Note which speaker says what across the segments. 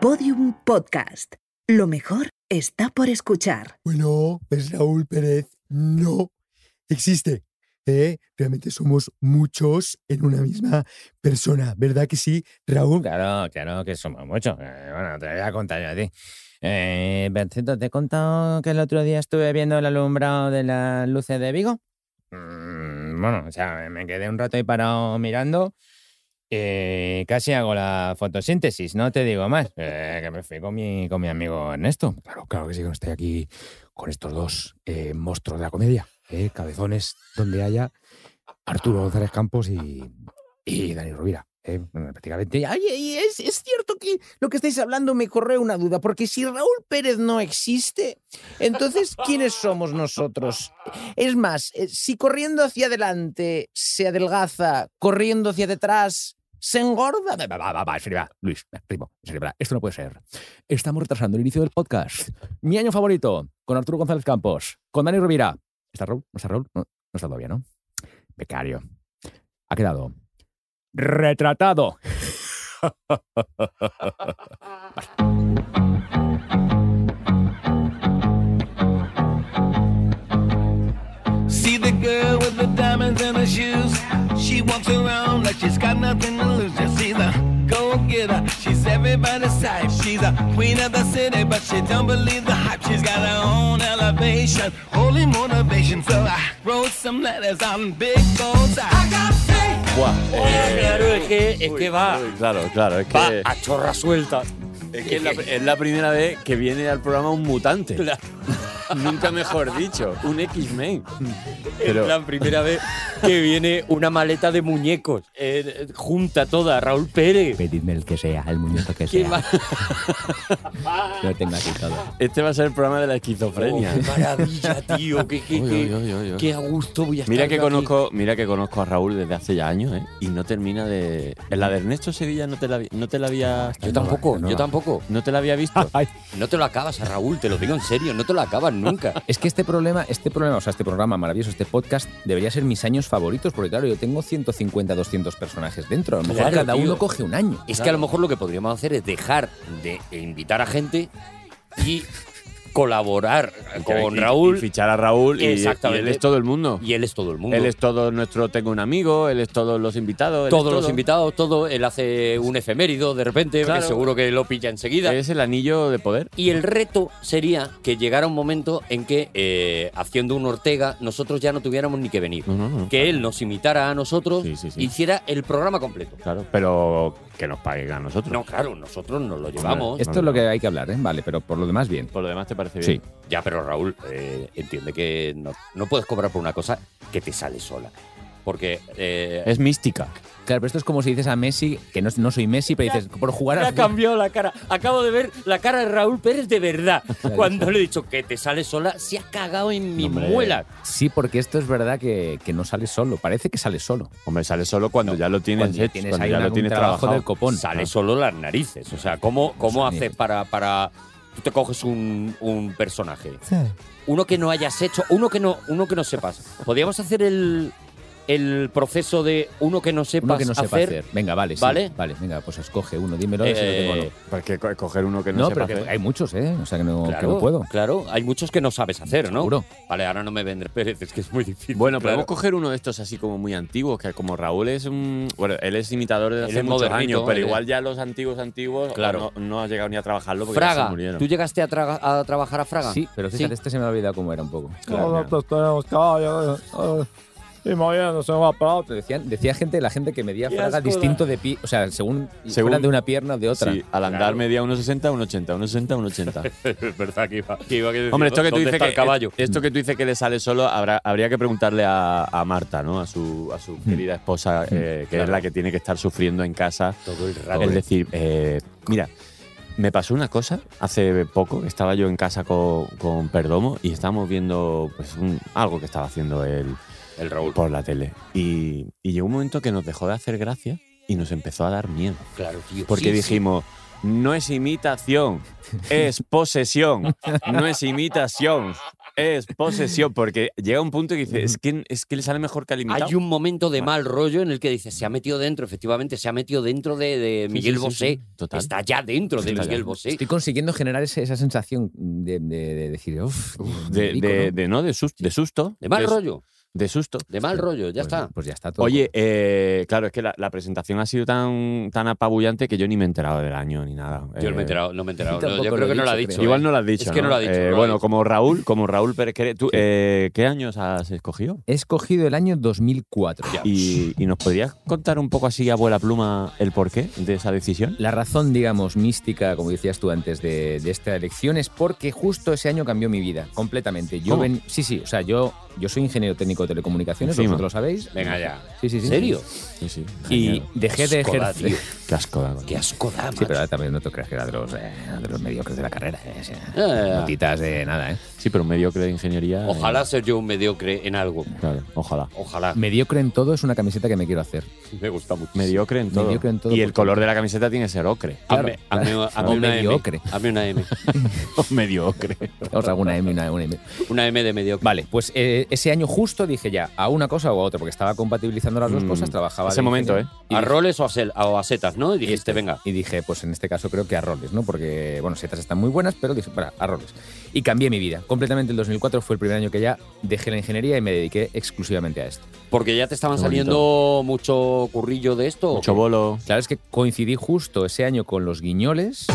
Speaker 1: Podium Podcast. Lo mejor está por escuchar.
Speaker 2: Bueno, pues Raúl Pérez no existe. ¿eh? Realmente somos muchos en una misma persona, ¿verdad que sí, Raúl?
Speaker 3: Claro, claro que somos muchos. Eh, Bueno, te lo voy a contar yo a ti. Eh, por cierto, ¿te he contado que el otro día estuve viendo el alumbrado de las luces de Vigo? Mm, bueno, o sea, me- me quedé un rato ahí parado mirando. y casi hago la fotosíntesis, no te digo más. Eh, que me fui con mi, con mi amigo Ernesto.
Speaker 4: Claro, claro que sí, que estoy aquí con estos dos eh, monstruos de la comedia, eh, cabezones donde haya Arturo González Campos y, y Dani Rovira. eh, bueno, prácticamente.
Speaker 3: Ay, y es, es cierto que lo que estáis hablando me corre una duda, porque si Raúl Pérez no existe, entonces ¿quiénes somos nosotros? Es más, eh, si corriendo hacia adelante se adelgaza, corriendo hacia detrás se engorda.
Speaker 4: Va, va, va, va, en serio, va, Luis, va, primo, en serio, va, esto no puede ser. Estamos retrasando el inicio del podcast. Mi año favorito, con Arturo González Campos, con Dani Rovira. ¿Está Raúl? ¿No está Raúl? No, no está todavía, ¿no? Becario. Ha quedado retratado.
Speaker 5: See the girl with the diamonds in her shoes. She walks around like she's got nothing to lose. Just see the go get her. She's everybody's type. She's a queen of the city, but she don't believe the hype. She's got her own elevation, holy motivation. So I wrote some letters on big goals. I got faith.
Speaker 6: Buah, eh,
Speaker 7: Claro, es que, es que va,
Speaker 6: uy, claro, claro, es que,
Speaker 7: va a chorra suelta.
Speaker 6: es, que es la, es la primera vez que viene al programa un mutante. Nunca mejor dicho, un X-Men. Pero-
Speaker 7: Es la primera vez que viene una maleta de muñecos. eh, junta toda, Raúl Pérez.
Speaker 4: Pedidme el que sea, el muñeco que
Speaker 7: Qué
Speaker 4: sea.
Speaker 7: ma-
Speaker 4: Lo tengo aquí todo.
Speaker 6: Este va a ser el programa de la esquizofrenia.
Speaker 7: Oh, qué maravilla, tío. Qué, qué,
Speaker 6: Uy,
Speaker 7: qué-
Speaker 6: uy, uy, uy, uy.
Speaker 7: qué a gusto voy a estar.
Speaker 6: Mira que
Speaker 7: yo aquí.
Speaker 6: conozco, mira que conozco a Raúl desde hace ya años, ¿eh? Y no termina de. La de Ernesto Sevilla no te la, vi- no te la había.
Speaker 4: Yo
Speaker 7: Yo tampoco, yo tampoco.
Speaker 6: No te la había visto.
Speaker 7: No te lo acabas, Raúl, te lo digo en serio, no te lo acabas nunca.
Speaker 4: Es que este problema, este problema, o sea, este programa maravilloso, este podcast, debería ser mis años favoritos, porque claro, yo tengo 150, 200 personajes dentro. A lo mejor
Speaker 7: Claro,
Speaker 4: cada
Speaker 7: tío.
Speaker 4: uno coge un año.
Speaker 7: Es que a lo mejor lo que podríamos hacer es dejar de invitar a gente y colaborar con
Speaker 6: Y- y- Y
Speaker 7: Raúl
Speaker 6: fichar a Raúl y,
Speaker 7: Exactamente.
Speaker 6: y él es todo el mundo.
Speaker 7: y él es todo el mundo.
Speaker 6: Él es todo nuestro Tengo un amigo, él es todos los invitados. él es
Speaker 7: todos
Speaker 6: todo.
Speaker 7: los invitados, todo. Él hace un efemérido de repente,
Speaker 6: Claro.
Speaker 7: que seguro que lo pilla enseguida.
Speaker 6: Es el anillo de poder.
Speaker 7: Y el reto sería que llegara un momento en que, eh, haciendo un Ortega, nosotros ya no tuviéramos ni que venir.
Speaker 6: No, no, no.
Speaker 7: Que él nos imitara a nosotros,
Speaker 6: Mm. Sí, sí, sí.
Speaker 7: hiciera el programa completo.
Speaker 6: Claro, pero que nos paguen a nosotros.
Speaker 7: No, claro, nosotros nos lo llevamos.
Speaker 4: Esto es lo que hay que hablar, ¿eh? Vale, pero por lo demás, bien.
Speaker 6: Por lo demás, ¿te parece
Speaker 4: Sí.
Speaker 6: bien?
Speaker 7: Ya, pero Raúl, eh, entiende que no, no puedes cobrar por una cosa que te sale sola. Porque eh,
Speaker 6: Es mística.
Speaker 4: Claro, pero esto es como si dices a Messi, que no, no soy Messi, pero dices, por jugar
Speaker 7: Me
Speaker 4: al
Speaker 7: ha
Speaker 4: fútbol.
Speaker 7: cambiado la cara. Acabo de ver la cara de Raúl Pérez de verdad. Cuando le he dicho que te sale sola, se ha cagado en mi
Speaker 6: Hombre.
Speaker 7: muela.
Speaker 4: Sí, porque esto es verdad que, que no sale solo. Parece que sale solo.
Speaker 6: Hombre, sale solo cuando ya lo tienes
Speaker 4: Cuando
Speaker 6: hecho,
Speaker 4: tienes
Speaker 6: cuando
Speaker 4: ahí
Speaker 6: ya
Speaker 4: una-
Speaker 6: lo
Speaker 4: un
Speaker 6: tienes
Speaker 4: trabajo
Speaker 6: trabajado.
Speaker 4: del copón.
Speaker 7: Sale
Speaker 4: Ah.
Speaker 7: solo las narices. O sea, ¿cómo, cómo
Speaker 4: Los
Speaker 7: haces
Speaker 4: amigos.
Speaker 7: para, para. Tú te coges un, un personaje.
Speaker 2: Sí.
Speaker 7: Uno que no hayas hecho, uno que no, uno que no sepas. Podríamos hacer el, el proceso de uno que no sepas,
Speaker 4: Uno que no sepa hacer. Venga, vale, sí,
Speaker 7: ¿Vale?
Speaker 4: Vale, venga, pues escoge uno, dímelo. y si lo
Speaker 7: Eh,
Speaker 4: tengo, no.
Speaker 6: Pues que co- coger uno que no,
Speaker 4: no,
Speaker 6: sepa
Speaker 4: pero que
Speaker 6: hacer.
Speaker 4: hay muchos, ¿eh? O sea, que no, que
Speaker 7: Claro,
Speaker 4: no puedo.
Speaker 7: claro, hay muchos que no sabes hacer, ¿no?
Speaker 4: Seguro.
Speaker 7: Vale, ahora no me vendré Pérez, es que es muy difícil.
Speaker 6: Bueno,
Speaker 7: claro.
Speaker 6: podemos coger uno de estos así como muy antiguos, que como Raúl es un... Bueno, él es imitador de
Speaker 7: Él
Speaker 6: hace
Speaker 7: es
Speaker 6: muchos
Speaker 7: modernito,
Speaker 6: años, pero
Speaker 7: él es-
Speaker 6: igual ya los antiguos antiguos
Speaker 7: Claro.
Speaker 6: no, no ha llegado ni a trabajarlo porque ya se
Speaker 7: Fraga,
Speaker 6: murieron.
Speaker 7: ¿tú llegaste a, traga- a trabajar a Fraga?
Speaker 4: Sí, pero fíjate, este se me ha olvidado cómo era un poco.
Speaker 8: Nosotros tenemos caballos eh, eh, y moviéndose va para otro.
Speaker 4: Decían- decía gente, la gente que medía
Speaker 6: Qué
Speaker 4: Fraga
Speaker 6: asco,
Speaker 4: distinto de pie, o sea, según,
Speaker 6: Según-
Speaker 4: fuera de una pierna o de otra.
Speaker 6: Sí, al andar medía 1,60, 1,80, 1,60, 1,80.
Speaker 7: es verdad que iba, que iba a decir,
Speaker 6: Hombre, esto que tú
Speaker 7: ¿dónde
Speaker 6: dices
Speaker 7: está
Speaker 6: que
Speaker 7: el caballo?
Speaker 6: esto que tú dices que le sale solo, habrá, habría que preguntarle a, a Marta, ¿no? A su, a su querida esposa, eh, que es
Speaker 7: Hmm. Claro.
Speaker 6: la que tiene que estar sufriendo en casa.
Speaker 7: Todo el rato.
Speaker 6: Es decir, eh, mira, me pasó una cosa hace poco. Estaba yo en casa con, con Perdomo y estábamos viendo pues, un- algo que estaba haciendo él
Speaker 7: El Raúl.
Speaker 6: por la tele. Y, y llegó un momento que nos dejó de hacer gracia y nos empezó a dar miedo.
Speaker 7: Claro, tío.
Speaker 6: Porque
Speaker 7: Sí, sí.
Speaker 6: dijimos, no es imitación, es posesión. No es imitación, es posesión, porque llega un punto que dice, es que, es que le sale mejor que al invitado.
Speaker 7: Hay un momento
Speaker 6: Ah.
Speaker 7: de mal rollo en el que dice, se ha metido dentro, efectivamente, se ha metido dentro de, de
Speaker 6: Sí,
Speaker 7: Miguel
Speaker 6: sí, sí,
Speaker 7: Bosé.
Speaker 6: sí, Total.
Speaker 7: Está ya dentro de
Speaker 6: Está ya.
Speaker 7: Miguel Bosé.
Speaker 4: Estoy consiguiendo generar ese- esa sensación de, de- de decir, uff,
Speaker 6: de, de, de- no, de, sus- de susto.
Speaker 7: De mal
Speaker 6: de,
Speaker 7: rollo,
Speaker 6: De susto.
Speaker 7: de mal rollo, ya está.
Speaker 4: Pues ya está todo.
Speaker 6: Oye, eh, claro, es que la, la presentación ha sido tan, tan apabullante que yo ni me he enterado del año ni nada.
Speaker 7: Yo no me he
Speaker 6: Eh,
Speaker 7: enterado, no me he enterado.
Speaker 4: Yo
Speaker 7: No, yo
Speaker 4: tampoco
Speaker 7: creo
Speaker 4: lo
Speaker 7: que
Speaker 4: he
Speaker 7: no lo ha
Speaker 4: dicho,
Speaker 7: dicho. ¿eh?
Speaker 4: creo.
Speaker 6: Igual no lo has dicho.
Speaker 7: Es que no lo ha dicho, no lo ha
Speaker 6: bueno,
Speaker 7: dicho.
Speaker 6: como Raúl, como Raúl Pérez, Quere- ¿tú, eh, ¿qué años has escogido?
Speaker 4: he escogido el año 2004.
Speaker 6: Y, y nos podrías contar un poco así, abuela pluma, el porqué de esa decisión?
Speaker 4: La razón, digamos, mística, como decías tú antes, de, de esta elección es porque justo ese año cambió mi vida completamente. Yo
Speaker 6: ¿Cómo?
Speaker 4: ven- sí, sí, o sea, yo, yo soy ingeniero técnico de telecomunicaciones,
Speaker 6: Encima.
Speaker 4: vosotros lo sabéis.
Speaker 7: Venga ya.
Speaker 4: Sí, sí,
Speaker 7: ¿En
Speaker 4: sí.
Speaker 7: serio?
Speaker 6: Sí, sí.
Speaker 4: Y
Speaker 6: genial.
Speaker 4: dejé de
Speaker 7: Asco da,
Speaker 4: ejercer.
Speaker 7: tío.
Speaker 6: Qué asco da, coño.
Speaker 7: Qué asco da,
Speaker 4: Sí, pero
Speaker 7: macho.
Speaker 4: ahora también no te creas que era de los, eh, de los mediocres de la carrera. eh, o sea,
Speaker 7: Ah.
Speaker 4: notitas de nada, ¿eh?
Speaker 6: Sí, pero un mediocre de ingeniería. eh,
Speaker 7: Ojalá ser yo un mediocre en algo.
Speaker 6: claro, ojalá.
Speaker 7: Ojalá.
Speaker 4: Mediocre en todo es una camiseta que me quiero hacer.
Speaker 7: Me gusta mucho.
Speaker 6: Mediocre en todo.
Speaker 4: Mediocre en todo,
Speaker 6: y el
Speaker 4: porque-
Speaker 6: color de la camiseta tiene que ser ocre.
Speaker 7: Hazme hazme- hazme
Speaker 4: O
Speaker 7: una
Speaker 4: mediocre.
Speaker 7: M. Hazme una M.
Speaker 6: mediocre.
Speaker 4: O sea, una M, una, una M.
Speaker 7: Una M de mediocre.
Speaker 4: Vale, pues eh, ese año justo dije ya a una cosa o a otra, porque estaba compatibilizando las dos
Speaker 6: Mm,
Speaker 4: cosas, trabajaba. de
Speaker 6: ese momento, ¿eh?
Speaker 4: ingeniero y
Speaker 7: A
Speaker 4: dije-
Speaker 7: roles o a, sel- o a setas, ¿no? Y
Speaker 6: Este.
Speaker 7: dijiste, venga.
Speaker 4: Y dije, pues en este caso creo que a roles, ¿no? Porque, bueno, setas están muy buenas, pero dije, para, a roles. Y cambié mi vida. Completamente el 2004 fue el primer año que ya dejé la ingeniería y me dediqué exclusivamente a esto.
Speaker 7: Porque ya te estaban
Speaker 6: Qué bonito.
Speaker 7: saliendo mucho currillo de esto.
Speaker 6: Mucho bolo.
Speaker 4: Claro, es que coincidí justo ese año con los guiñoles.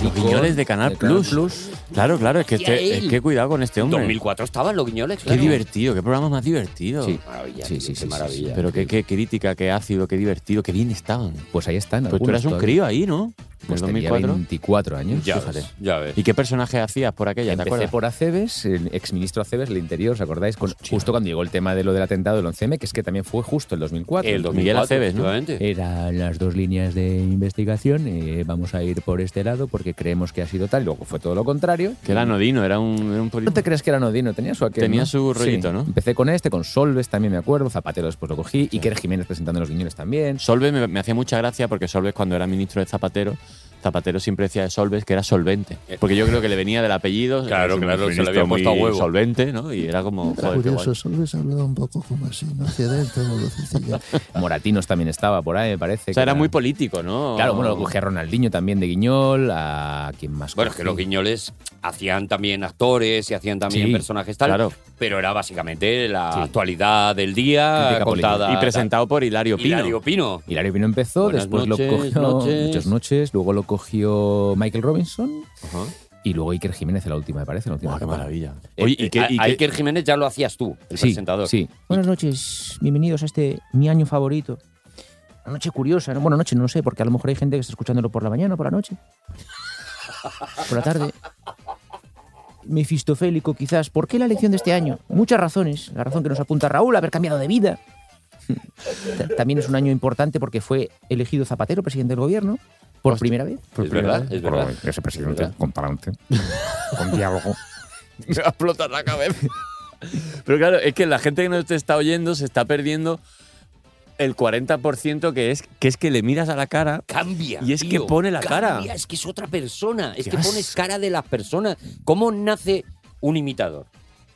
Speaker 4: y
Speaker 6: Los guiñoles
Speaker 4: con-
Speaker 6: de Canal Plus.
Speaker 4: Plus.
Speaker 6: Claro, claro, es que,
Speaker 7: Hostia,
Speaker 6: este,
Speaker 7: él.
Speaker 6: es que cuidado con este
Speaker 7: En
Speaker 6: hombre.
Speaker 7: 2004 estaban los guiñoles,
Speaker 6: Qué
Speaker 7: claro.
Speaker 6: divertido, qué programa más divertido.
Speaker 4: Sí.
Speaker 7: Maravilla,
Speaker 4: Sí,
Speaker 7: tío,
Speaker 4: sí,
Speaker 7: qué
Speaker 4: sí, sí,
Speaker 7: maravilla.
Speaker 4: sí.
Speaker 6: Pero qué, qué crítica, qué ácido, qué divertido, qué bien estaban.
Speaker 4: Pues ahí están.
Speaker 6: Pues tú
Speaker 4: algunos
Speaker 6: eras un
Speaker 4: todavía.
Speaker 6: crío ahí, ¿no? En
Speaker 4: Pues
Speaker 6: el
Speaker 4: tenía
Speaker 6: 2004.
Speaker 4: 24 años.
Speaker 7: Ya
Speaker 4: fíjate.
Speaker 7: ves, ya ves.
Speaker 6: ¿Y qué personaje hacías por aquella? ¿Te
Speaker 4: Empecé
Speaker 6: acuerdas?
Speaker 4: por Acebes, el exministro Acebes, el interior, ¿os acordáis? Con- justo cuando llegó el tema de lo del atentado del 11M, que es que también fue justo el 2004.
Speaker 7: El 2004,
Speaker 6: Miguel Aceves, ¿no?
Speaker 7: efectivamente.
Speaker 4: Eran las dos líneas de investigación. eh, vamos a ir por este lado porque creemos que ha sido tal. Y luego fue todo lo contrario.
Speaker 6: Que era Nodino, era un, era un
Speaker 4: No
Speaker 6: político.
Speaker 4: te crees que era Nodino, tenía su aquel,
Speaker 6: Tenía
Speaker 4: ¿no?
Speaker 6: su rollito,
Speaker 4: Sí.
Speaker 6: ¿no?
Speaker 4: Empecé con este, con Solves también me acuerdo, Zapatero después lo cogí, Iker Jiménez presentando los guiñones también.
Speaker 6: Solves me, me hacía mucha gracia porque Solves cuando era ministro de Zapatero, Zapatero siempre decía de Solves que era solvente. Porque yo creo que le venía del apellido.
Speaker 7: Claro,
Speaker 6: es un
Speaker 7: claro, se le
Speaker 6: ministro
Speaker 7: había puesto a
Speaker 6: muy
Speaker 7: huevo.
Speaker 6: Solvente, ¿no? Y era como, joder, qué guay.
Speaker 9: Curioso, solo les hablaba un poco como así, ¿no? Hacia adentro, lo sencillo.
Speaker 4: Moratinos también estaba por ahí, me parece.
Speaker 6: O
Speaker 4: que
Speaker 6: sea, era muy político, ¿no?
Speaker 4: Claro, bueno, lo cogí a Ronaldinho también de Guiñol, a quién más.
Speaker 7: Bueno, es que
Speaker 4: cogí?
Speaker 7: los guiñoles hacían también actores y hacían también
Speaker 4: Sí,
Speaker 7: personajes tal,
Speaker 6: claro.
Speaker 7: pero era básicamente la
Speaker 4: Sí.
Speaker 7: actualidad del día
Speaker 4: Crítica política.
Speaker 7: contada.
Speaker 6: Y presentado por Hilario
Speaker 7: tal.
Speaker 6: Pino.
Speaker 7: Hilario Pino.
Speaker 4: Hilario Pino empezó,
Speaker 7: Buenas
Speaker 4: después
Speaker 7: noches,
Speaker 4: lo cogió
Speaker 7: noches.
Speaker 4: muchas noches, luego lo cogió Michael Robinson
Speaker 6: Ajá.
Speaker 4: y luego Iker Jiménez en la última, me parece, en la última.
Speaker 6: Buah, qué
Speaker 4: etapa.
Speaker 6: maravilla.
Speaker 7: Eh,
Speaker 6: Oye, ¿y qué,
Speaker 7: a-
Speaker 6: y
Speaker 7: a
Speaker 6: qué-
Speaker 7: Iker Jiménez ya lo hacías tú, el
Speaker 4: Sí,
Speaker 7: presentador.
Speaker 4: sí.
Speaker 10: Buenas noches, bienvenidos a este mi año favorito. Una noche curiosa, ¿no? bueno, noche no sé, porque a lo mejor hay gente que está escuchándolo por la mañana, por la noche, por la tarde. Mefistofélico, quizás. ¿Por qué la elección de este año? Muchas razones. La razón que nos apunta Raúl, haber cambiado de vida. Ta- También es un año importante porque fue elegido Zapatero presidente del gobierno por primera vez.
Speaker 7: Es verdad, es verdad.
Speaker 2: Ese presidente
Speaker 7: ¿Verdad?
Speaker 2: comparante. Con diálogo.
Speaker 6: me va a explotar la cabeza. Pero claro, es que la gente que no te está oyendo se está perdiendo el 40% que es que es que le miras a la cara.
Speaker 7: Cambia.
Speaker 6: Y es que
Speaker 7: tío,
Speaker 6: pone la
Speaker 7: cambia,
Speaker 6: cara.
Speaker 7: Es que es otra persona. Es que
Speaker 6: Dios.
Speaker 7: pones cara de las personas. ¿Cómo nace un imitador?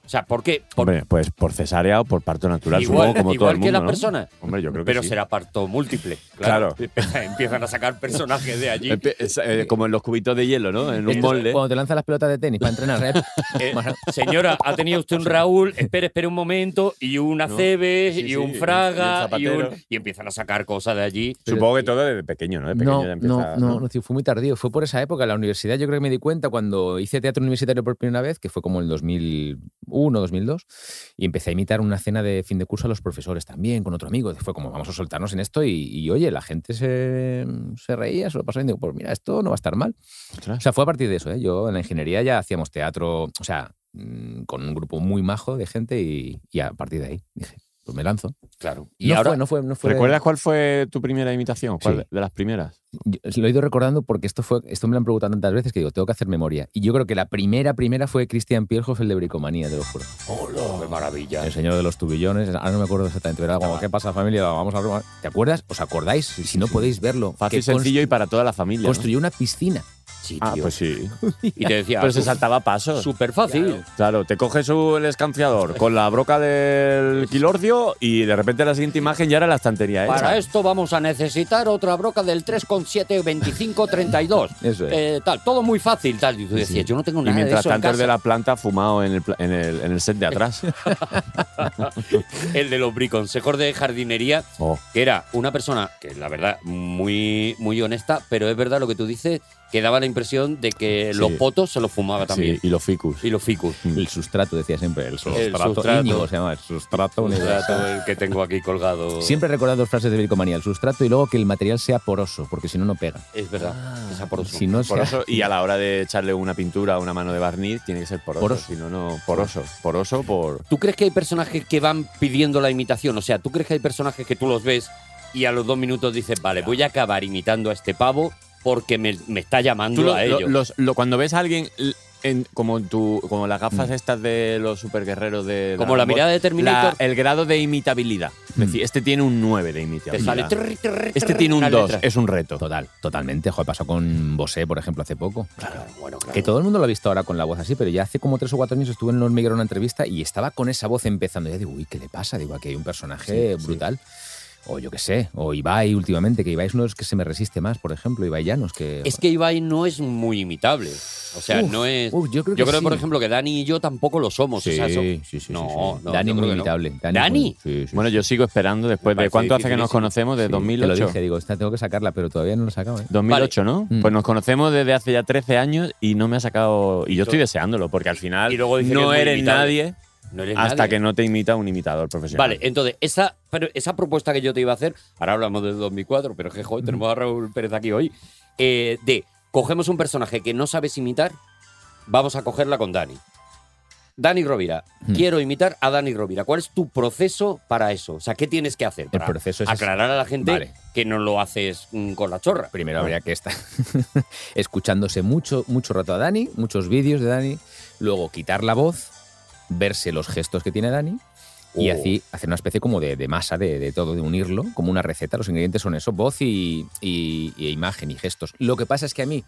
Speaker 7: O sea, ¿por qué? Por-
Speaker 6: Hombre, pues por cesárea o por parto natural,
Speaker 7: igual
Speaker 6: supongo, como todo
Speaker 7: igual
Speaker 6: el
Speaker 7: que
Speaker 6: mundo,
Speaker 7: la
Speaker 6: ¿no?
Speaker 7: persona.
Speaker 6: Hombre, yo creo que
Speaker 7: Pero
Speaker 6: sí.
Speaker 7: será parto múltiple.
Speaker 6: Claro.
Speaker 7: Claro. Empiezan a sacar personajes de allí.
Speaker 6: Empie- es, eh, como en los cubitos de hielo, ¿no? En un
Speaker 4: Entonces,
Speaker 6: molde.
Speaker 4: Cuando te lanzan las pelotas de tenis para entrenar,
Speaker 7: Eh, señora, ha tenido usted un Raúl, espere, espere un momento, y un Aceves,
Speaker 6: Sí,
Speaker 7: y
Speaker 6: sí, y
Speaker 7: un
Speaker 6: un
Speaker 7: Fraga, y,
Speaker 6: Zapatero.
Speaker 7: un- y empiezan a sacar cosas de allí.
Speaker 6: Supongo que todo desde pequeño, ¿no? De pequeño
Speaker 4: no,
Speaker 6: ya empieza,
Speaker 4: no, no, no, tío, fue muy tardío. Fue por esa época, la universidad. Yo creo que me di cuenta cuando hice teatro universitario por primera vez, que fue como en 2001, 2002, y empecé a imitar una cena de fin de curso a los profesores también, con otro amigo. Fue como, vamos a soltarnos en esto. Y, y, oye, la gente se, se reía, se lo pasaba y digo, pues mira, esto no va a estar mal.
Speaker 6: Ostras.
Speaker 4: O sea, fue a partir de eso. ¿eh? Yo en la ingeniería ya hacíamos teatro, o sea, mm, con un grupo muy majo de gente, y, y a partir de ahí dije, pues me lanzo.
Speaker 7: Claro.
Speaker 4: Y
Speaker 7: Y
Speaker 4: no
Speaker 7: ahora,
Speaker 4: fue, no fue, no fue.
Speaker 6: ¿Recuerdas cuál fue tu primera imitación? ¿Cuál
Speaker 4: Sí.
Speaker 6: de las primeras?
Speaker 4: yo lo he ido recordando porque esto fue esto me lo han preguntado tantas veces que digo, tengo que hacer memoria. Y yo creo que la primera, primera fue Cristian Pierhoff, el de Bricomanía, te lo juro.
Speaker 7: ¡Qué maravilla!
Speaker 4: El señor de los tubillones, ahora no me acuerdo exactamente, pero era como, ¿qué pasa familia? Vamos a broma. ¿Te acuerdas? ¿Os acordáis? Si no podéis verlo.
Speaker 6: Fácil,
Speaker 4: que cons-
Speaker 6: sencillo y para toda la familia. ¿no?
Speaker 4: Construyó una piscina
Speaker 7: Sí,
Speaker 6: Ah,
Speaker 7: tío.
Speaker 6: pues sí.
Speaker 7: Y te decía,
Speaker 6: Pero se saltaba pasos.
Speaker 7: súper fácil.
Speaker 6: Claro, te coges su- el escanciador con la broca del quilorcio y de repente la siguiente imagen ya era la estantería hecha.
Speaker 7: Para esto vamos a necesitar otra broca del 3,72532.
Speaker 4: Eso es.
Speaker 7: Eh, tal, todo muy fácil, tal. Y tú decías, yo no tengo
Speaker 6: Y
Speaker 7: nada de
Speaker 6: mientras
Speaker 7: eso en
Speaker 6: tanto el de
Speaker 7: casa.
Speaker 6: la planta fumado en el, pla- en el, en el set de atrás.
Speaker 7: El de los briconsejos de jardinería,
Speaker 6: Oh.
Speaker 7: que era una persona que, la verdad, muy, muy honesta, pero es verdad lo que tú dices, que daba la impresión de que
Speaker 6: Sí.
Speaker 7: los potos se los fumaba también.
Speaker 6: Sí, y los ficus.
Speaker 7: Y los ficus.
Speaker 4: El sustrato, decía siempre. El sustrato.
Speaker 7: sustrato.
Speaker 4: Íñigo se llama, el sustrato.
Speaker 7: Un
Speaker 4: universal.
Speaker 7: dato el que tengo aquí colgado.
Speaker 4: Siempre he recordado dos frases de Vilcomanía. El sustrato y luego que el material sea poroso, porque si no, no pega.
Speaker 7: Es verdad. es
Speaker 6: Ah,
Speaker 7: aporoso.
Speaker 4: Si no,
Speaker 6: Por
Speaker 4: sea-
Speaker 6: eso, y a la hora de echarle una pintura o una mano de barniz, tiene que ser poroso.
Speaker 4: Poroso.
Speaker 6: Si no, no. Poroso. Poroso por.
Speaker 7: ¿Tú crees que hay personajes que van pidiendo la imitación? O sea, ¿tú crees que hay personajes que tú los ves y a los dos minutos dices, vale, voy a acabar imitando a este pavo porque me, me está llamando
Speaker 6: Tú lo-
Speaker 7: a
Speaker 6: lo-
Speaker 7: ello?
Speaker 6: los- lo- cuando ves a alguien l- en- como, tu, como las gafas estas de los superguerreros de.
Speaker 7: Como
Speaker 6: Dragon
Speaker 7: la
Speaker 6: Ball,
Speaker 7: mirada de Terminator.
Speaker 6: la- el grado de imitabilidad. Es decir, este tiene un 9
Speaker 7: te
Speaker 6: de
Speaker 7: sale
Speaker 6: imitabilidad.
Speaker 7: trrr, trrr,
Speaker 6: Este
Speaker 7: trrr,
Speaker 6: tiene un
Speaker 7: una
Speaker 6: 2.
Speaker 7: letra.
Speaker 6: Es un reto.
Speaker 4: Total, totalmente. Joder, pasó con Bosé, por ejemplo, hace poco.
Speaker 7: Claro, bueno, claro.
Speaker 4: Que todo el mundo lo ha visto ahora con la voz así, pero ya hace como tres o cuatro años estuve en Los Miguel en una entrevista y estaba con esa voz empezando. Ya digo, uy, ¿qué le pasa? Digo, aquí hay un personaje brutal. O yo qué sé, o Ibai últimamente, que Ibai es uno de los que se me resiste más, por ejemplo, Ibai Llanos, que...
Speaker 7: Es que Ibai no es muy imitable. O sea,
Speaker 4: Uf,
Speaker 7: no es.
Speaker 4: uf, yo creo que sí.
Speaker 7: por ejemplo, que Dani y yo tampoco lo somos. o sea, so-
Speaker 4: sí, sí, sí,
Speaker 7: no,
Speaker 4: sí.
Speaker 7: no,
Speaker 4: Dani
Speaker 7: yo
Speaker 4: muy
Speaker 7: creo que no.
Speaker 4: imitable.
Speaker 7: ¿Dani?
Speaker 4: muy- sí, sí, sí.
Speaker 6: Bueno, yo sigo esperando después
Speaker 7: Me
Speaker 6: de.
Speaker 7: parece
Speaker 6: ¿Cuánto hace que nos
Speaker 7: dificilísimo.
Speaker 6: conocemos? De
Speaker 4: Sí, Te
Speaker 6: 2008.
Speaker 4: lo dije, digo, esta tengo que sacarla, pero todavía no la he sacado, ¿eh?
Speaker 6: 2008, ¿no?
Speaker 4: Mm.
Speaker 6: Pues nos conocemos desde hace ya 13 años y no me ha sacado. Y yo estoy deseándolo, porque al final
Speaker 7: Y luego dice
Speaker 6: no
Speaker 7: que es muy
Speaker 6: eres
Speaker 7: imitable.
Speaker 6: nadie
Speaker 7: no eres
Speaker 6: hasta
Speaker 7: nadie.
Speaker 6: que no te imita un imitador profesional.
Speaker 7: Vale, entonces, esa, pero esa propuesta que yo te iba a hacer, ahora hablamos del 2004, pero es que joder, tenemos a Raúl Pérez aquí hoy, eh, de cogemos un personaje que no sabes imitar, vamos a cogerla con Dani. Dani Rovira,
Speaker 4: Hmm.
Speaker 7: quiero imitar a Dani Rovira. ¿Cuál es tu proceso para eso? O sea, ¿qué tienes que hacer?
Speaker 4: El
Speaker 7: para
Speaker 4: proceso es...
Speaker 7: aclarar a la gente
Speaker 4: Vale.
Speaker 7: que no lo haces mm, con la chorra.
Speaker 4: Primero habría que estar escuchándose mucho, mucho rato a Dani, muchos vídeos de Dani, luego quitar la voz, verse los gestos que tiene Dani y
Speaker 7: Oh.
Speaker 4: así hacer una especie como de, de masa de, de todo, de unirlo, como una receta. Los ingredientes son eso, voz y, y- y imagen y gestos. Lo que pasa es que a mí,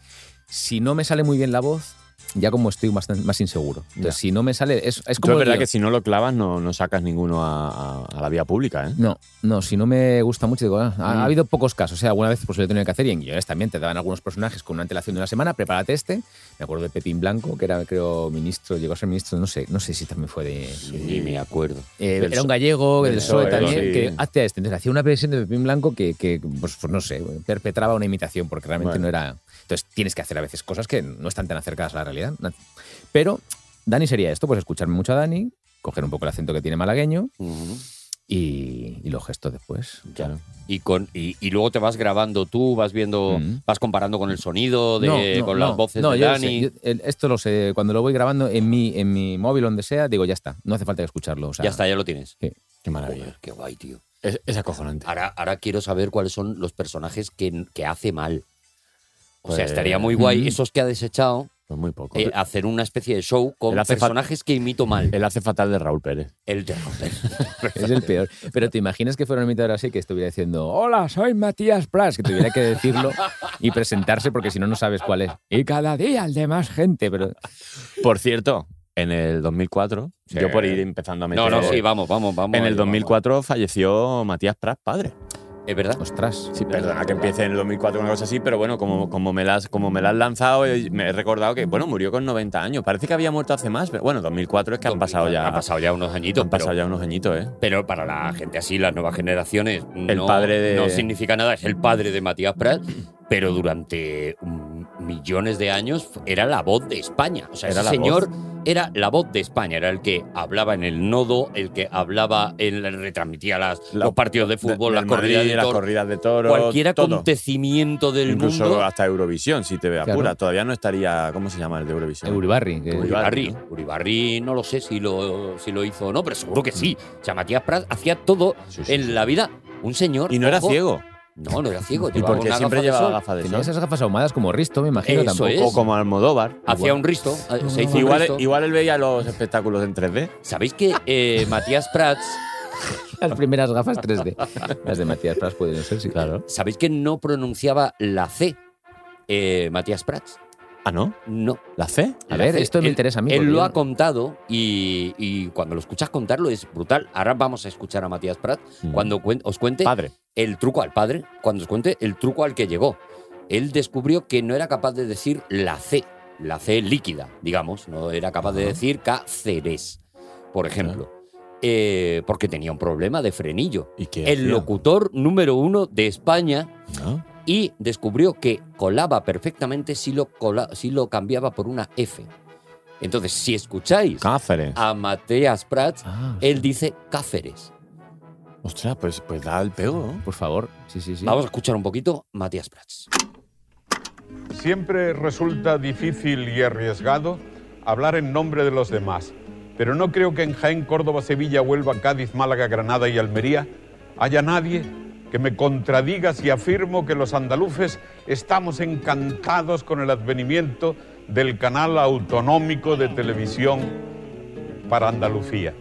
Speaker 4: si no me sale muy bien la voz, ya como estoy más, más inseguro. Entonces, si no me sale, es, es
Speaker 6: Yo
Speaker 4: como...
Speaker 6: es
Speaker 4: el
Speaker 6: verdad
Speaker 4: guión.
Speaker 6: que si no lo clavas no, no sacas ninguno a, a- a la vía pública, ¿eh?
Speaker 4: No, no, si no me gusta mucho, digo, ah, ha, ha
Speaker 6: Mm.
Speaker 4: habido pocos casos. O sea, alguna vez pues, lo he tenido que hacer y en guiones también te daban algunos personajes con una antelación de una semana, prepárate este. Me acuerdo de Pepín Blanco, que era, creo, ministro, llegó a ser ministro, no sé, no sé si también fue de.
Speaker 7: Ni me acuerdo.
Speaker 4: Eh,
Speaker 6: Del
Speaker 4: era un gallego,
Speaker 6: del
Speaker 4: del PSOE
Speaker 6: PSOE,
Speaker 4: también,
Speaker 6: sí.
Speaker 4: que hacía este. Entonces hacía una versión de Pepín Blanco que, que, pues, pues, no sé, perpetraba una imitación porque realmente
Speaker 6: Vale.
Speaker 4: no era. Entonces tienes que hacer a veces cosas que no están tan acercadas a la realidad. Pero Dani sería esto: pues escucharme mucho a Dani, coger un poco el acento que tiene malagueño
Speaker 7: Ujú.
Speaker 4: y, y los gestos después.
Speaker 7: Ya. Y, con, y, y luego te vas grabando tú, vas viendo,
Speaker 4: Mm.
Speaker 7: vas comparando con el sonido, de, con las voces
Speaker 4: no,
Speaker 7: de
Speaker 4: yo lo
Speaker 7: Dani.
Speaker 4: sé, yo- el- esto lo sé. Cuando lo voy grabando en mi, en mi móvil, donde sea, digo, ya está. No hace falta que escucharlo. o sea,
Speaker 7: ya está, ya lo tienes.
Speaker 4: Sí.
Speaker 6: Qué Ah,
Speaker 7: Joder, qué guay, tío.
Speaker 6: Es, es acojonante.
Speaker 7: Ahora, ahora quiero saber cuáles son los personajes que, que hace mal. O sea,
Speaker 6: Pues-
Speaker 7: estaría muy guay
Speaker 4: Mm.
Speaker 7: esos que ha desechado
Speaker 6: Pues muy poco.
Speaker 7: eh, hacer una especie de show con
Speaker 6: Él hace fa-
Speaker 7: personajes que imito mal.
Speaker 6: El hace fatal de Raúl Pérez.
Speaker 7: El de
Speaker 4: Es el peor. Pero te imaginas que fuera un imitador así que estuviera diciendo, hola, soy Matías Plas, que tuviera que decirlo y presentarse porque si no, no sabes cuál es. Y cada día el de más gente. Pero
Speaker 6: Por cierto, en el 2004,
Speaker 4: Sí.
Speaker 6: yo por ir empezando a meter...
Speaker 7: No, no, sí, vamos, vamos, vamos.
Speaker 6: En el
Speaker 7: vamos.
Speaker 6: 2004 falleció Matías Prat, padre.
Speaker 7: Es verdad.
Speaker 4: ostras.
Speaker 6: Sí, perdona que empiece en el 2004 una cosa así, pero bueno, como, como, me la has, como me la has lanzado, eh, me he recordado que, bueno, murió con 90 años. Parece que había muerto hace más, pero bueno, 2004 es que han pasado ya,
Speaker 7: Han pasado ya unos añitos.
Speaker 6: han pasado
Speaker 7: pero-
Speaker 6: ya unos añitos, ¿eh?
Speaker 7: Pero para la gente así, las nuevas generaciones,
Speaker 6: El
Speaker 7: no,
Speaker 6: padre de-
Speaker 7: no significa nada. Es el padre de Matías Prat, pero durante mm, millones de años era la voz de España. O sea,
Speaker 6: Era
Speaker 7: ese
Speaker 6: la
Speaker 7: señor era la voz de España. Era el que hablaba en el nodo, el que hablaba, el retransmitía las,
Speaker 6: La-
Speaker 7: los partidos de fútbol,
Speaker 6: De-
Speaker 7: las
Speaker 6: del
Speaker 7: corridas
Speaker 6: Madrid,
Speaker 7: de
Speaker 6: las
Speaker 7: toros,
Speaker 6: corridas de toros,
Speaker 7: cualquier
Speaker 6: todo.
Speaker 7: acontecimiento del
Speaker 6: Incluso
Speaker 7: mundo.
Speaker 6: hasta Eurovisión, si te ve apura.
Speaker 4: Claro.
Speaker 6: Todavía no estaría. ¿Cómo se llama el de Eurovisión?
Speaker 4: Uribarri. que-
Speaker 6: Uribarri.
Speaker 7: Uribarri,
Speaker 6: ¿no?
Speaker 7: Uribarri, no lo sé si lo, si lo hizo o no, pero seguro que sí. O sea, Matías Prat hacía todo
Speaker 6: Mm. Sí, sí, sí.
Speaker 7: en la vida. Un señor.
Speaker 6: Y no era
Speaker 7: ojo,
Speaker 6: ciego.
Speaker 7: No, no era ciego.
Speaker 6: Y
Speaker 7: llevaba
Speaker 6: porque
Speaker 7: una
Speaker 6: siempre
Speaker 7: gafa de
Speaker 6: llevaba
Speaker 7: sol.
Speaker 6: gafas de
Speaker 4: Tenía
Speaker 6: sol.
Speaker 4: esas gafas ahumadas como Risto, me imagino
Speaker 7: Eso
Speaker 4: tampoco.
Speaker 7: es.
Speaker 6: O como Almodóvar.
Speaker 7: Hacía
Speaker 6: Igual-
Speaker 7: un risto. eh, Se hizo un
Speaker 6: Igual,
Speaker 7: risto.
Speaker 6: igual él veía los espectáculos en 3D.
Speaker 7: ¿Sabéis que eh, Matías Prats,
Speaker 4: Las primeras gafas 3D. Las de Matías Plas pueden ser, sí. Claro.
Speaker 7: sabéis que no pronunciaba la C, eh, Matías Prats?
Speaker 6: Ah, ¿no?
Speaker 7: No.
Speaker 6: ¿La C?
Speaker 10: A ver, esto me
Speaker 7: Él-
Speaker 10: interesa a mí.
Speaker 7: Él
Speaker 10: porque
Speaker 7: lo
Speaker 10: yo
Speaker 7: ha
Speaker 10: no-
Speaker 7: contado y, y cuando lo escuchas contarlo es brutal. Ahora vamos a escuchar a Matías Prat
Speaker 6: Mm.
Speaker 7: cuando cuen- os cuente
Speaker 6: Padre.
Speaker 7: el truco al padre, cuando os cuente el truco al que llegó. Él descubrió que no era capaz de decir la C, la C líquida, digamos. No era capaz de decir cáceres, por ejemplo. Eh, porque tenía un problema de frenillo.
Speaker 6: ¿Y qué
Speaker 7: El
Speaker 6: hacía?
Speaker 7: locutor número uno de España
Speaker 6: ¿No?
Speaker 7: y descubrió que colaba perfectamente si lo, cola- si lo cambiaba por una F. Entonces, si escucháis
Speaker 6: Cáceres.
Speaker 7: a Mateas Prats,
Speaker 4: Ah,
Speaker 7: él dice Cáceres.
Speaker 6: Ostras, pues, pues da el pego, ¿no?
Speaker 4: por favor. Sí, sí, sí.
Speaker 7: Vamos a escuchar un poquito Matías Prats.
Speaker 11: Siempre resulta difícil y arriesgado hablar en nombre de los demás, pero no creo que en Jaén, Córdoba, Sevilla, Huelva, Cádiz, Málaga, Granada y Almería haya nadie que me contradiga si afirmo que los andaluces estamos encantados con el advenimiento del canal autonómico de televisión para Andalucía.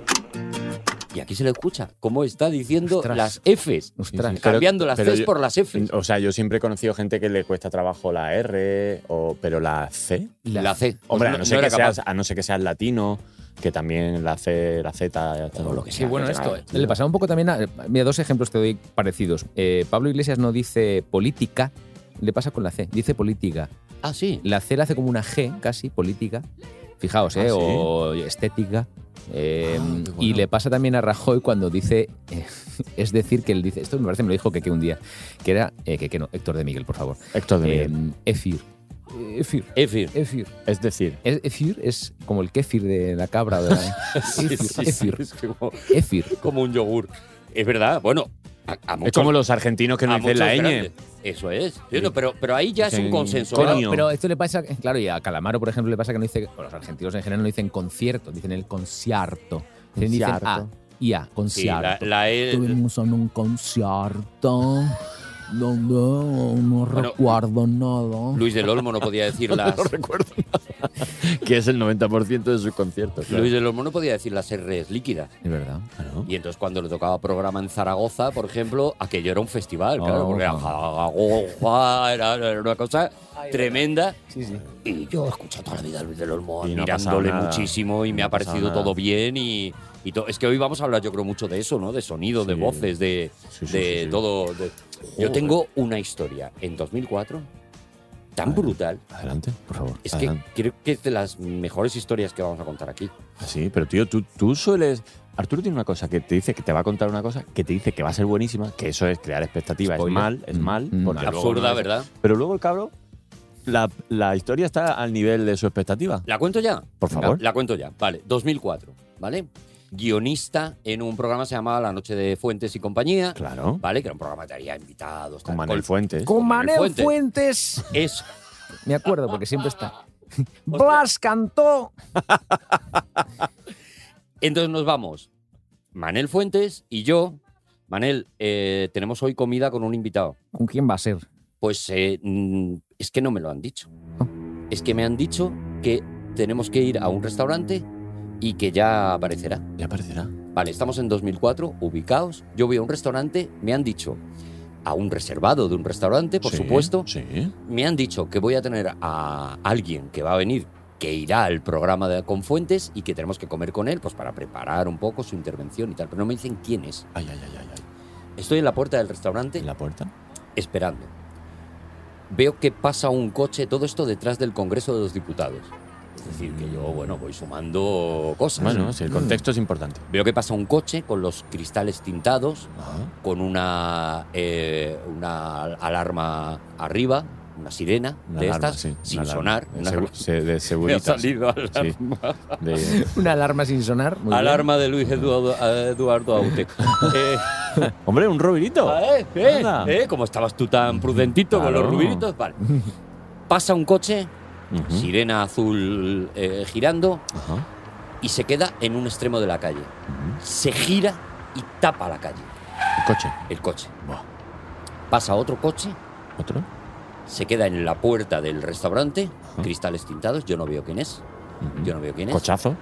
Speaker 7: Y aquí se le escucha cómo está diciendo
Speaker 4: Ostras.
Speaker 7: las Fs.
Speaker 4: Ostras.
Speaker 6: Pero-
Speaker 7: cambiando las
Speaker 6: pero
Speaker 7: Cs
Speaker 6: yo-
Speaker 7: por las Fs.
Speaker 6: O sea, yo siempre he conocido gente que le cuesta trabajo la R, o, pero la C.
Speaker 7: La, C. Pues
Speaker 6: Hombre, a, no ser que
Speaker 7: era capaz.
Speaker 6: seas, a no ser que seas latino, que también la C, la Z, ya está.
Speaker 7: O lo que
Speaker 4: Sí,
Speaker 7: sea.
Speaker 4: bueno,
Speaker 7: que
Speaker 4: esto.
Speaker 7: tenga-
Speaker 4: eh, Le pasaba un poco también a. Mira, dos ejemplos te doy parecidos. Eh, Pablo Iglesias no dice política, le pasa con la C, dice política.
Speaker 7: Ah, sí.
Speaker 4: La C la hace como una G, casi, política. Fijaos,
Speaker 6: Ah,
Speaker 4: ¿eh?
Speaker 6: ¿sí?
Speaker 4: O estética. Eh,
Speaker 6: Ah, qué
Speaker 4: Y
Speaker 6: bueno.
Speaker 4: le pasa también a Rajoy cuando dice. eh, es decir, que él dice. Esto me parece, me lo dijo que un día. Que era. eh, que, que no, Héctor de Miguel, por favor.
Speaker 6: Héctor de Miguel.
Speaker 4: Eh, Efir. Efir.
Speaker 7: F.
Speaker 4: Efir.
Speaker 6: es decir,
Speaker 4: E- Efir es como el kéfir de la cabra. o de la-
Speaker 7: Sí, sí, sí,
Speaker 4: Efir.
Speaker 7: es como,
Speaker 4: Efir.
Speaker 7: como un yogur. Es verdad, bueno. A, a
Speaker 6: es
Speaker 7: muchos-
Speaker 6: como los argentinos que no
Speaker 7: a
Speaker 6: dicen la
Speaker 7: muchos
Speaker 6: ñ.
Speaker 7: grandes. Eso es. Sí, no, pero, pero ahí ya es
Speaker 6: Dicen
Speaker 7: un consenso.
Speaker 6: coño.
Speaker 7: ¿no?
Speaker 4: Pero, pero esto le pasa, eh, claro, y a Calamaro, por ejemplo, le pasa que no dice, o los argentinos en general no dicen concierto, dicen el concierto. Dicen, dicen
Speaker 6: Concierto.
Speaker 4: A y A,
Speaker 7: Sí, la,
Speaker 4: concierto.
Speaker 7: la E-
Speaker 10: Estuvimos en un concierto donde no
Speaker 7: Bueno,
Speaker 10: recuerdo nada.
Speaker 7: Luis del Olmo no podía decir las
Speaker 6: recuerdo que es el 90% de sus conciertos. claro.
Speaker 7: Luis del Olmo no podía decir las R's líquidas.
Speaker 4: Es verdad.
Speaker 6: Claro.
Speaker 7: Y entonces cuando le tocaba programa en Zaragoza, por ejemplo, aquello era un festival, claro,
Speaker 4: Oh,
Speaker 6: Ah,
Speaker 7: porque era
Speaker 4: oh.
Speaker 7: Zaragoza, era, era una cosa tremenda. Y yo he escuchado toda la vida a Luis del Olmo,
Speaker 6: Y no ha pasado
Speaker 7: mirándole
Speaker 6: nada.
Speaker 7: muchísimo y
Speaker 6: No
Speaker 7: me
Speaker 6: ha
Speaker 7: ha parecido
Speaker 6: pasado nada.
Speaker 7: todo bien y, y to- es que hoy vamos a hablar yo creo mucho de eso, ¿no? De sonido, de
Speaker 6: Sí.
Speaker 7: voces, de,
Speaker 6: Sí, sí,
Speaker 7: de
Speaker 6: sí, sí.
Speaker 7: todo. de- Yo
Speaker 6: Joder.
Speaker 7: tengo una historia en 2004 tan brutal.
Speaker 6: Adelante, por favor.
Speaker 7: Es que
Speaker 6: adelante.
Speaker 7: creo que es de las mejores historias que vamos a contar aquí.
Speaker 6: Ah, Sí, pero tío, tú, tú sueles. Arturo tiene una cosa que te dice que te va a contar una cosa que te dice que va a ser buenísima, que eso es crear expectativa. Es
Speaker 4: Spoiler.
Speaker 6: mal, es
Speaker 4: Mm,
Speaker 6: mal.
Speaker 4: mm,
Speaker 6: porque luego
Speaker 7: Absurda,
Speaker 6: no es-
Speaker 7: ¿verdad?
Speaker 6: Pero luego el cabro, la, la historia está al nivel de su expectativa.
Speaker 7: ¿La cuento ya?
Speaker 6: Por favor.
Speaker 7: La cuento ya. Vale, 2004, ¿vale? Guionista en un programa que se llamaba La Noche de Fuentes y Compañía,
Speaker 6: Claro.
Speaker 7: ¿vale? Que era un programa que había invitados.
Speaker 6: Con
Speaker 7: tal,
Speaker 6: Manuel
Speaker 7: col-
Speaker 6: Fuentes.
Speaker 10: Con Manel
Speaker 7: Fuentes.
Speaker 10: Fuentes.
Speaker 7: Es
Speaker 10: Me acuerdo porque siempre está. Blas cantó.
Speaker 7: Entonces nos vamos. Manel Fuentes y yo. Manel, eh, tenemos hoy comida con un invitado.
Speaker 10: ¿Con quién va a ser?
Speaker 7: Pues eh, mm, es que no me lo han dicho.
Speaker 6: Ah.
Speaker 7: Es que me han dicho que tenemos que ir a un restaurante y que ya aparecerá.
Speaker 6: Ya aparecerá.
Speaker 7: Vale, estamos en 2004, ubicados. Yo voy a un restaurante, me han dicho, a un reservado de un restaurante, por
Speaker 6: Sí,
Speaker 7: supuesto,
Speaker 6: Sí.
Speaker 7: me han dicho que voy a tener a alguien que va a venir, que irá al programa de, con Fuentes y que tenemos que comer con él, pues para preparar un poco su intervención y tal. Pero no me dicen quién es.
Speaker 6: Ay, ay, ay, ay, ay.
Speaker 7: Estoy en la puerta del restaurante
Speaker 6: En la puerta.
Speaker 7: esperando. Veo que pasa un coche, todo esto detrás del Congreso de los Diputados. Es decir, que yo, bueno, voy sumando cosas.
Speaker 6: Bueno, sí, el contexto es importante.
Speaker 7: Veo que pasa un coche con los cristales tintados,
Speaker 6: Ajá.
Speaker 7: con una, eh, una alarma arriba, una sirena
Speaker 6: Una
Speaker 7: de
Speaker 6: alarma,
Speaker 7: estas,
Speaker 6: sí,
Speaker 7: sin
Speaker 6: una alarma.
Speaker 7: sonar.
Speaker 6: De,
Speaker 7: una-
Speaker 6: segu- se- de
Speaker 7: me ha
Speaker 6: seguritas.
Speaker 7: salido
Speaker 6: Sí.
Speaker 7: alarma,
Speaker 6: De-
Speaker 10: Una alarma sin sonar. Muy bien.
Speaker 7: alarma de Luis Eduardo, Eduardo Aute. Eh,
Speaker 6: Hombre, un robirito.
Speaker 7: eh, eh,
Speaker 6: Oh. Anda.
Speaker 7: eh, como estabas tú tan prudentito con los
Speaker 6: Claro.
Speaker 7: rubinitos, vale. Pasa un coche,
Speaker 6: Ujú.
Speaker 7: sirena azul eh, girando,
Speaker 6: Ajá.
Speaker 7: y se queda en un extremo de la calle.
Speaker 6: Ujú.
Speaker 7: Se gira y tapa la calle,
Speaker 6: El coche.
Speaker 7: el coche.
Speaker 6: Buah.
Speaker 7: Pasa otro coche,
Speaker 6: ¿Otro?
Speaker 7: se queda en la puerta del restaurante,
Speaker 6: Ajá.
Speaker 7: cristales tintados, yo no veo quién es,
Speaker 6: Ujú.
Speaker 7: yo no veo quién es.
Speaker 6: Cochazo.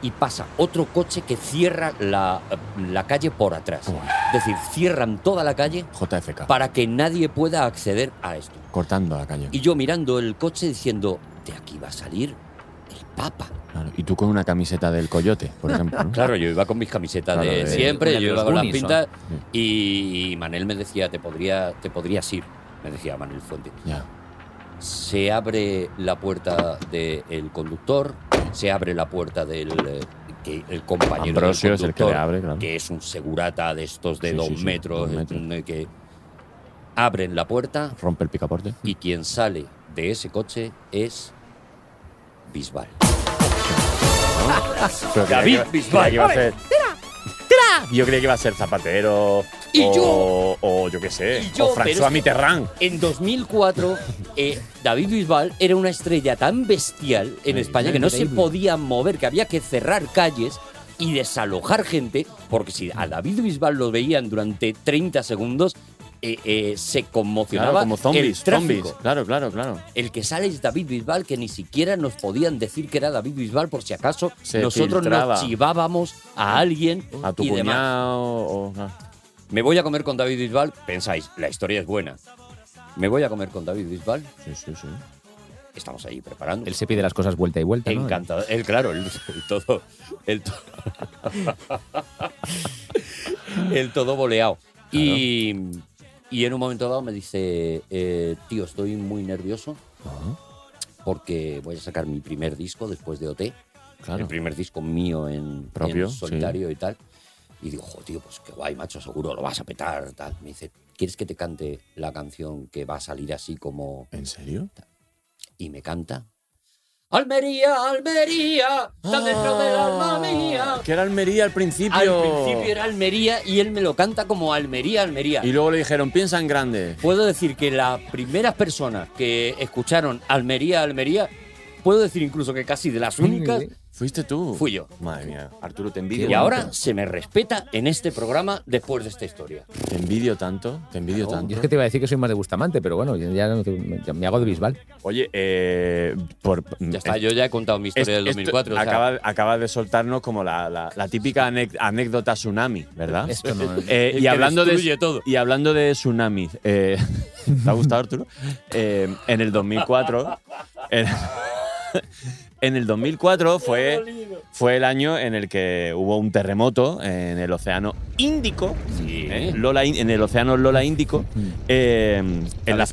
Speaker 7: Y pasa otro coche que cierra la, eh, la calle por atrás.
Speaker 6: Buah.
Speaker 7: Es decir, cierran toda la calle
Speaker 6: JFK.
Speaker 7: para que nadie pueda acceder a esto.
Speaker 6: Cortando la calle.
Speaker 7: Y yo mirando el coche diciendo, de aquí va a salir el Papa.
Speaker 6: Claro, Y tú con una camiseta del coyote, por ejemplo. ¿no?
Speaker 7: Claro, yo iba con mis camisetas
Speaker 6: Claro,
Speaker 7: de,
Speaker 6: de-
Speaker 7: siempre,
Speaker 6: una
Speaker 7: yo
Speaker 6: de
Speaker 7: iba
Speaker 6: los
Speaker 7: con las
Speaker 6: Goonies,
Speaker 7: pintas y Manel me decía, te, podría, te podrías ir, me decía Manel Fuente.
Speaker 6: Ya.
Speaker 7: Se abre la puerta del conductor, se abre la puerta del eh, que el compañero
Speaker 6: Ambrosio
Speaker 7: del
Speaker 6: es el que
Speaker 7: conductor,
Speaker 6: le abre, claro.
Speaker 7: que es un segurata de estos de
Speaker 6: Sí,
Speaker 7: dos,
Speaker 6: sí, sí,
Speaker 7: metros,
Speaker 6: dos metros.
Speaker 7: eh, que abren la puerta
Speaker 6: Rompe el picaporte.
Speaker 7: y quien sale de ese coche es Bisbal.
Speaker 6: Pero creía
Speaker 7: David
Speaker 6: que iba-
Speaker 7: Bisbal.
Speaker 6: creía que iba a
Speaker 7: A ver,
Speaker 6: ser- Yo creía que iba a ser Zapatero.
Speaker 7: Y
Speaker 6: o,
Speaker 7: yo-
Speaker 6: O yo qué sé.
Speaker 7: Y yo,
Speaker 6: o
Speaker 7: pero es
Speaker 6: François
Speaker 7: que
Speaker 6: Mitterrand.
Speaker 7: En 2004, eh, David Bisbal era una estrella tan bestial en España que no se
Speaker 3: increíble.
Speaker 7: podía mover, que había que cerrar calles y desalojar gente, porque si a David Bisbal lo veían durante 30 segundos, eh, eh, se conmocionaba
Speaker 6: Claro, como zombies.
Speaker 7: el tráfico.
Speaker 6: Zombies. Claro, claro, claro.
Speaker 7: El que sale es David Bisbal, que ni siquiera nos podían decir que era David Bisbal, por si acaso
Speaker 6: Se
Speaker 7: nosotros
Speaker 6: filtraba.
Speaker 7: nos chivábamos a alguien
Speaker 6: A tu
Speaker 7: y demás.
Speaker 6: cuñado. o- ah.
Speaker 7: Me voy a comer con David Bisbal. Pensáis, la historia es buena. Me voy a comer con David Bisbal.
Speaker 6: Sí, sí, sí.
Speaker 7: Estamos ahí preparando.
Speaker 4: Él se pide las cosas vuelta y
Speaker 6: Ah,
Speaker 4: vuelta. ¿no?
Speaker 7: Encantado.
Speaker 6: eh.
Speaker 7: Él, claro, el, el todo. El, to- el todo boleado. Y, y en un momento dado me dice: eh, Tío, estoy muy nervioso
Speaker 6: Ah.
Speaker 7: porque voy a sacar mi primer disco después de OT.
Speaker 6: Claro.
Speaker 7: El primer disco mío en,
Speaker 6: Propio,
Speaker 7: en
Speaker 6: sí.
Speaker 7: solitario y tal. Y digo, jo, tío, pues qué guay, macho, seguro lo vas a petar. Tal. Me dice, ¿quieres que te cante la canción que va a salir así como
Speaker 6: ¿En serio?
Speaker 7: y me canta. Almería, Almería, está dentro del alma mía.
Speaker 6: Ah. Que era Almería al principio.
Speaker 7: Al principio era Almería y él me lo canta como Almería, Almería.
Speaker 6: Y luego le dijeron, piensa en grande.
Speaker 7: Puedo decir que las primeras personas que escucharon Almería, Almería, puedo decir incluso que casi de las únicas,
Speaker 6: Fuiste tú.
Speaker 7: fui yo.
Speaker 6: Madre mía. Arturo, te envidio.
Speaker 7: Y ahora se me respeta en este programa después de esta historia.
Speaker 6: Te envidio tanto. Te envidio
Speaker 7: Claro.
Speaker 6: tanto.
Speaker 4: Yo es que te iba a decir que soy más de Bustamante, pero bueno, ya, ya no te- ya me hago de Bisbal.
Speaker 6: Oye, eh, por,
Speaker 7: Ya está, yo ya he contado mi historia
Speaker 6: Es-
Speaker 7: del
Speaker 6: esto
Speaker 7: 2004. o sea,
Speaker 6: acaba, acaba de soltarnos como la, la- la típica anec- anécdota tsunami,
Speaker 7: Ah,
Speaker 6: ¿verdad?
Speaker 4: Esto no
Speaker 6: Eh,
Speaker 7: El
Speaker 6: y,
Speaker 7: que
Speaker 6: hablando de,
Speaker 7: destruye todo.
Speaker 6: y hablando de tsunamis, eh, ¿te ha gustado, Arturo? Eh, en el 2004. en- en el 2004 fue, fue el año en el que hubo un terremoto en el Océano Índico. ¿eh? Lola In- en el Océano Lola Índico. eh, en, la,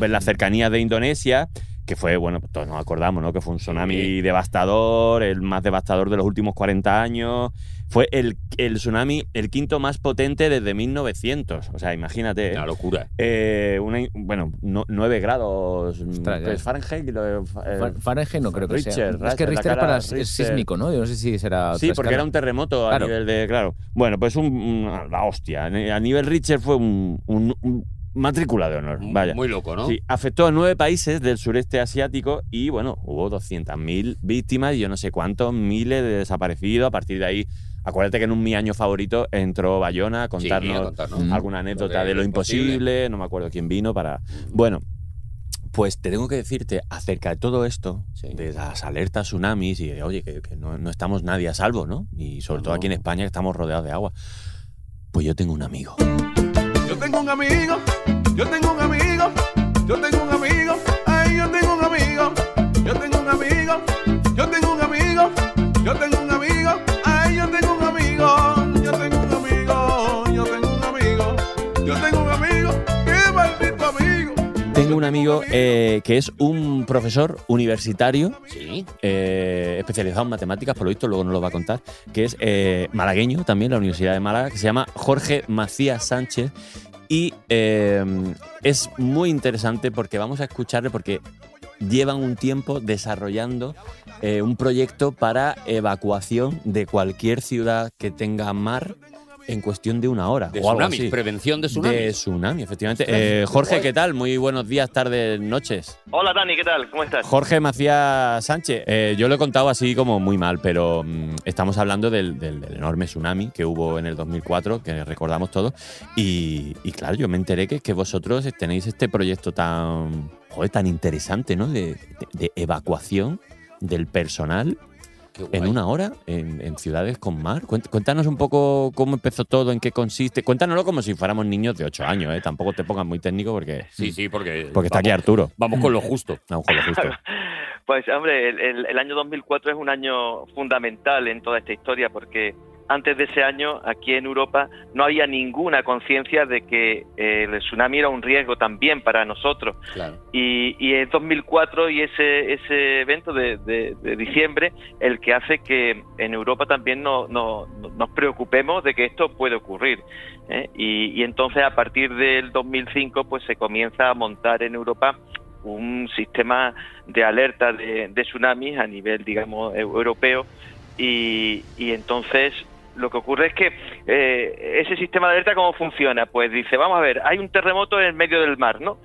Speaker 6: en la cercanía de Indonesia. Que fue, bueno, pues todos nos acordamos, ¿no? Que fue un tsunami devastador, el más devastador de los últimos 40 años. Fue el, el tsunami, el quinto más potente desde 1900. O sea, imagínate. ¿eh?
Speaker 7: Una locura.
Speaker 6: Eh, una in- bueno, 9 grados mm,
Speaker 4: Ostras, ya.
Speaker 6: pues, Fahrenheit. y lo- eh,
Speaker 4: Fa- Fahrenheit no creo que sea.
Speaker 6: Richter,
Speaker 4: es que
Speaker 6: Richter, la
Speaker 4: Richter es
Speaker 6: cara
Speaker 4: para- es
Speaker 6: Richter.
Speaker 4: sísmico, ¿no? Yo no sé si será.
Speaker 6: Sí,
Speaker 4: otra
Speaker 6: porque era
Speaker 4: escala.
Speaker 6: un terremoto
Speaker 4: Claro.
Speaker 6: a nivel de. Claro. Bueno, pues un, una- la hostia. A nivel Richter fue un, un- un- matrícula de honor. Vaya.
Speaker 7: Muy loco, ¿no?
Speaker 6: Sí, afectó a nueve países del sureste asiático y, bueno, hubo 200.000 víctimas y yo no sé cuántos miles de desaparecidos. A partir de ahí, acuérdate que en un mi año favorito entró Bayona a
Speaker 7: Sí,
Speaker 6: contarnos
Speaker 7: a contarnos.
Speaker 6: alguna anécdota
Speaker 7: de
Speaker 6: de lo
Speaker 7: lo
Speaker 6: imposible. no me acuerdo quién vino para... Bueno, pues te tengo que decirte acerca de todo esto,
Speaker 7: Sí.
Speaker 6: de las alertas tsunamis y de, oye, que, que no, no estamos nadie a salvo, ¿no? Y sobre todo aquí en España que estamos rodeados de agua. Pues yo tengo un amigo.
Speaker 5: Yo tengo un amigo, yo tengo un amigo, yo tengo un amigo, ay, yo tengo un amigo, yo tengo un amigo, yo tengo un amigo, yo tengo un amigo, ay, yo tengo un amigo, yo tengo un amigo, yo tengo un amigo, yo tengo un amigo, qué maldito amigo.
Speaker 6: Tengo un amigo eh, que es un profesor universitario
Speaker 7: Sí.
Speaker 6: eh, especializado en matemáticas, por lo visto, luego nos lo va a contar, que es eh, malagueño también, la Universidad de Málaga, que se llama Jorge Macías Sánchez. Y eh, es muy interesante porque vamos a escucharle porque llevan un tiempo desarrollando eh, un proyecto para evacuación de cualquier ciudad que tenga mar en cuestión de una hora.
Speaker 7: De
Speaker 6: o algo
Speaker 7: tsunamis,
Speaker 6: así.
Speaker 7: prevención de
Speaker 6: De
Speaker 7: tsunamis.
Speaker 6: tsunami, efectivamente. Eh, Jorge, ¿qué tal? Muy buenos días, tardes, noches.
Speaker 12: Hola Dani, ¿qué tal? ¿Cómo estás?
Speaker 6: Jorge Macías Sánchez, eh, yo lo he contado así como muy mal, pero mm, estamos hablando del, del- del enorme tsunami que hubo en el 2004, que recordamos todos. Y, y claro, yo me enteré que, que vosotros tenéis este proyecto tan, joder, tan interesante, ¿no? De, de- de evacuación del personal
Speaker 7: Qué guay.
Speaker 6: en una hora en, en ciudades con mar. Cuént- Cuéntanos un poco cómo empezó todo, en qué consiste. Cuéntanoslo como si fuéramos niños de 8 años, ¿eh? Tampoco te pongas muy técnico porque, Mm.
Speaker 7: Sí, sí, porque.
Speaker 6: porque está aquí
Speaker 7: vamos-
Speaker 6: Arturo.
Speaker 7: Vamos con lo justo.
Speaker 6: No, con lo justo.
Speaker 12: Pues hombre, el, el- el año 2004 es un año fundamental en toda esta historia porque antes de ese año aquí en Europa no había ninguna conciencia de que eh, el tsunami era un riesgo también para nosotros.
Speaker 7: Claro.
Speaker 12: Y, y es 2004 y ese, ese evento de, de- de diciembre el que hace que en Europa también no, no- no- nos preocupemos de que esto puede ocurrir. ¿eh? Y, y entonces a partir del 2005 pues se comienza a montar en Europa un sistema de alerta de, de tsunamis a nivel, digamos, eu- europeo. Y, y entonces lo que ocurre es que eh, ese sistema de alerta, ¿cómo funciona? Pues dice, vamos a ver, hay un terremoto en el medio del mar, ¿no?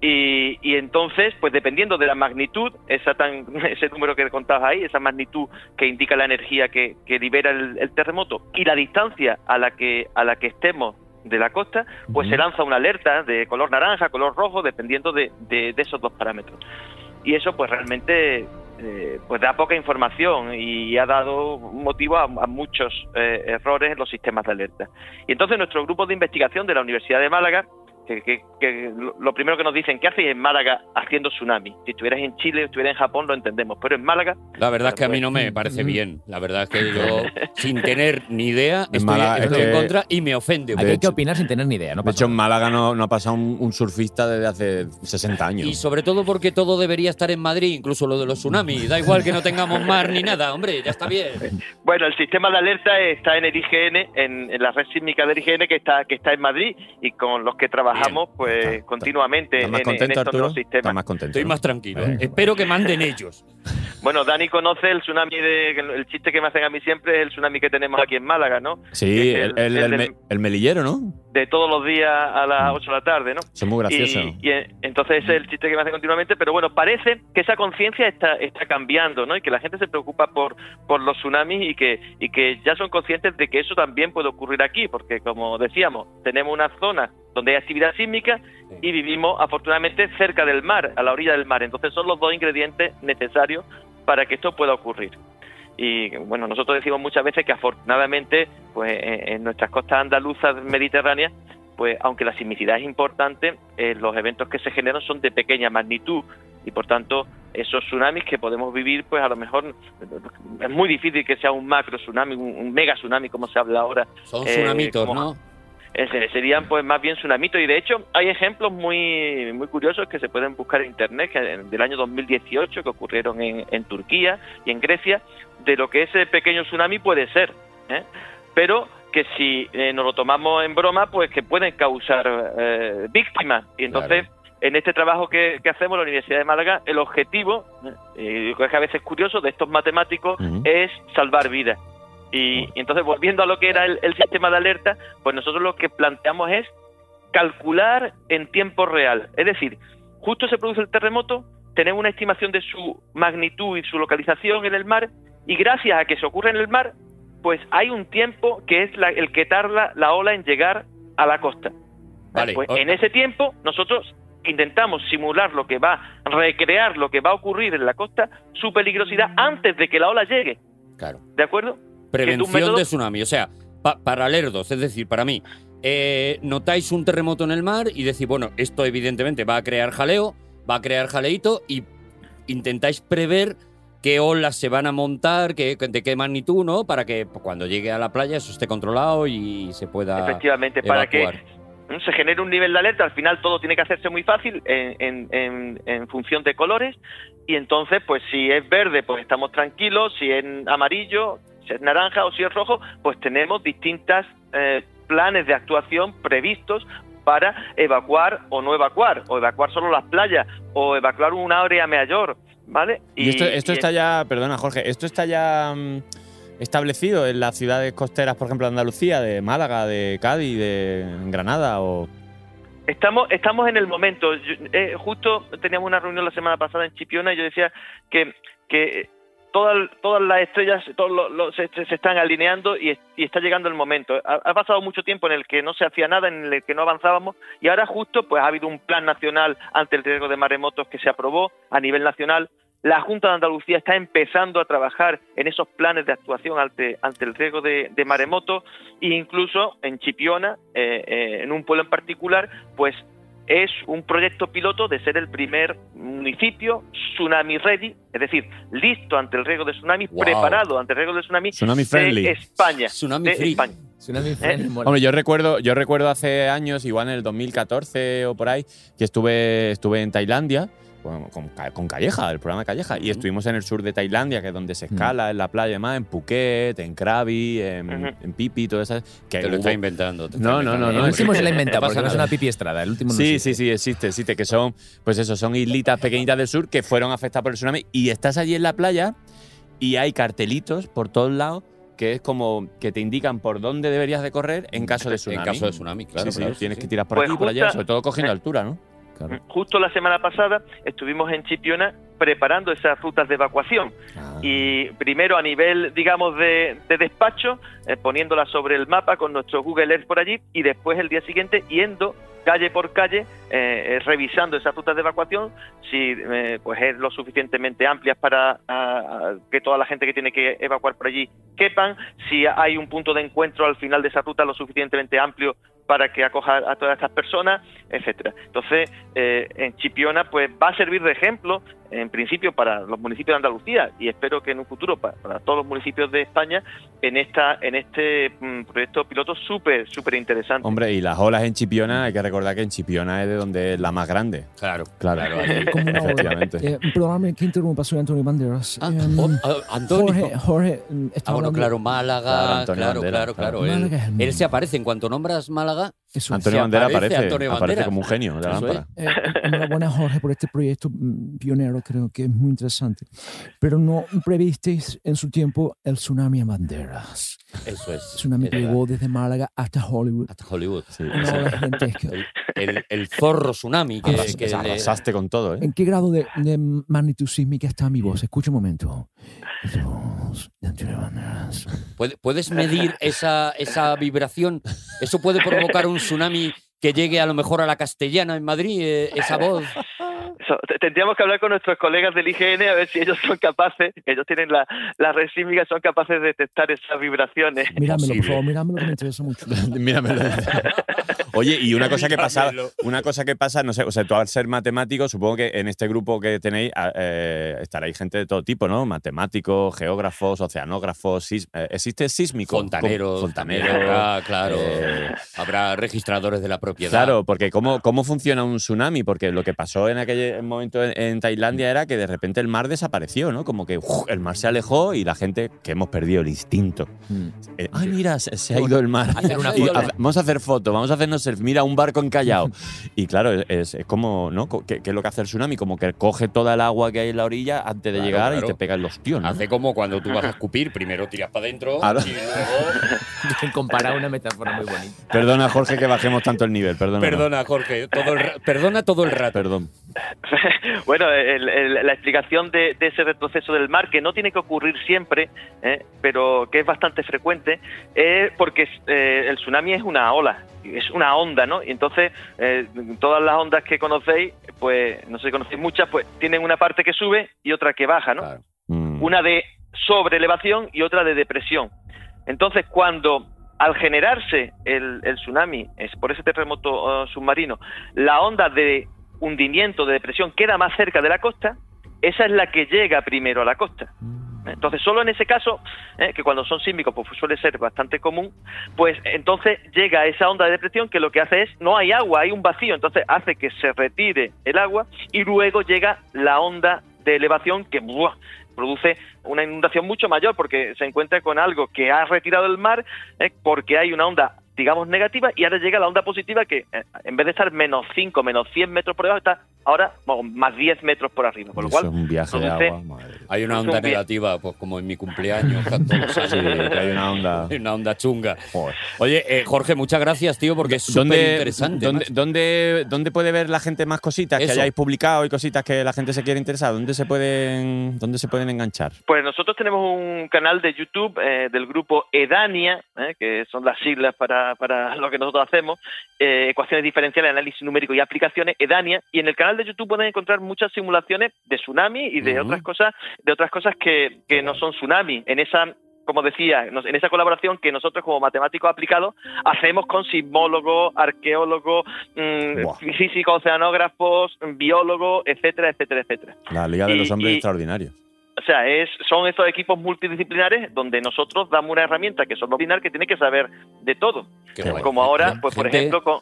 Speaker 12: Y, y entonces, pues dependiendo de la magnitud, esa tan, ese número que contabas ahí, esa magnitud que indica la energía que, que libera el, el terremoto y la distancia a la que a la que estemos de la costa, pues se lanza una alerta de color naranja, color rojo, dependiendo de, de- de esos dos parámetros. Y eso, pues realmente, eh, pues da poca información y ha dado motivo a, a muchos eh, errores en los sistemas de alerta. Y entonces nuestro grupo de investigación de la Universidad de Málaga que, que- que lo- lo primero que nos dicen, ¿qué hacéis en Málaga haciendo tsunami? Si estuvieras en Chile o estuvieras en Japón lo entendemos, pero en Málaga...
Speaker 7: La verdad es que a mí no me parece bien. La verdad es que yo, sin tener ni idea,
Speaker 6: En
Speaker 7: estoy,
Speaker 6: Málaga,
Speaker 7: estoy
Speaker 6: es
Speaker 7: en
Speaker 6: que-
Speaker 7: contra y me ofende.
Speaker 6: Aquí hay que
Speaker 7: opinar sin tener ni idea.
Speaker 6: de hecho, en Málaga no, no ha pasado un, un surfista desde hace 60 años.
Speaker 7: Y sobre todo porque todo debería estar en Madrid, incluso lo de los tsunamis. Da igual que no tengamos mar ni nada, hombre, ya está bien.
Speaker 12: Bueno, el sistema de alerta está en el IGN, en, en la red sísmica del IGN que está, que está en Madrid y con los que trabajamos pues continuamente
Speaker 6: ¿Estás
Speaker 12: en,
Speaker 6: más
Speaker 12: en
Speaker 6: contento,
Speaker 12: estos nuevos
Speaker 6: Arturo? ¿Estás más contento?
Speaker 7: Estoy más tranquilo. Espero que manden ellos.
Speaker 12: Bueno, Dani conoce el tsunami de. El chiste que me hacen a mí siempre es el tsunami que tenemos aquí en Málaga, ¿no?
Speaker 6: Sí,
Speaker 12: Que es
Speaker 6: el, el- el
Speaker 12: del-
Speaker 6: me- el melillero, ¿no?
Speaker 12: de todos los días a las 8 de la tarde, ¿no?
Speaker 6: Eso es muy gracioso.
Speaker 12: Y, y, eh, entonces ese es el chiste que me hace continuamente, pero bueno, parece que esa conciencia está, está cambiando, ¿no? Y que la gente se preocupa por, por los tsunamis y que, y que ya son conscientes de que eso también puede ocurrir aquí, porque como decíamos, tenemos una zona donde hay actividad sísmica y vivimos afortunadamente cerca del mar, a la orilla del mar. Entonces son los dos ingredientes necesarios para que esto pueda ocurrir. Y bueno, nosotros decimos muchas veces que afortunadamente, pues en en nuestras costas andaluzas mediterráneas, pues aunque la sismicidad es importante, eh, los eventos que se generan son de pequeña magnitud y por tanto esos tsunamis que podemos vivir, pues a lo mejor es muy difícil que sea un macro tsunami, un, un mega tsunami como se habla ahora.
Speaker 7: Son
Speaker 12: eh,
Speaker 7: tsunamitos,
Speaker 12: como-
Speaker 7: ¿no?
Speaker 12: ese- serían pues más bien tsunamitos y de hecho hay ejemplos muy muy curiosos que se pueden buscar en internet que en- del año 2018 que ocurrieron en, en Turquía y en Grecia de lo que ese pequeño tsunami puede ser ¿eh? pero que si eh, nos lo tomamos en broma pues que pueden causar eh, víctimas y entonces en este trabajo que, que hacemos en la Universidad de Málaga el objetivo eh, y creo que a veces es curioso de estos matemáticos es salvar vidas y, y entonces, volviendo a lo que era el, el sistema de alerta, pues nosotros lo que planteamos es calcular en tiempo real. Es decir, justo se produce el terremoto, tenemos una estimación de su magnitud y su localización en el mar, y gracias a que se ocurre en el mar, pues hay un tiempo que es la- el que tarda la ola en llegar a la costa.
Speaker 7: Vale. oh,
Speaker 12: Pues en ese tiempo nosotros intentamos simular lo que va, recrear lo que va a ocurrir en la costa, su peligrosidad antes de que la ola llegue.
Speaker 7: Claro.
Speaker 12: ¿De acuerdo? Que es un
Speaker 7: Prevención
Speaker 12: método-
Speaker 7: de tsunami. O sea, pa- para lerdos, es decir, para mí. eh, notáis un terremoto en el mar y decís, bueno, esto evidentemente va a crear jaleo, va a crear jaleito y intentáis prever qué olas se van a montar, qué, de qué magnitud, ¿no? Para que pues, cuando llegue a la playa eso esté controlado y se pueda.
Speaker 12: Efectivamente, para que
Speaker 7: Ah, evacuar.
Speaker 12: ¿no? ¿eh? se genere un nivel de alerta. Al final todo tiene que hacerse muy fácil en, en- en- en función de colores. Y entonces, pues si es verde, pues estamos tranquilos. Si es amarillo, si es naranja o si es rojo, pues tenemos distintas eh, planes de actuación previstos para evacuar o no evacuar, o evacuar solo las playas, o evacuar un área mayor, ¿vale?
Speaker 6: Y, esto, esto
Speaker 12: y-
Speaker 6: está ya, perdona Jorge, esto está ya mm, establecido en las ciudades costeras, por ejemplo, de Andalucía, de Málaga, de Cádiz, de Granada o...
Speaker 12: Estamos, estamos en el momento. Yo- eh, justo teníamos una reunión la semana pasada en Chipiona y yo decía que, que todas, todas las estrellas todos los- los- se, se- se están alineando y, es- y está llegando el momento. Ha, ha pasado mucho tiempo en el que no se hacía nada, en el que no avanzábamos y ahora justo pues ha habido un plan nacional ante el riesgo de maremotos que se aprobó a nivel nacional. La Junta de Andalucía está empezando a trabajar en esos planes de actuación ante, ante el riesgo de, de maremotos e incluso en Chipiona, eh, eh, en un pueblo en particular, pues es un proyecto piloto de ser el primer municipio tsunami ready, es decir, listo ante el riesgo de tsunami,
Speaker 6: Wow.
Speaker 12: preparado ante el riesgo de tsunami,
Speaker 6: Tsunami
Speaker 12: de
Speaker 6: friendly.
Speaker 12: España.
Speaker 6: Tsunami
Speaker 12: de
Speaker 6: free.
Speaker 12: España. friendly, mola.
Speaker 6: Hombre, yo recuerdo, yo recuerdo hace años, igual en el 2014 o por ahí, que estuve, estuve en Tailandia con, con Ca- con Calleja, el programa Calleja, y estuvimos en el sur de Tailandia, que es donde
Speaker 7: Mm.
Speaker 6: se escala, en la playa y demás, en Phuket, en Krabi, en,
Speaker 7: Ujú.
Speaker 6: en Pipi, todo eso. Que
Speaker 7: Te lo
Speaker 6: hubo-
Speaker 7: está inventando. te está
Speaker 6: No, no, no,
Speaker 7: inventando.
Speaker 6: no.
Speaker 4: El último se la ha inventado,
Speaker 6: pasa
Speaker 4: porque no es
Speaker 6: nada.
Speaker 4: una pipi estrada. El último no
Speaker 6: Sí,
Speaker 4: existe.
Speaker 6: sí, sí, existe, existe, que son, pues eso, son islitas pequeñitas del sur que fueron afectadas por el tsunami y estás allí en la playa y hay cartelitos por todos lados que es como que te indican por dónde deberías de correr en caso de tsunami.
Speaker 7: caso de tsunami, claro,
Speaker 6: Sí, sí,
Speaker 7: claro, sí,
Speaker 6: tienes
Speaker 7: sí.
Speaker 6: que tirar por
Speaker 12: Pues
Speaker 6: aquí y por allá,
Speaker 12: justa- eh,
Speaker 6: sobre todo cogiendo altura, ¿no?
Speaker 12: Justo la semana pasada estuvimos en Chipiona preparando esas rutas de evacuación.
Speaker 6: Ah.
Speaker 12: Y primero a nivel, digamos, de, de despacho, eh, poniéndola sobre el mapa con nuestro Google Earth por allí y después el día siguiente yendo calle por calle eh, eh, revisando esas rutas de evacuación si eh, pues es lo suficientemente amplias para ah, ah, que toda la gente que tiene que evacuar por allí quepan si hay un punto de encuentro al final de esa ruta lo suficientemente amplio para que acoja a todas estas personas, etcétera. Entonces, eh, en Chipiona, pues va a servir de ejemplo, en principio, para los municipios de Andalucía y espero que en un futuro pa- para, todos los municipios de España en esta, en este mm, proyecto piloto súper, súper interesante.
Speaker 6: Hombre, y las olas en Chipiona, hay que recordar que en Chipiona es de donde es la más grande.
Speaker 7: Claro,
Speaker 6: claro,
Speaker 12: allí-
Speaker 4: ¿Cómo no?
Speaker 6: efectivamente.
Speaker 4: Eh, perdóname que interrumpa, soy Antonio Banderas.
Speaker 6: Ah,
Speaker 4: Em,
Speaker 7: Oh, ah, Antonio.
Speaker 4: Jorge, Jorge, em, está
Speaker 7: Ah, bueno,
Speaker 4: hablando-
Speaker 7: claro, Málaga,
Speaker 6: Antonio
Speaker 7: claro,
Speaker 6: Bandera,
Speaker 7: claro, claro.
Speaker 6: claro.
Speaker 7: Él-
Speaker 4: Málaga es
Speaker 7: Él,
Speaker 4: el
Speaker 7: se aparece, en cuanto nombras Málaga,
Speaker 4: Eso
Speaker 6: Mm. Antonio Bandera aparece,
Speaker 7: Antonio
Speaker 6: aparece
Speaker 7: Banderas.
Speaker 6: como un genio de la
Speaker 7: Eso es.
Speaker 6: lámpara.
Speaker 4: Eh, enhorabuena, Jorge, por este proyecto mm, pionero, creo que es muy interesante. Pero no previsteis en su tiempo el tsunami en banderas.
Speaker 7: Eso es.
Speaker 4: El tsunami
Speaker 7: es verdad.
Speaker 4: llegó desde Málaga hasta Hollywood.
Speaker 7: Hasta Hollywood.
Speaker 4: Una ola gigantesca.
Speaker 7: el, el- el zorro tsunami que,
Speaker 6: Arras-
Speaker 7: que le-
Speaker 6: Arrasaste con todo, ¿eh?
Speaker 4: ¿En qué grado de, de magnitud sísmica está mi voz? Escucha un momento. Dos, de Antonio Banderas.
Speaker 7: ¿Puede- ¿Puedes medir esa, esa vibración? ¿Eso puede provocar un tsunami que llegue a lo mejor a la castellana en Madrid? eh, esa voz.
Speaker 12: Eso, t- tendríamos que hablar con nuestros colegas del IGN a ver si ellos son capaces, ellos tienen la, la red sísmica, son capaces de detectar esas vibraciones.
Speaker 4: Míramelo, por favor, míramelo que me interesa mucho.
Speaker 6: Míramelo. Oye, y una cosa que pasaba, una cosa que pasa, no sé, o sea, tú al ser matemático, supongo que en este grupo que tenéis a- eh, estará ahí gente de todo tipo, ¿no? Matemáticos, geógrafos, oceanógrafos, sis- eh, existe sísmico.
Speaker 7: Fontaneros. también
Speaker 6: Fontanero.
Speaker 7: habrá, claro.
Speaker 6: eh,
Speaker 7: habrá registradores de la propiedad.
Speaker 6: Claro, porque ¿cómo, ¿cómo funciona un tsunami? Porque lo que pasó en aquel momento en, en Tailandia era que de repente el mar desapareció, ¿no? Como que ¡uf! el mar se alejó y la gente, que hemos perdido el instinto. Eh, ay, mira, se, se ha ido el mar.
Speaker 7: Mm. Hacer una
Speaker 6: Y
Speaker 7: foto.
Speaker 6: hace- vamos a hacer fotos, vamos a hacernos surf. Mira, un barco encallado. y claro, es, es como, ¿no? Co- ¿Qué, qué es lo que hace el tsunami? Como que coge toda el agua que hay en la orilla antes de
Speaker 7: Claro,
Speaker 6: llegar
Speaker 7: claro.
Speaker 6: y te pega el ostión. ¿no?
Speaker 7: Hace como cuando tú vas a escupir, primero tiras para adentro
Speaker 6: Claro.
Speaker 7: y luego...
Speaker 10: Comparar una metáfora muy bonita.
Speaker 6: Perdona, Jorge, que bajemos tanto el nivel, perdona.
Speaker 7: Perdona, Jorge, todo el ra- perdona todo el rato.
Speaker 6: Perdón.
Speaker 12: bueno, el- el- la explicación de, de ese retroceso del mar, que no tiene que ocurrir siempre, ¿eh? pero que es bastante frecuente, es porque eh, el tsunami es una ola, es una onda, ¿no? Y entonces eh, todas las ondas que conocéis, pues no sé si conocéis muchas, pues tienen una parte que sube y otra que baja, ¿no?
Speaker 6: Mm.
Speaker 12: Una de sobreelevación y otra de depresión. Entonces, cuando al generarse el, el tsunami, es por ese terremoto eh, submarino, la onda de hundimiento, de depresión, queda más cerca de la costa, esa es la que llega primero a la costa. Entonces, solo en ese caso, eh, que cuando son sísmicos pues suele ser bastante común, pues entonces llega esa onda de depresión que lo que hace es, no hay agua, hay un vacío, entonces hace que se retire el agua y luego llega la onda de elevación que ¡buah! produce una inundación mucho mayor porque se encuentra con algo que ha retirado el mar eh, porque hay una onda digamos negativa y ahora llega la onda positiva que eh, en vez de estar menos 5, menos 100 metros por debajo está ahora bueno, más 10 metros por arriba, con lo
Speaker 6: Eso
Speaker 12: cual
Speaker 6: es un viaje de
Speaker 12: produce-
Speaker 6: agua. madre.
Speaker 7: Hay una
Speaker 12: Pues
Speaker 7: onda
Speaker 12: un bien.
Speaker 7: negativa, pues como en mi cumpleaños. cada dos años.
Speaker 6: Sí, que hay una onda.
Speaker 7: Hay una onda chunga.
Speaker 6: Joder.
Speaker 7: Oye, eh, Jorge, muchas gracias, tío, porque es súper interesante.
Speaker 6: dónde, dónde- dónde puede ver la gente más cositas
Speaker 7: Eso.
Speaker 6: que hayáis publicado y cositas que la gente se quiere interesar? ¿Dónde se pueden, dónde se pueden enganchar?
Speaker 12: Pues nosotros tenemos un canal de YouTube eh, del grupo Edania, eh, que son las siglas para, para lo que nosotros hacemos, eh, ecuaciones diferenciales, análisis numérico y aplicaciones, Edania, y en el canal de YouTube pueden encontrar muchas simulaciones de tsunami y de otras cosas, de otras cosas que, que no son tsunami, en esa como decía, nos- en esa colaboración que nosotros como matemáticos aplicados hacemos con sismólogos, arqueólogos, mm,
Speaker 6: Buah.
Speaker 12: físicos, oceanógrafos, biólogos, etcétera, etcétera, etcétera.
Speaker 6: La Liga de
Speaker 12: Y-
Speaker 6: los Hombres
Speaker 12: y-
Speaker 6: Extraordinarios.
Speaker 12: O sea, es, son estos equipos multidisciplinares donde nosotros damos una herramienta que son los binarios que tiene que saber de todo.
Speaker 7: Qué guay.
Speaker 12: Como ahora, pues por
Speaker 7: Gente-
Speaker 12: ejemplo, con,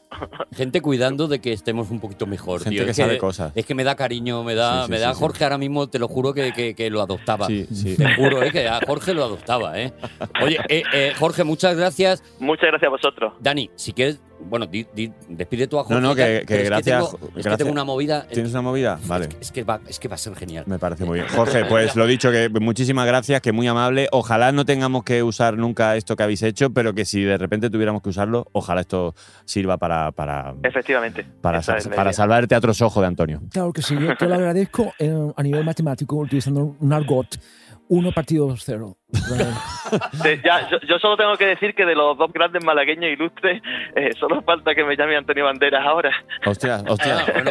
Speaker 7: Gente cuidando de que estemos un poquito mejor.
Speaker 6: Gente
Speaker 7: tío.
Speaker 6: que
Speaker 7: Es
Speaker 6: sabe cosas.
Speaker 7: Es que me da cariño, me da,
Speaker 6: Sí, sí,
Speaker 7: me
Speaker 6: sí,
Speaker 7: da
Speaker 6: sí.
Speaker 7: Jorge ahora mismo, te lo juro que, que- que lo adoptaba.
Speaker 6: Sí, sí.
Speaker 7: Te juro, eh, que a Jorge lo adoptaba, ¿eh? Oye, eh, eh, Jorge, muchas gracias.
Speaker 12: Muchas gracias a vosotros.
Speaker 7: Dani, si quieres, bueno, di- di- despide tú a Jorge.
Speaker 6: No, no,
Speaker 7: y tal,
Speaker 6: que, que
Speaker 7: pero es
Speaker 6: gracias.
Speaker 7: tengo- es que
Speaker 6: gracias.
Speaker 7: tengo una movida. eh,
Speaker 6: ¿Tienes una movida? Vale.
Speaker 7: Es que, va, es que va a ser genial.
Speaker 6: Este. Me parece muy bien. Jorge, pues lo dicho, que muchísimas gracias, que muy amable. Ojalá no tengamos que usar nunca esto que habéis hecho, pero que si de repente tuviéramos que usarlo, ojalá esto sirva para, para,
Speaker 12: efectivamente.
Speaker 6: para,
Speaker 12: esa
Speaker 6: sa-
Speaker 12: es la
Speaker 6: para
Speaker 12: idea.
Speaker 6: salvar el Teatro Sojo de Antonio.
Speaker 13: Claro que sí, yo, yo le agradezco eh, a nivel matemático utilizando un argot, uno partido cero.
Speaker 12: Te- ya, yo, yo solo tengo que decir que de los dos grandes malagueños ilustres, eh, solo falta que me llame Antonio Banderas ahora.
Speaker 6: Hostia,
Speaker 7: Ah,
Speaker 6: hostia.
Speaker 12: Ah.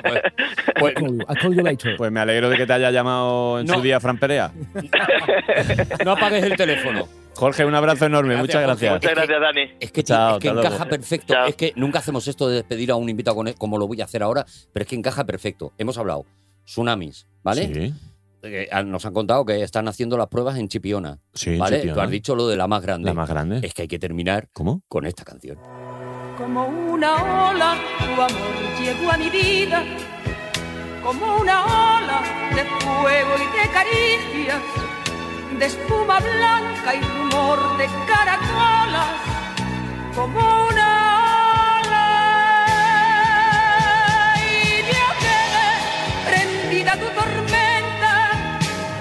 Speaker 7: pues,
Speaker 13: I call you, I call you later.
Speaker 6: Pues me alegro de que te haya llamado en su día Fran Perea.
Speaker 7: No apagues el teléfono.
Speaker 6: Jorge, un abrazo enorme. muchas gracias.
Speaker 7: Jorge. Es que-
Speaker 12: Dani.
Speaker 7: Es que,
Speaker 6: Chao,
Speaker 7: es que
Speaker 6: hasta
Speaker 7: encaja
Speaker 6: luego.
Speaker 7: perfecto. Es que nunca hacemos esto de despedir a un invitado con- e, como lo voy a hacer ahora, pero es que encaja perfecto. Hemos hablado tsunamis, ¿vale?
Speaker 6: Sí.
Speaker 7: Eh, ah, Nos han contado que están haciendo las pruebas en Chipiona.
Speaker 6: Sí, en
Speaker 7: ¿vale?
Speaker 6: Chipiona.
Speaker 7: Tú has dicho lo de la más grande.
Speaker 6: La más grande.
Speaker 7: Es que hay que terminar con esta canción.
Speaker 14: Como una ola, tu amor llegó a mi vida. Como una ola de fuego y de caricias, de espuma blanca y rumor de caracolas. Como una ola. Y yo quedé prendida a tu tormenta.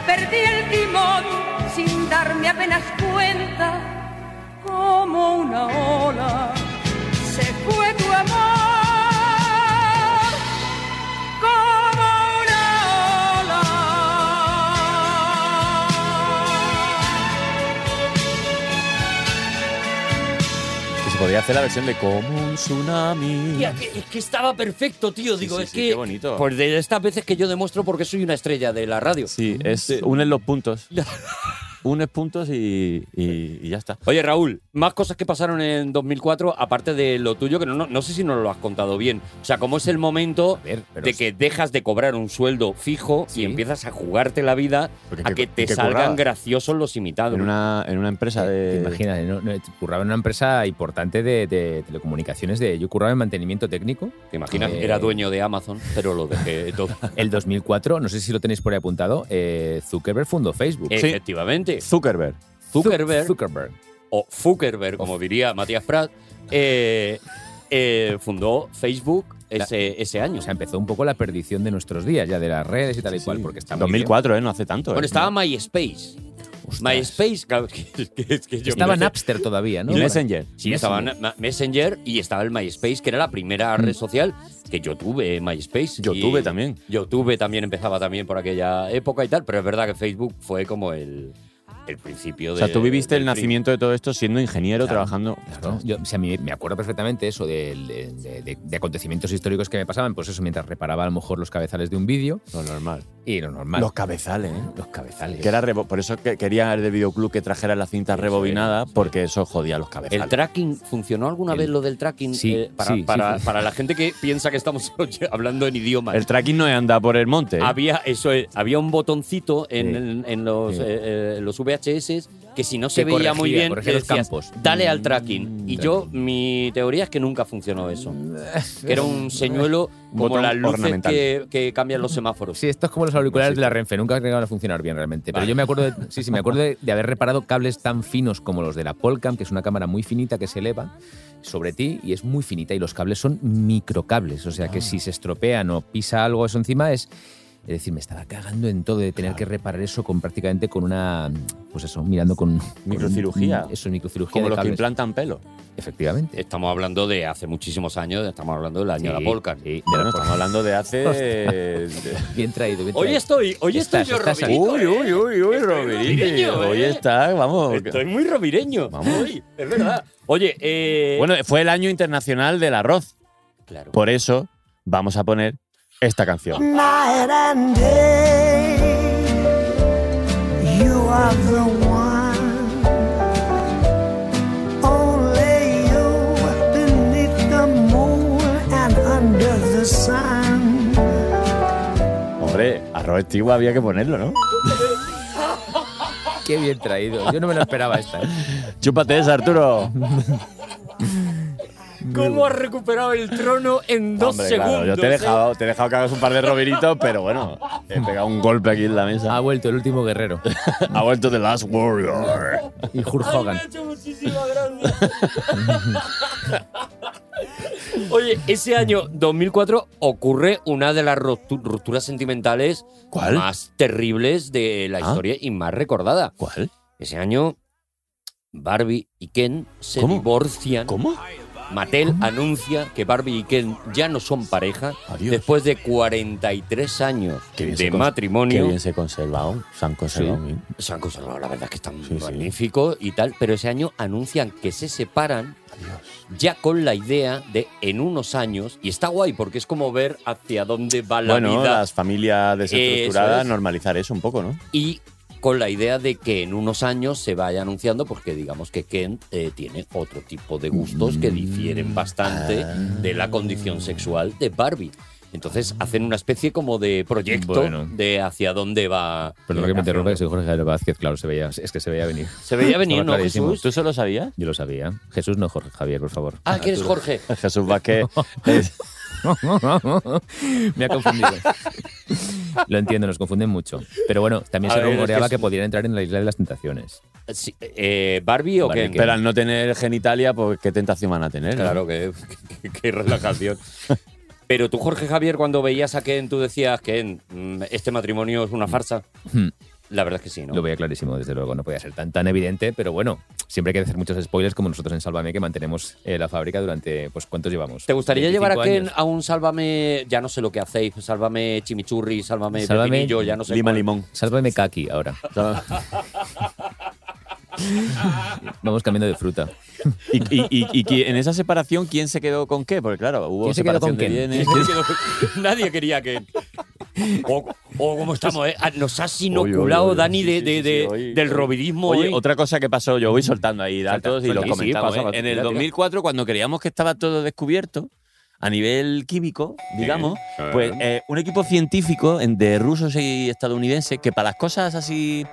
Speaker 14: Perdí el timón sin darme apenas cuenta. Como una ola se fue tu amor como una
Speaker 6: Que se podría hacer la versión de como un tsunami.
Speaker 7: Tía, que- es que estaba perfecto, tío. Digo,
Speaker 6: sí,
Speaker 7: es
Speaker 6: sí,
Speaker 7: que.
Speaker 6: qué bonito.
Speaker 7: Pues de estas veces que yo demuestro porque soy una estrella de la radio.
Speaker 6: Sí, es eh, unen los puntos. unes puntos y, y- y ya está.
Speaker 7: Oye, Raúl, más cosas que pasaron en 2004, aparte de lo tuyo, que no, no, no sé si nos lo has contado bien. O sea, ¿cómo es el momento de que dejas de cobrar un sueldo fijo y empiezas a jugarte la vida a que te
Speaker 6: que
Speaker 7: salgan
Speaker 6: cobrabas.
Speaker 7: graciosos los imitados?
Speaker 6: En una, en una empresa
Speaker 4: Te
Speaker 6: de.
Speaker 4: imaginas, eh, no, No, curraba en una empresa importante de, de telecomunicaciones. De, yo curraba en mantenimiento técnico.
Speaker 7: Te imaginas, era dueño de Amazon, pero lo dejé todo.
Speaker 4: El 2004, no sé si lo tenéis por ahí apuntado, eh, Zuckerberg fundó Facebook.
Speaker 7: Eh, Efectivamente.
Speaker 6: Zuckerberg.
Speaker 7: Zuckerberg.
Speaker 4: Zuckerberg.
Speaker 7: O Zuckerberg, como diría Matías Prat, eh, eh, fundó Facebook ese, ese año.
Speaker 4: O sea, empezó un poco la perdición de nuestros días, ya de las redes y tal y cual, porque está muy
Speaker 6: 2004, ¿eh? No hace tanto.
Speaker 7: Bueno,
Speaker 6: ¿eh?
Speaker 7: estaba MySpace. MySpace, claro, es que- es que yo
Speaker 4: Estaba
Speaker 7: me-
Speaker 4: Napster todavía, ¿no?
Speaker 7: Y
Speaker 6: Messenger.
Speaker 7: Sí, estaba na- ma- Messenger y estaba el MySpace, que era la primera red social que yo tuve, eh, MySpace. Yo
Speaker 6: Mm. tuve también.
Speaker 7: Yo tuve también, empezaba también por aquella época y tal, pero es verdad que Facebook fue como el, el principio
Speaker 6: o
Speaker 7: de.
Speaker 6: sea, tú viviste el
Speaker 7: del fin.
Speaker 6: nacimiento de todo esto siendo ingeniero,
Speaker 4: Claro,
Speaker 6: trabajando.
Speaker 4: Claro. Yo, o sea, a mí me acuerdo perfectamente eso de, de- de- de- de acontecimientos históricos que me pasaban, pues eso, mientras reparaba a lo mejor los cabezales de un vídeo.
Speaker 6: Lo normal.
Speaker 4: Y lo normal.
Speaker 6: Los cabezales, ¿eh?
Speaker 4: Los cabezales.
Speaker 6: Que era rebo- por eso que quería el de videoclub que trajera la cinta rebobinada, porque eso jodía los cabezales.
Speaker 7: ¿El tracking funcionó alguna
Speaker 6: El-
Speaker 7: vez lo del tracking? eh,
Speaker 6: Sí,
Speaker 7: para,
Speaker 6: sí, sí,
Speaker 7: para-
Speaker 6: sí.
Speaker 7: para la gente que piensa que estamos hablando en idiomas.
Speaker 6: El tracking no es andar por el monte. ¿eh?
Speaker 7: Había, eso es, había un botoncito en, en- en los,
Speaker 6: Sí.
Speaker 7: eh, eh, los VHS que si no se
Speaker 4: Que
Speaker 7: veía
Speaker 4: corregía,
Speaker 7: muy bien,
Speaker 4: corregía
Speaker 7: que
Speaker 4: los
Speaker 7: decías,
Speaker 4: campos.
Speaker 7: dale al tracking. Y yo, mi teoría es que nunca funcionó eso. Que era un señuelo como
Speaker 4: Botón
Speaker 7: las luces
Speaker 4: ornamental.
Speaker 7: que, que cambian los semáforos.
Speaker 4: Sí, esto es como los auriculares de la Renfe, nunca llegaron a funcionar bien realmente. Pero yo me acuerdo, de, sí, sí, me acuerdo de, de haber reparado cables tan finos como los de la Polcam, que es una cámara muy finita que se eleva sobre ti y es muy finita y los cables son microcables, o
Speaker 6: Ah.
Speaker 4: sea que si se estropean o pisa algo eso encima es es decir, me estaba cagando en todo de tener que reparar eso con prácticamente con una pues eso, mirando con
Speaker 6: Microcirugía.
Speaker 4: con- eso, microcirugía
Speaker 6: Como
Speaker 4: de
Speaker 6: los que
Speaker 4: cables.
Speaker 6: implantan pelo.
Speaker 4: Efectivamente.
Speaker 7: Estamos hablando de hace muchísimos años, estamos hablando del año de la
Speaker 4: Sí,
Speaker 7: Volcan.
Speaker 6: Bueno, estamos hablando de hace.
Speaker 4: Bien traído, bien
Speaker 7: Hoy
Speaker 4: traído.
Speaker 7: estoy, hoy
Speaker 4: Estás-
Speaker 7: estoy yo,
Speaker 4: estás ahí.
Speaker 7: Roberito,
Speaker 6: Uy,
Speaker 7: ¿eh?
Speaker 6: uy, uy, uy, Roberito.
Speaker 7: rovireño,
Speaker 6: Hoy
Speaker 7: ¿eh?
Speaker 6: está, vamos.
Speaker 7: Estoy muy rovireño. Uy, es verdad. Oye, eh,
Speaker 6: Bueno, pues- fue el año internacional del arroz.
Speaker 7: Claro.
Speaker 6: Por eso vamos a poner esta canción.
Speaker 15: Night and day, you are the one
Speaker 6: Estigua había que ponerlo, ¿no?
Speaker 7: Qué bien traído. Yo no me lo esperaba esta.
Speaker 4: ¿eh?
Speaker 6: Chúpate esa, Arturo.
Speaker 7: ¿Cómo has recuperado el trono en dos
Speaker 6: Hombre,
Speaker 7: segundos? ¿eh?
Speaker 6: claro, yo te he, dejado, te he dejado que hagas un par de roberitos, pero bueno, he pegado un golpe aquí en la mesa. Ha
Speaker 7: vuelto el último guerrero.
Speaker 6: ha vuelto The Last Warrior.
Speaker 4: Y Hulk Hogan.
Speaker 7: Oye, ese año 2004 ocurre una de las ruptu- rupturas sentimentales más terribles de la historia y más recordada.
Speaker 6: Ah. ¿Cuál?
Speaker 7: Ese año, Barbie y Ken se divorcian.
Speaker 6: ¿Cómo?
Speaker 7: Mattel anuncia que Barbie y Ken ya no son pareja después de 43 años de matrimonio.
Speaker 6: Qué bien se ha conservado. Se han conservado
Speaker 7: Sí.
Speaker 6: bien.
Speaker 7: Se han conservado, la verdad es que están magníficos y tal, pero ese año anuncian que se separan ya con la idea de en unos años, y está guay porque es como ver hacia dónde va la
Speaker 6: bueno,
Speaker 7: vida
Speaker 6: las familias desestructuradas,
Speaker 7: Eso es.
Speaker 6: normalizar eso un poco, ¿no?
Speaker 7: y con la idea de que en unos años se vaya anunciando porque digamos que Kent eh, tiene otro tipo de gustos
Speaker 4: Mm.
Speaker 7: que difieren bastante
Speaker 4: Ah.
Speaker 7: de la condición sexual de Barbie. Entonces hacen una especie como de proyecto
Speaker 4: Bueno.
Speaker 7: de hacia dónde va.
Speaker 4: Perdón que me interrumpa, que soy Jorge Javier Vázquez, claro, se veía, es que se veía venir.
Speaker 7: Se veía
Speaker 4: Estaba
Speaker 7: venir, ¿no,
Speaker 4: clarísimo.
Speaker 7: Jesús?
Speaker 6: ¿Tú solo sabías?
Speaker 4: Yo lo sabía. Jesús no, Jorge Javier, por favor.
Speaker 7: Ah, que eres Jorge.
Speaker 6: Jesús Vázquez.
Speaker 4: me ha confundido. Lo entiendo, nos confunden mucho. Pero bueno, también
Speaker 7: A
Speaker 4: se
Speaker 7: ver, es que
Speaker 4: rumoreaba
Speaker 7: es-
Speaker 4: que, podían entrar en la isla de las tentaciones.
Speaker 7: Sí, eh, ¿Barbie o
Speaker 4: Barbie
Speaker 7: Ken?
Speaker 4: Ken.
Speaker 6: Pero al no tener genitalia, pues qué tentación van a tener. ¿no?
Speaker 7: Claro, que, que- que relajación. Pero tú, Jorge Javier, cuando veías a Ken, tú decías, Ken, mm, este matrimonio es una farsa.
Speaker 4: Hmm.
Speaker 7: La verdad es que sí, ¿no?
Speaker 4: Lo veía clarísimo, desde luego. No podía ser tan, tan evidente, pero bueno, siempre hay que hacer muchos spoilers como nosotros en Sálvame, que mantenemos eh, la fábrica durante, pues, ¿cuántos llevamos?
Speaker 7: ¿Te gustaría llevar a
Speaker 4: 25
Speaker 7: Ken
Speaker 4: años.
Speaker 7: a un sálvame, ya no sé lo que hacéis, sálvame chimichurri, sálvame,
Speaker 4: Sálvame
Speaker 7: pepinillo, ya no sé.
Speaker 4: lima
Speaker 7: cuál?
Speaker 6: limón.
Speaker 4: Sálvame Kaki ahora. Vamos cambiando de fruta.
Speaker 6: Y, y- y- y qui- en esa separación, ¿quién se quedó con qué? Porque claro, hubo
Speaker 4: ¿Quién se quedó
Speaker 6: separación
Speaker 4: con
Speaker 6: de
Speaker 4: quién?
Speaker 6: bienes.
Speaker 4: ¿Quién se
Speaker 7: Nadie quería que. O, o cómo estamos, ¿eh? Ah, Nos has
Speaker 6: Oye,
Speaker 7: inoculado,
Speaker 6: oye, oye,
Speaker 7: Dani,
Speaker 6: sí,
Speaker 7: de,
Speaker 6: sí,
Speaker 7: de-
Speaker 6: sí,
Speaker 7: de-
Speaker 6: sí, oye.
Speaker 7: del robidismo.
Speaker 6: Oye,
Speaker 7: hoy.
Speaker 6: otra cosa que pasó, yo voy soltando ahí datos y
Speaker 7: Salta,
Speaker 6: los
Speaker 7: sí, sí,
Speaker 6: comentamos.
Speaker 7: pasa,
Speaker 6: en el
Speaker 7: tira, tira.
Speaker 6: 2004, cuando creíamos que estaba todo descubierto, a nivel químico, digamos,
Speaker 7: Sí, claro.
Speaker 6: pues eh, un equipo científico en- de rusos y estadounidenses que para las cosas así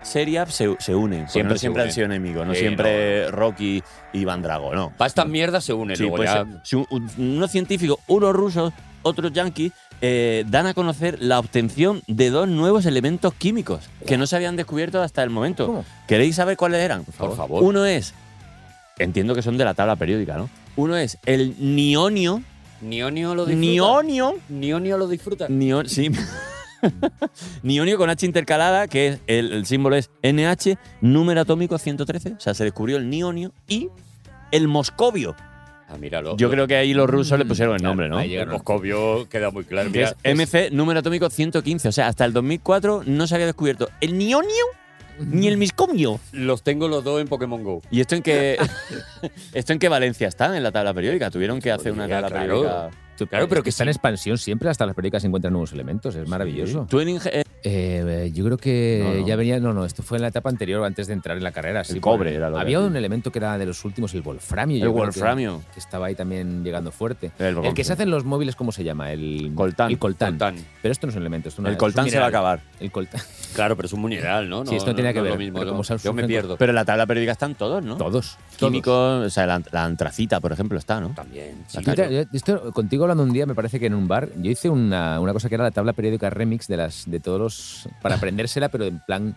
Speaker 6: serias se, se unen. porque
Speaker 7: Siempre
Speaker 6: Pues no
Speaker 7: se
Speaker 6: siempre
Speaker 7: unen.
Speaker 6: han sido enemigos, no
Speaker 7: Sí,
Speaker 6: siempre Rocky y Van Drago, no.
Speaker 7: Para estas mierdas se unen
Speaker 6: Sí,
Speaker 7: luego
Speaker 6: pues,
Speaker 7: ya.
Speaker 6: eh, si un- un- unos científicos, unos rusos, otros yanquis, eh, dan a conocer la obtención de dos nuevos elementos químicos que no se habían descubierto hasta el momento.
Speaker 4: ¿Cómo?
Speaker 6: ¿Queréis saber cuáles eran?
Speaker 7: favor.
Speaker 6: Uno es, entiendo que son de la tabla periódica, ¿no? Uno es el nionio.
Speaker 7: Nionio lo disfruta.
Speaker 6: Nionio.
Speaker 7: Nionio lo disfruta.
Speaker 6: Nio- sí. Nionio con H intercalada, que es el, el símbolo es NH, número atómico 113. O sea, se descubrió el nionio y el moscovio.
Speaker 7: Ah, míralo.
Speaker 6: Yo creo que ahí los rusos le pusieron el nombre, ¿no?
Speaker 7: Ahí llegaron. Moscovio queda muy claro.
Speaker 6: Que es MC número atómico 115. O sea, hasta el 2004 no se había descubierto el nionio ni el miscomio.
Speaker 7: Los tengo los dos en Pokémon Go.
Speaker 6: ¿Y esto en qué, esto en qué Valencia están en la tabla periódica? Tuvieron que hacer una
Speaker 7: Oiga,
Speaker 6: tabla
Speaker 7: claro.
Speaker 6: periódica.
Speaker 4: Claro, pero que está en expansión siempre, hasta las periódicas encuentran nuevos elementos, es maravilloso.
Speaker 6: Tú en inge- eh,
Speaker 4: Eh, eh, yo creo que
Speaker 6: No, no.
Speaker 4: ya venía, no, no, esto fue en la etapa anterior, antes de entrar en la carrera. sí,
Speaker 6: cobre
Speaker 4: porque
Speaker 6: era lo que
Speaker 4: Había
Speaker 6: había.
Speaker 4: un elemento que era de los últimos, el wolframio. yo
Speaker 6: El
Speaker 4: creo que-
Speaker 6: wolframio.
Speaker 4: Que, estaba ahí también llegando fuerte.
Speaker 6: El
Speaker 4: El, que
Speaker 6: wolframio.
Speaker 4: se hace en los móviles, ¿cómo se llama? El
Speaker 6: coltán.
Speaker 4: El coltán. Pero esto no es un elemento. esto es una-
Speaker 6: El
Speaker 4: es un
Speaker 6: coltán se va
Speaker 4: mineral.
Speaker 6: a acabar.
Speaker 4: El coltán.
Speaker 7: Claro, pero es un mineral, ¿no?
Speaker 4: Sí, esto no tenía que
Speaker 7: es lo
Speaker 4: ver,
Speaker 7: mismo,
Speaker 4: pero
Speaker 7: ¿no?
Speaker 4: como se
Speaker 7: Yo me
Speaker 4: surgen-
Speaker 7: pierdo.
Speaker 6: Pero en la tabla periódica están todos, ¿no?
Speaker 4: Todos.
Speaker 6: Químicos, o sea, la, la antracita, por ejemplo, está, ¿no?
Speaker 7: También.
Speaker 4: Tú te- yo- esto, contigo hablando un día, me parece que en un bar, yo hice una, una cosa que era la tabla periódica remix de las de todos los. para aprendérsela, pero en plan.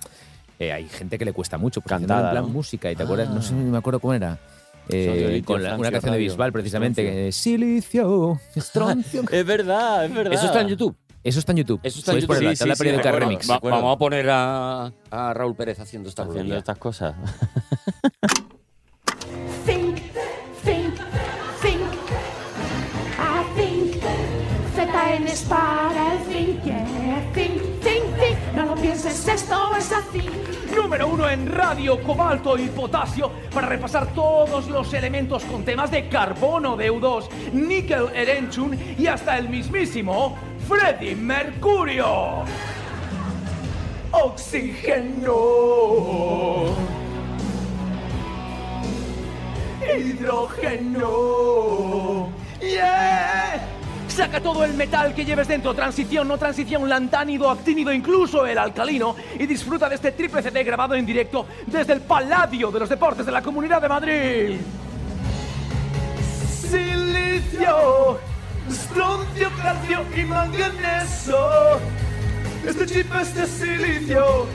Speaker 4: eh, hay gente que le cuesta mucho. Porque haciéndolo
Speaker 6: Cantada,
Speaker 4: En plan
Speaker 6: ¿no?
Speaker 4: música, y te acuerdas, no sé, no me acuerdo cómo era. Eh,
Speaker 6: Sodio, litio,
Speaker 4: con la-
Speaker 6: francio,
Speaker 4: una canción de
Speaker 6: radio,
Speaker 4: Bisbal, precisamente.
Speaker 6: estroncio.
Speaker 4: que es Silicio, estroncio.
Speaker 6: Es verdad, es verdad.
Speaker 7: Eso está en YouTube.
Speaker 4: Eso está en YouTube.
Speaker 7: Eso está en
Speaker 4: Podéis ponerla,
Speaker 7: YouTube. Sí,
Speaker 4: tabla
Speaker 7: sí, sí,
Speaker 4: periódica
Speaker 7: me acuerdo.
Speaker 4: remix.
Speaker 7: Va- vamos a poner a, a Raúl Pérez haciendo esta
Speaker 6: Haciendo
Speaker 7: rueda.
Speaker 6: estas cosas.
Speaker 15: Think, think, think. I think. ZN es para el think, yeah. Think, think, think. No lo pienses, esto es así.
Speaker 16: Número uno en radio, cobalto y potasio para repasar todos los elementos con temas de carbono de U2, níquel erenchun y hasta el mismísimo Freddy Mercurio. Oxígeno. Hidrógeno. Yeah.
Speaker 17: Saca todo el metal que lleves dentro, transición, no transición, lantánido, actínido, incluso el alcalino, y disfruta de este triple CD grabado en directo desde el Paladio de los Deportes de la Comunidad de Madrid. Silicio, stroncio, calcio y manganeso. Este chip es de silicio.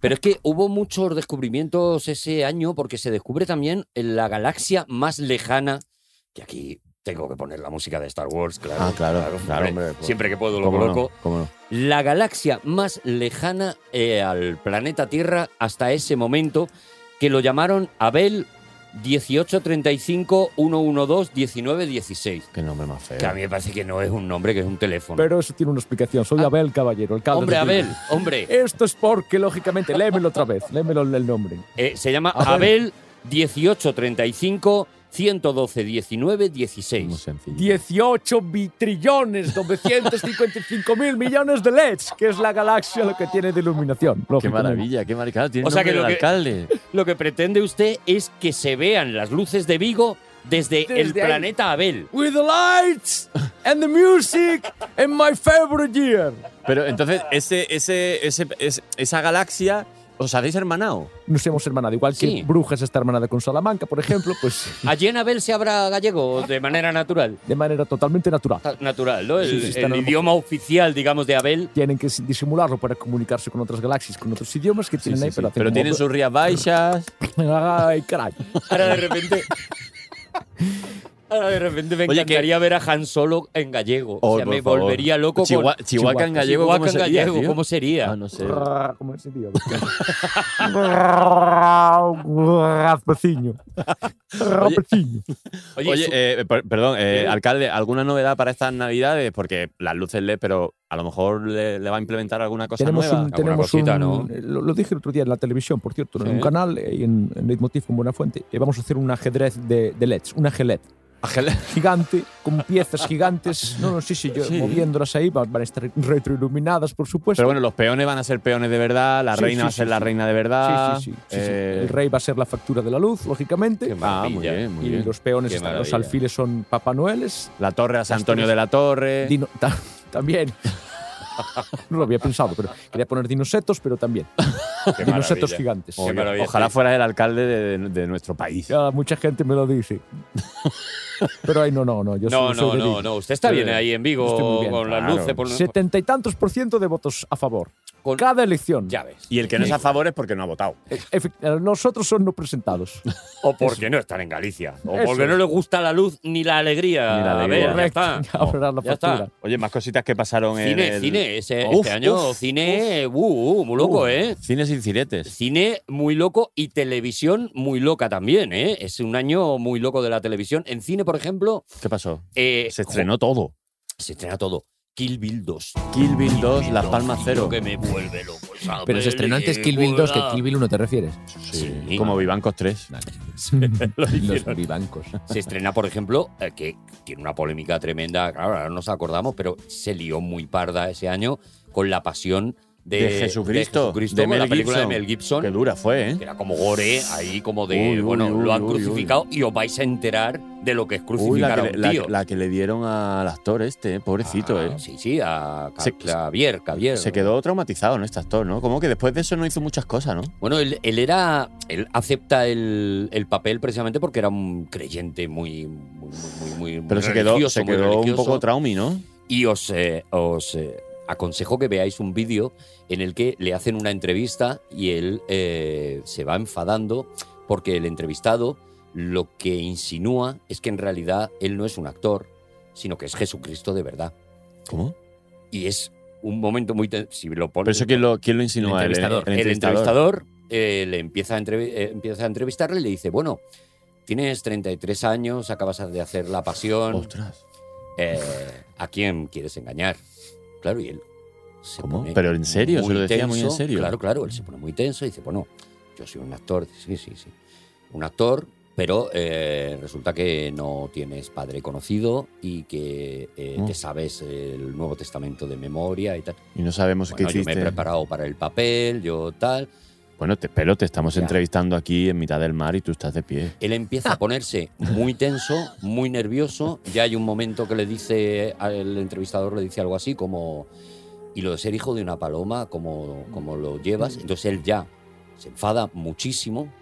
Speaker 7: Pero es que hubo muchos descubrimientos ese año porque se descubre también en la galaxia más lejana, que aquí tengo que poner la música de Star Wars, claro.
Speaker 6: Ah, claro, claro,
Speaker 7: hombre.
Speaker 6: hombre, pues,
Speaker 7: Siempre que puedo lo
Speaker 6: ¿cómo no?
Speaker 7: coloco.
Speaker 6: ¿Cómo no?
Speaker 7: La galaxia más lejana eh, al planeta Tierra hasta ese momento, que lo llamaron Abel 1835 112 1916.
Speaker 6: Qué nombre más feo.
Speaker 7: Que a mí me parece que no es un nombre, que es un teléfono.
Speaker 10: Pero eso tiene una explicación. Soy
Speaker 17: Ah.
Speaker 10: Abel Caballero, el caballero.
Speaker 7: Hombre, Abel, hombre.
Speaker 10: Esto es porque, lógicamente, léemelo otra vez, léemelo el nombre.
Speaker 7: Eh, se llama
Speaker 10: Abel.
Speaker 7: Abel 1835 112 19 16.
Speaker 10: 18 bitrillones, 955 mil millones de LEDs, que es la galaxia lo que tiene de iluminación.
Speaker 6: Qué maravilla, qué maravilla. Tiene
Speaker 7: O sea que
Speaker 6: nombre
Speaker 7: lo
Speaker 6: de
Speaker 7: que,
Speaker 6: alcalde.
Speaker 7: lo que pretende usted es que se vean las luces de Vigo desde, el
Speaker 10: Desde ahí.
Speaker 7: planeta Abel.
Speaker 10: With the lights and the music and my favorite year.
Speaker 6: Pero entonces, ese, ese, ese, ese- esa galaxia, ¿os habéis hermanado?
Speaker 10: Nos hemos hermanado, igual
Speaker 7: Sí.
Speaker 10: que Brujas está hermanada con Salamanca, por ejemplo, pues
Speaker 7: Allí en Abel se habla gallego de manera natural.
Speaker 10: de manera totalmente natural.
Speaker 7: Natural, ¿no? El,
Speaker 10: Sí, sí, está
Speaker 7: el
Speaker 10: en el-
Speaker 7: idioma oficial, digamos, de Abel.
Speaker 10: Tienen que disimularlo para comunicarse con otras galaxias, con otros idiomas que tienen
Speaker 6: sí,
Speaker 10: ahí.
Speaker 6: sí.
Speaker 10: Pero, hacen
Speaker 6: Pero
Speaker 10: como-
Speaker 6: tienen sus rías baixas.
Speaker 10: Ay, caray.
Speaker 7: Ahora de repente. Ahora de repente me
Speaker 6: Oye, que-
Speaker 7: encantaría ver a Han Solo en gallego.
Speaker 6: Oh,
Speaker 7: o sea,
Speaker 6: por
Speaker 7: me
Speaker 6: favor.
Speaker 7: volvería loco con-
Speaker 6: Chihua- Chihuahua en gallego,
Speaker 7: Chihuahua
Speaker 6: ¿cómo
Speaker 7: en
Speaker 6: sería,
Speaker 7: gallego,
Speaker 6: tío?
Speaker 7: ¿cómo sería?
Speaker 6: Ah, no sé.
Speaker 10: ¿Cómo es ese tío? Raspeciño. Raspeciño.
Speaker 7: Oye,
Speaker 6: Oye,
Speaker 7: su-
Speaker 6: eh, per- perdón, eh, alcalde, ¿alguna novedad para estas navidades? Porque las luces LED, pero a lo mejor le, le va a implementar alguna cosa
Speaker 10: tenemos
Speaker 6: nueva.
Speaker 10: un,
Speaker 6: alguna
Speaker 10: tenemos
Speaker 6: cosita,
Speaker 10: un-
Speaker 6: ¿no?
Speaker 10: lo, lo dije el otro día en la televisión, por cierto, en
Speaker 6: Sí.
Speaker 10: un canal, eh, en, en Leitmotiv con Buena Fuente, eh, vamos a hacer un ajedrez de, de LEDs, un ajeled. Gigante, con piezas gigantes, no, no, sí, sí, yo
Speaker 6: Sí.
Speaker 10: moviéndolas ahí, van van a estar retroiluminadas, por supuesto.
Speaker 6: Pero bueno, los peones van a ser peones de verdad, la
Speaker 10: Sí, sí,
Speaker 6: reina va a
Speaker 10: sí,
Speaker 6: ser la
Speaker 10: sí.
Speaker 6: reina de verdad.
Speaker 10: Sí, sí, sí, sí, sí.
Speaker 6: eh,
Speaker 10: El rey va a ser la factura de la luz, lógicamente.
Speaker 6: Ah, muy bien, muy
Speaker 10: y
Speaker 6: bien.
Speaker 10: los peones,
Speaker 6: Qué
Speaker 10: están- los
Speaker 6: maravilla.
Speaker 10: alfiles son Papá Noeles.
Speaker 6: La torre a San
Speaker 10: Las
Speaker 6: Antonio
Speaker 10: torres-
Speaker 6: de la
Speaker 7: Eh.
Speaker 6: Torre.
Speaker 10: Dino- ta- también. No lo había pensado, pero quería poner dinosetos, pero también. dinosetos
Speaker 6: maravilla.
Speaker 10: gigantes.
Speaker 6: Oye, Ojalá fueras el alcalde de, de- de nuestro país.
Speaker 10: Ya, mucha gente me lo dice. Pero ahí no, no, no. Yo
Speaker 7: No,
Speaker 10: soy- soy
Speaker 7: no,
Speaker 10: de
Speaker 7: no,
Speaker 10: Vigo.
Speaker 7: no. Usted está bien
Speaker 10: Eh,
Speaker 7: ahí en Vigo
Speaker 10: estoy muy bien,
Speaker 7: con las
Speaker 10: claro.
Speaker 7: luces. por-
Speaker 10: Setenta y tantos por ciento de votos a favor. Cada elección.
Speaker 7: Ya ves.
Speaker 6: Y el que no es a favor es porque no ha votado.
Speaker 10: Efect- Nosotros son no presentados.
Speaker 7: O porque no están en Galicia. O
Speaker 10: Eso
Speaker 7: porque
Speaker 10: es.
Speaker 7: no le gusta la luz ni la alegría.
Speaker 6: Ni la alegría.
Speaker 7: A ver, ya
Speaker 6: Correcto.
Speaker 7: está.
Speaker 10: Ya habrá la
Speaker 7: Ya está.
Speaker 10: factura.
Speaker 6: Oye, más cositas que pasaron en
Speaker 7: Cine,
Speaker 6: el-
Speaker 7: cine. Ese,
Speaker 6: Uf,
Speaker 7: este año,
Speaker 6: uf,
Speaker 7: cine, uh, uh, muy loco,
Speaker 6: uf.
Speaker 7: ¿eh?
Speaker 6: Cine sin ciretes.
Speaker 7: Cine muy loco y televisión muy loca también, ¿eh? Es un año muy loco de la televisión. En cine, por ejemplo,
Speaker 6: ¿Qué pasó?
Speaker 7: eh,
Speaker 6: Se estrenó todo.
Speaker 7: jo- se estrena todo. Kill Bill 2.
Speaker 6: Kill Bill 2, La
Speaker 7: 2,
Speaker 6: Palma
Speaker 7: tío,
Speaker 6: Cero.
Speaker 7: que me vuelve loco. esa
Speaker 4: Pero se estrenó antes Kill Bill 2 que
Speaker 7: película.
Speaker 4: Kill Bill 1, ¿te refieres?
Speaker 6: Sí, Como Vivancos 3.
Speaker 4: Los vivancos.
Speaker 7: Se estrena, por ejemplo, eh, que tiene una polémica tremenda, claro, ahora no nos acordamos, pero se lió muy parda ese año con la pasión de,
Speaker 6: De Jesucristo,
Speaker 7: Jesucristo,
Speaker 6: de
Speaker 7: con
Speaker 6: Mel
Speaker 7: la película
Speaker 6: Gibson.
Speaker 7: de Mel Gibson.
Speaker 6: Qué dura fue, ¿eh?
Speaker 7: Que era como gore, ahí como de,
Speaker 6: Uy, uy,
Speaker 7: bueno, lo han
Speaker 6: uy, uy,
Speaker 7: crucificado y os vais a enterar de lo que es
Speaker 6: Uy,
Speaker 7: crucificar
Speaker 6: la
Speaker 7: a
Speaker 6: que,
Speaker 7: un
Speaker 6: le-
Speaker 7: tío. Ah,
Speaker 6: la- la que le dieron al actor este, eh, pobrecito, ¿eh?
Speaker 7: Sí, sí, a Ca-
Speaker 6: Se-
Speaker 7: Javier, Javier.
Speaker 6: Se quedó traumatizado, ¿no? Este actor, ¿no? Como que después de eso no hizo muchas cosas, ¿no?
Speaker 7: Bueno, él, él era. Él acepta el, el papel precisamente porque era un creyente muy. muy, muy, muy- muy
Speaker 6: Pero se quedó,
Speaker 7: religioso,
Speaker 6: se
Speaker 7: muy
Speaker 6: quedó un
Speaker 7: religioso.
Speaker 6: poco traumi, ¿no?
Speaker 7: Y os, eh, os eh, aconsejo que veáis un vídeo en el que le hacen una entrevista y él eh, se va enfadando porque el entrevistado lo que insinúa es que en realidad él no es un actor, sino que es Jesucristo de verdad.
Speaker 6: ¿Cómo?
Speaker 7: Y es un momento muy... ten- Si lo
Speaker 6: Pero
Speaker 7: pones,
Speaker 6: eso, ¿eh? ¿quién lo, quién lo insinúa?
Speaker 7: el entrevistador, el entrevistador, eh, le empieza a, entrevi- eh, empieza a entrevistarle y le dice, bueno, tienes 33 años, acabas de hacer la pasión.
Speaker 6: Ostras.
Speaker 7: eh, ¿A quién quieres engañar? Claro, y él se
Speaker 6: ¿Cómo?
Speaker 7: pone
Speaker 6: Pero en serio, se
Speaker 7: muy
Speaker 6: lo decía muy en
Speaker 7: tenso.
Speaker 6: serio.
Speaker 7: Claro, claro, él se pone muy tenso y dice, bueno, yo soy un actor, sí, sí, sí. Un actor, pero eh, resulta que no tienes padre conocido y que eh,
Speaker 6: Mm.
Speaker 7: te sabes el Nuevo Testamento de memoria y tal.
Speaker 6: Y no sabemos
Speaker 7: Bueno,
Speaker 6: qué
Speaker 7: yo me he
Speaker 6: hiciste.
Speaker 7: preparado para el papel, yo tal.
Speaker 6: Bueno, te, pero te estamos entrevistando aquí en mitad del mar y tú estás de pie.
Speaker 7: Él empieza a ponerse muy tenso, muy nervioso. Ya hay un momento que le dice, el entrevistador le dice algo así como, y lo de ser hijo de una paloma, como, como lo llevas. Entonces él ya se enfada muchísimo,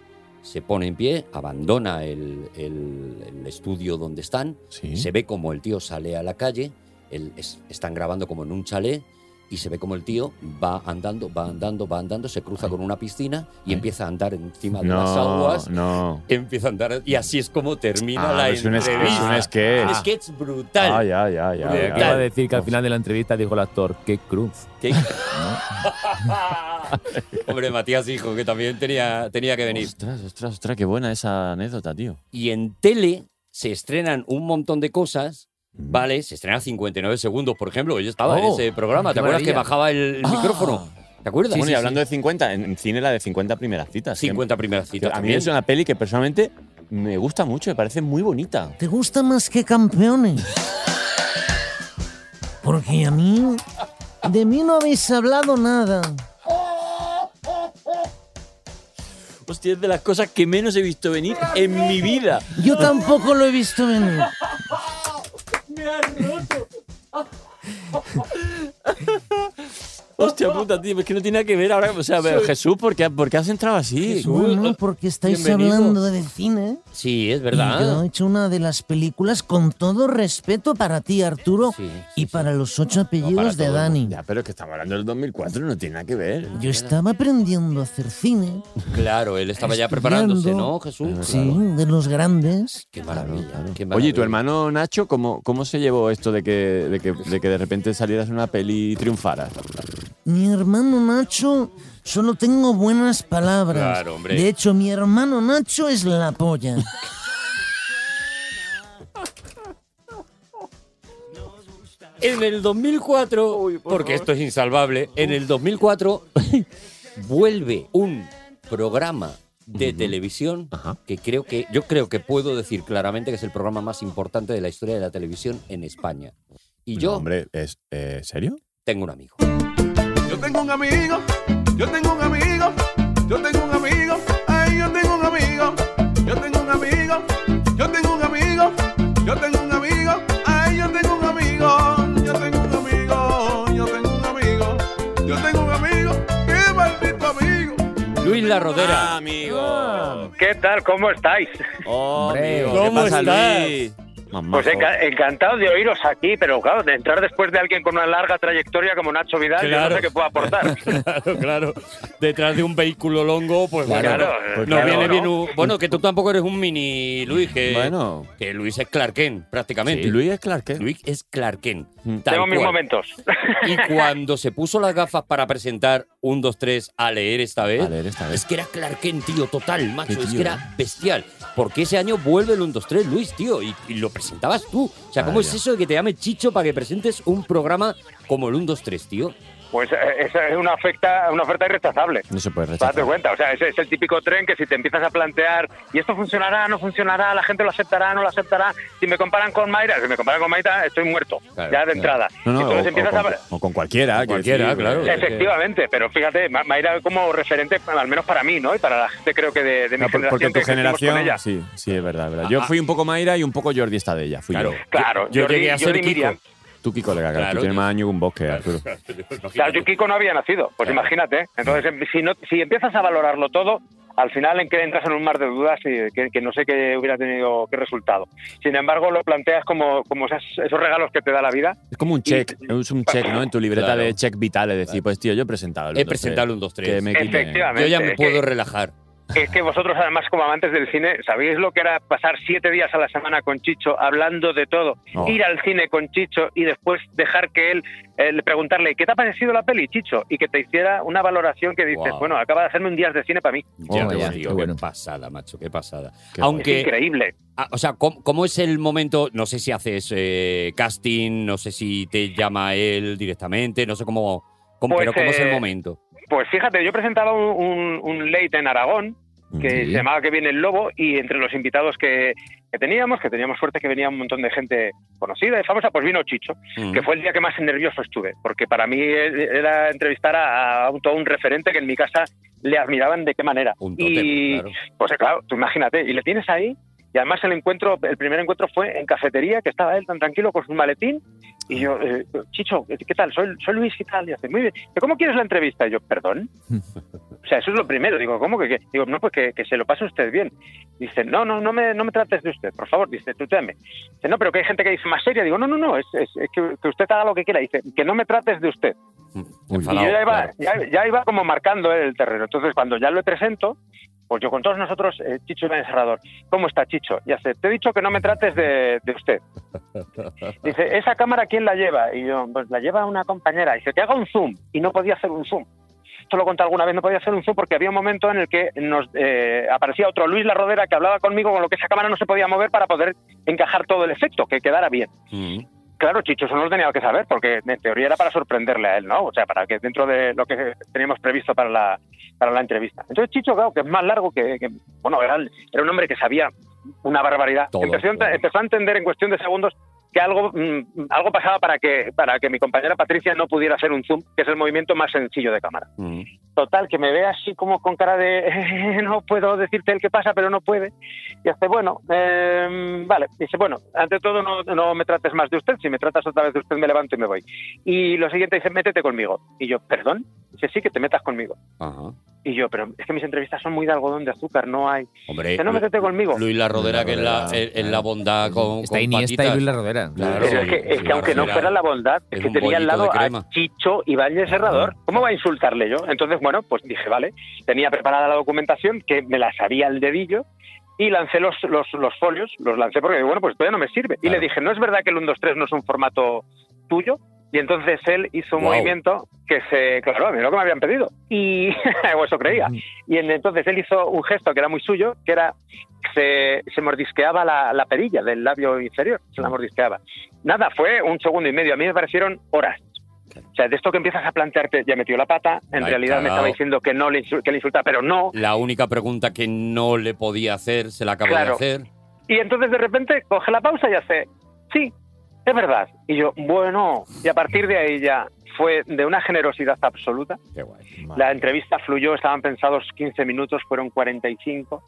Speaker 7: se pone en pie, abandona el, el- el estudio donde están, se ve como el tío sale a la calle, él es- están grabando como en un chalet y se ve como el tío va andando, va andando, va andando, se cruza con una piscina y empieza a andar encima de las aguas.
Speaker 6: no.
Speaker 7: Empieza a andar y así es como termina
Speaker 6: Ah,
Speaker 7: la
Speaker 6: es un es-
Speaker 7: entrevista.
Speaker 6: es un sketch.
Speaker 7: Un sketch brutal.
Speaker 6: Ah, ya, ya, ya,
Speaker 7: Brutal.
Speaker 6: ya.
Speaker 4: Iba a decir que al final de la entrevista dijo el actor, qué cruz.
Speaker 7: Hombre, Matías dijo que también tenía, tenía que venir.
Speaker 6: Ostras, ostras, ostras, qué buena esa anécdota, tío.
Speaker 7: Y en tele se estrenan un montón de cosas. Vale, se estrenan 59 segundos, por ejemplo. Yo estaba en
Speaker 6: Mm. Oh,
Speaker 7: ese programa.
Speaker 6: qué
Speaker 7: ¿Te acuerdas que
Speaker 6: maravilla.
Speaker 7: bajaba el
Speaker 6: Ah.
Speaker 7: micrófono? ¿Te acuerdas?
Speaker 6: Bueno, y hablando de 50, en en cine la de 50 primeras citas.
Speaker 7: 50 primeras citas
Speaker 6: A mí
Speaker 7: también.
Speaker 6: es una peli que personalmente me gusta mucho, me parece muy bonita.
Speaker 18: ¿Te gusta más que campeones? Porque a mí. De mí no habéis hablado nada.
Speaker 6: Hostia, es de las cosas que menos he visto venir en mi vida.
Speaker 18: Yo tampoco lo he visto venir.
Speaker 6: ¡Me has roto! Hostia puta, tío, es que no tiene nada que ver ahora. O sea, pero
Speaker 18: Soy-
Speaker 6: Jesús, ¿por qué, por qué has entrado así?
Speaker 18: Bueno, porque estáis
Speaker 6: bienvenido.
Speaker 18: hablando de cine.
Speaker 7: Sí, es
Speaker 18: Y yo he hecho una de las películas con todo respeto para ti, Arturo, y para los ocho apellidos de Dani.
Speaker 6: Ya, pero es que estamos hablando del 2004, no tiene nada que ver.
Speaker 18: Yo estaba aprendiendo a hacer cine.
Speaker 7: Claro, él estaba ya preparándose,
Speaker 18: estudiando.
Speaker 7: ¿no, Jesús?
Speaker 18: Sí, de los grandes.
Speaker 7: Qué maravilla, qué maravilla.
Speaker 6: Oye, ¿y tu hermano Nacho, cómo, cómo se llevó esto de que, de, que, de que de repente salieras en una peli y triunfaras?
Speaker 18: Mi hermano Nacho, solo tengo buenas palabras.
Speaker 6: Claro, hombre.
Speaker 18: De hecho, mi hermano Nacho es la polla.
Speaker 7: En el 2004, porque esto es insalvable, en el 2004 vuelve un programa de televisión que creo que yo creo que puedo decir claramente que es el programa más importante de la historia de la televisión en España. Y yo
Speaker 6: hombre, ¿es eh, serio?
Speaker 7: Tengo un amigo.
Speaker 5: Yo tengo un amigo, yo tengo un amigo, yo tengo un amigo, ay, yo tengo un amigo, yo tengo un amigo, yo tengo un amigo, yo tengo un amigo, ay, yo tengo un amigo, yo tengo un amigo, yo tengo un amigo, yo tengo un amigo, qué maldito amigo.
Speaker 7: Luis La
Speaker 6: Ah,
Speaker 7: Rodera. Ah.
Speaker 6: amigo.
Speaker 19: ¿Qué tal? ¿Cómo estáis?
Speaker 6: amigo, ¿qué ¿cómo pasa, estás? Luis?
Speaker 19: Pues enca- encantado de oíros aquí, pero claro, de entrar después de alguien con una larga trayectoria como Nacho Vidal, yo
Speaker 7: Claro.
Speaker 19: no sé qué puedo aportar.
Speaker 7: Claro, claro. Detrás de un vehículo longo, pues
Speaker 19: Claro,
Speaker 7: bueno,
Speaker 19: pues
Speaker 7: nos
Speaker 19: claro,
Speaker 7: viene
Speaker 19: ¿no?
Speaker 7: bien un- Bueno, que tú tampoco eres un mini Luis, que,
Speaker 6: Eh, Bueno.
Speaker 7: que Luis es Clark Kent, prácticamente.
Speaker 6: Sí, Luis es Clark Kent.
Speaker 7: Luis es Clark Kent. tal
Speaker 19: Tengo mis
Speaker 7: cual.
Speaker 19: momentos.
Speaker 7: Y cuando se puso las gafas para presentar un, dos, tres, a leer esta
Speaker 6: ¿eh?
Speaker 7: vez, es que era Clark Kent, tío, total, macho,
Speaker 6: Sí,
Speaker 7: es
Speaker 6: tío,
Speaker 7: que era bestial. Porque ese año vuelve el 1, 2, 3, Luis, tío, y, y lo presentabas tú. O sea, ¿cómo
Speaker 19: Maravilla.
Speaker 7: es eso de que te llame Chicho para que presentes un programa como el 1, 2, 3, tío?
Speaker 19: Pues eh, esa es una oferta, una oferta irrechazable.
Speaker 6: No se puede
Speaker 19: Date cuenta, o sea, ese es el típico tren que si te empiezas a plantear, y esto funcionará, no funcionará, la gente lo aceptará, no lo aceptará, si me comparan con Mayra, si me comparan con Mayra, estoy muerto, ya de entrada.
Speaker 6: No, no,
Speaker 19: Entonces
Speaker 6: o- o
Speaker 19: empiezas
Speaker 6: con,
Speaker 19: a...
Speaker 6: o con cualquiera. quiero decir, eh, porque-
Speaker 19: Efectivamente, pero fíjate, Ma- Mayra como referente, al menos para mí, ¿no? Y para la gente creo que de, de mi
Speaker 6: No, por-
Speaker 19: generación.
Speaker 6: porque tu
Speaker 19: que crecimos con
Speaker 6: generación.
Speaker 19: ella.
Speaker 6: Sí, sí, es verdad, es verdad. Yo
Speaker 19: Ah,
Speaker 6: fui un poco Mayra y un poco Jordi está de ella. Fui
Speaker 19: Claro.
Speaker 6: yo.
Speaker 19: Claro, Yo- yo Jordi- llegué a ser Jordi Kiko. Miriam.
Speaker 6: Tú, Kiko, colega, claro,
Speaker 19: Claro,
Speaker 6: tú tienes
Speaker 19: yo-
Speaker 6: más años que un bosque, Arturo.
Speaker 19: Claro, yo Kiko no había nacido, pues imagínate. Entonces, em- si, no, si empiezas a valorarlo todo, al final en que entras en un mar de dudas y que, que no sé qué hubiera tenido, qué resultado. Sin embargo, lo planteas como, como esas- esos regalos que te da la vida.
Speaker 6: Es como un check, es un check, ¿no? En tu libreta de check vital, es decir, pues tío, yo he presentado el
Speaker 7: He
Speaker 6: 1, 2, 3.
Speaker 7: presentado el 1, 2, 3.
Speaker 6: Que me ¿eh? quiten.
Speaker 7: Efectivamente. Yo ya me puedo relajar.
Speaker 19: Es que vosotros, además, como amantes del cine, ¿sabéis lo que era pasar siete días a la semana con Chicho hablando de todo?
Speaker 6: No.
Speaker 19: Ir al cine con Chicho y después dejar que él, eh, le preguntarle, ¿qué te ha parecido la peli, Chicho? Y que te hiciera una valoración que dices,
Speaker 7: Guau.
Speaker 19: bueno, acaba de hacerme un día de cine para mí.
Speaker 7: Ya, tío, qué pasada, macho, qué pasada.
Speaker 19: bueno.
Speaker 7: Aunque,
Speaker 19: Es increíble.
Speaker 7: Ah, o sea, ¿cómo, cómo es el momento? No sé si haces eh, casting, no sé si te llama él directamente, no sé cómo, cómo-
Speaker 19: Pues,
Speaker 7: pero cómo es el
Speaker 19: eh,
Speaker 7: momento.
Speaker 19: Pues fíjate, yo presentaba un, un- un late en Aragón que se llamaba Que viene el lobo, y entre los invitados que, que teníamos, que teníamos suerte que venía un montón de gente conocida y famosa, pues vino Chicho,
Speaker 6: Mm.
Speaker 19: que fue el día que más nervioso estuve, porque para mí era entrevistar a, a un- todo un referente que en mi casa le admiraban de qué manera. y pues eh, claro, tú imagínate, y le tienes ahí, y además el encuentro, el primer encuentro fue en cafetería, que estaba él tan tranquilo con su maletín, y yo, eh, Chicho, ¿qué tal? Soy, soy Luis y tal, y hace, muy bien, "¿Pero ¿cómo quieres la entrevista? Y yo, perdón. O sea, eso es lo primero. Digo, ¿cómo que qué? Digo, no, pues que, que se lo pase usted bien. Dice, no, no, no me, no me trates de usted, por favor. Dice, tuteame. Dice, no, pero que hay gente que dice más seria. Digo, no, no, no, es, es- es que, que usted haga lo que quiera. Dice, que no me trates de usted. y yo ya iba, ya, ya iba como marcando eh, el terreno. Entonces, cuando ya lo presento, pues yo con todos nosotros, eh, Chicho Iván Serrador, ¿cómo está Chicho? Y hace, te he dicho que no me trates de, de usted. Dice, ¿esa cámara quién la lleva? Y yo, pues la lleva una compañera. Dice, que haga un zoom. Y no podía hacer un zoom. Esto lo conté alguna vez, no podía hacer un zoom porque había un momento en el que nos eh, aparecía otro Luis La Rodera que hablaba conmigo, con lo que esa cámara no se podía mover para poder encajar todo el efecto, que quedara bien.
Speaker 7: Mm,
Speaker 19: Claro, Chicho, eso no lo tenía que saber, porque en teoría era para sorprenderle a él, ¿no? O sea, para que dentro de lo que teníamos previsto para la, para la entrevista. Entonces, Chicho, claro, que es más largo que. que- bueno, era, el- era un hombre que sabía una barbaridad. empezó, a ent- empezó a entender en cuestión de segundos que algo, mm, algo pasaba para que, para que mi compañera Patricia no pudiera hacer un zoom, que es el movimiento más sencillo de cámara.
Speaker 7: mm.
Speaker 19: Total, que me ve así como con cara de no puedo decirte el que pasa, pero no puede. Y hace, bueno, em, vale. Dice, bueno, ante todo no, no me trates más de usted. Si me tratas otra vez de usted, me levanto y me voy. Y lo siguiente dice, métete conmigo. Y yo, perdón. Dice, sí, que te metas conmigo. Y yo, pero es que mis entrevistas son muy de algodón de azúcar, no hay.
Speaker 7: Hombre,
Speaker 19: Dice, no,
Speaker 7: Lu-
Speaker 19: métete conmigo.
Speaker 7: Luis La Rodera, que es la,
Speaker 19: Rodera,
Speaker 7: es- es la bondad Ah, con.
Speaker 19: Está
Speaker 7: con
Speaker 19: Iniesta
Speaker 7: patitas.
Speaker 19: y Luis La
Speaker 7: Rodera.
Speaker 19: Pero es que, es que aunque no fuera la bondad, es,
Speaker 7: Es
Speaker 19: que
Speaker 7: un
Speaker 19: tenía al
Speaker 7: bollito
Speaker 19: lado
Speaker 7: de
Speaker 19: a
Speaker 7: crema. Ah.
Speaker 19: Chicho Ibáñez Serrador. ¿Cómo va a insultarle yo? Entonces, bueno, pues dije, vale, tenía preparada la documentación, que me la sabía al dedillo, y lancé los, los, los folios, los lancé porque, bueno, pues todavía no me sirve. Y le dije, ¿no es verdad que el 1-2-3 no es un formato tuyo? Y entonces él hizo un
Speaker 20: Guau.
Speaker 19: movimiento que se, claro, a mí lo que me habían pedido. Y o eso creía. Y en- entonces él hizo un gesto que era muy suyo, que era se, se mordisqueaba la, la perilla del labio inferior, se la mordisqueaba. Nada, fue un segundo y medio. A mí me parecieron horas. O sea, de esto que empiezas a plantearte, ya metió la pata, en
Speaker 7: La he
Speaker 19: realidad me
Speaker 7: cagao.
Speaker 19: estaba diciendo que no le, insu- que le insulta, pero no.
Speaker 7: La única pregunta que no le podía hacer, se la acabó
Speaker 19: Claro.
Speaker 7: de hacer.
Speaker 19: Y entonces de repente coge la pausa y hace, sí, es verdad. Y yo, bueno, y a partir de ahí ya fue de una generosidad absoluta. La entrevista fluyó, estaban pensados 15 minutos, fueron 45.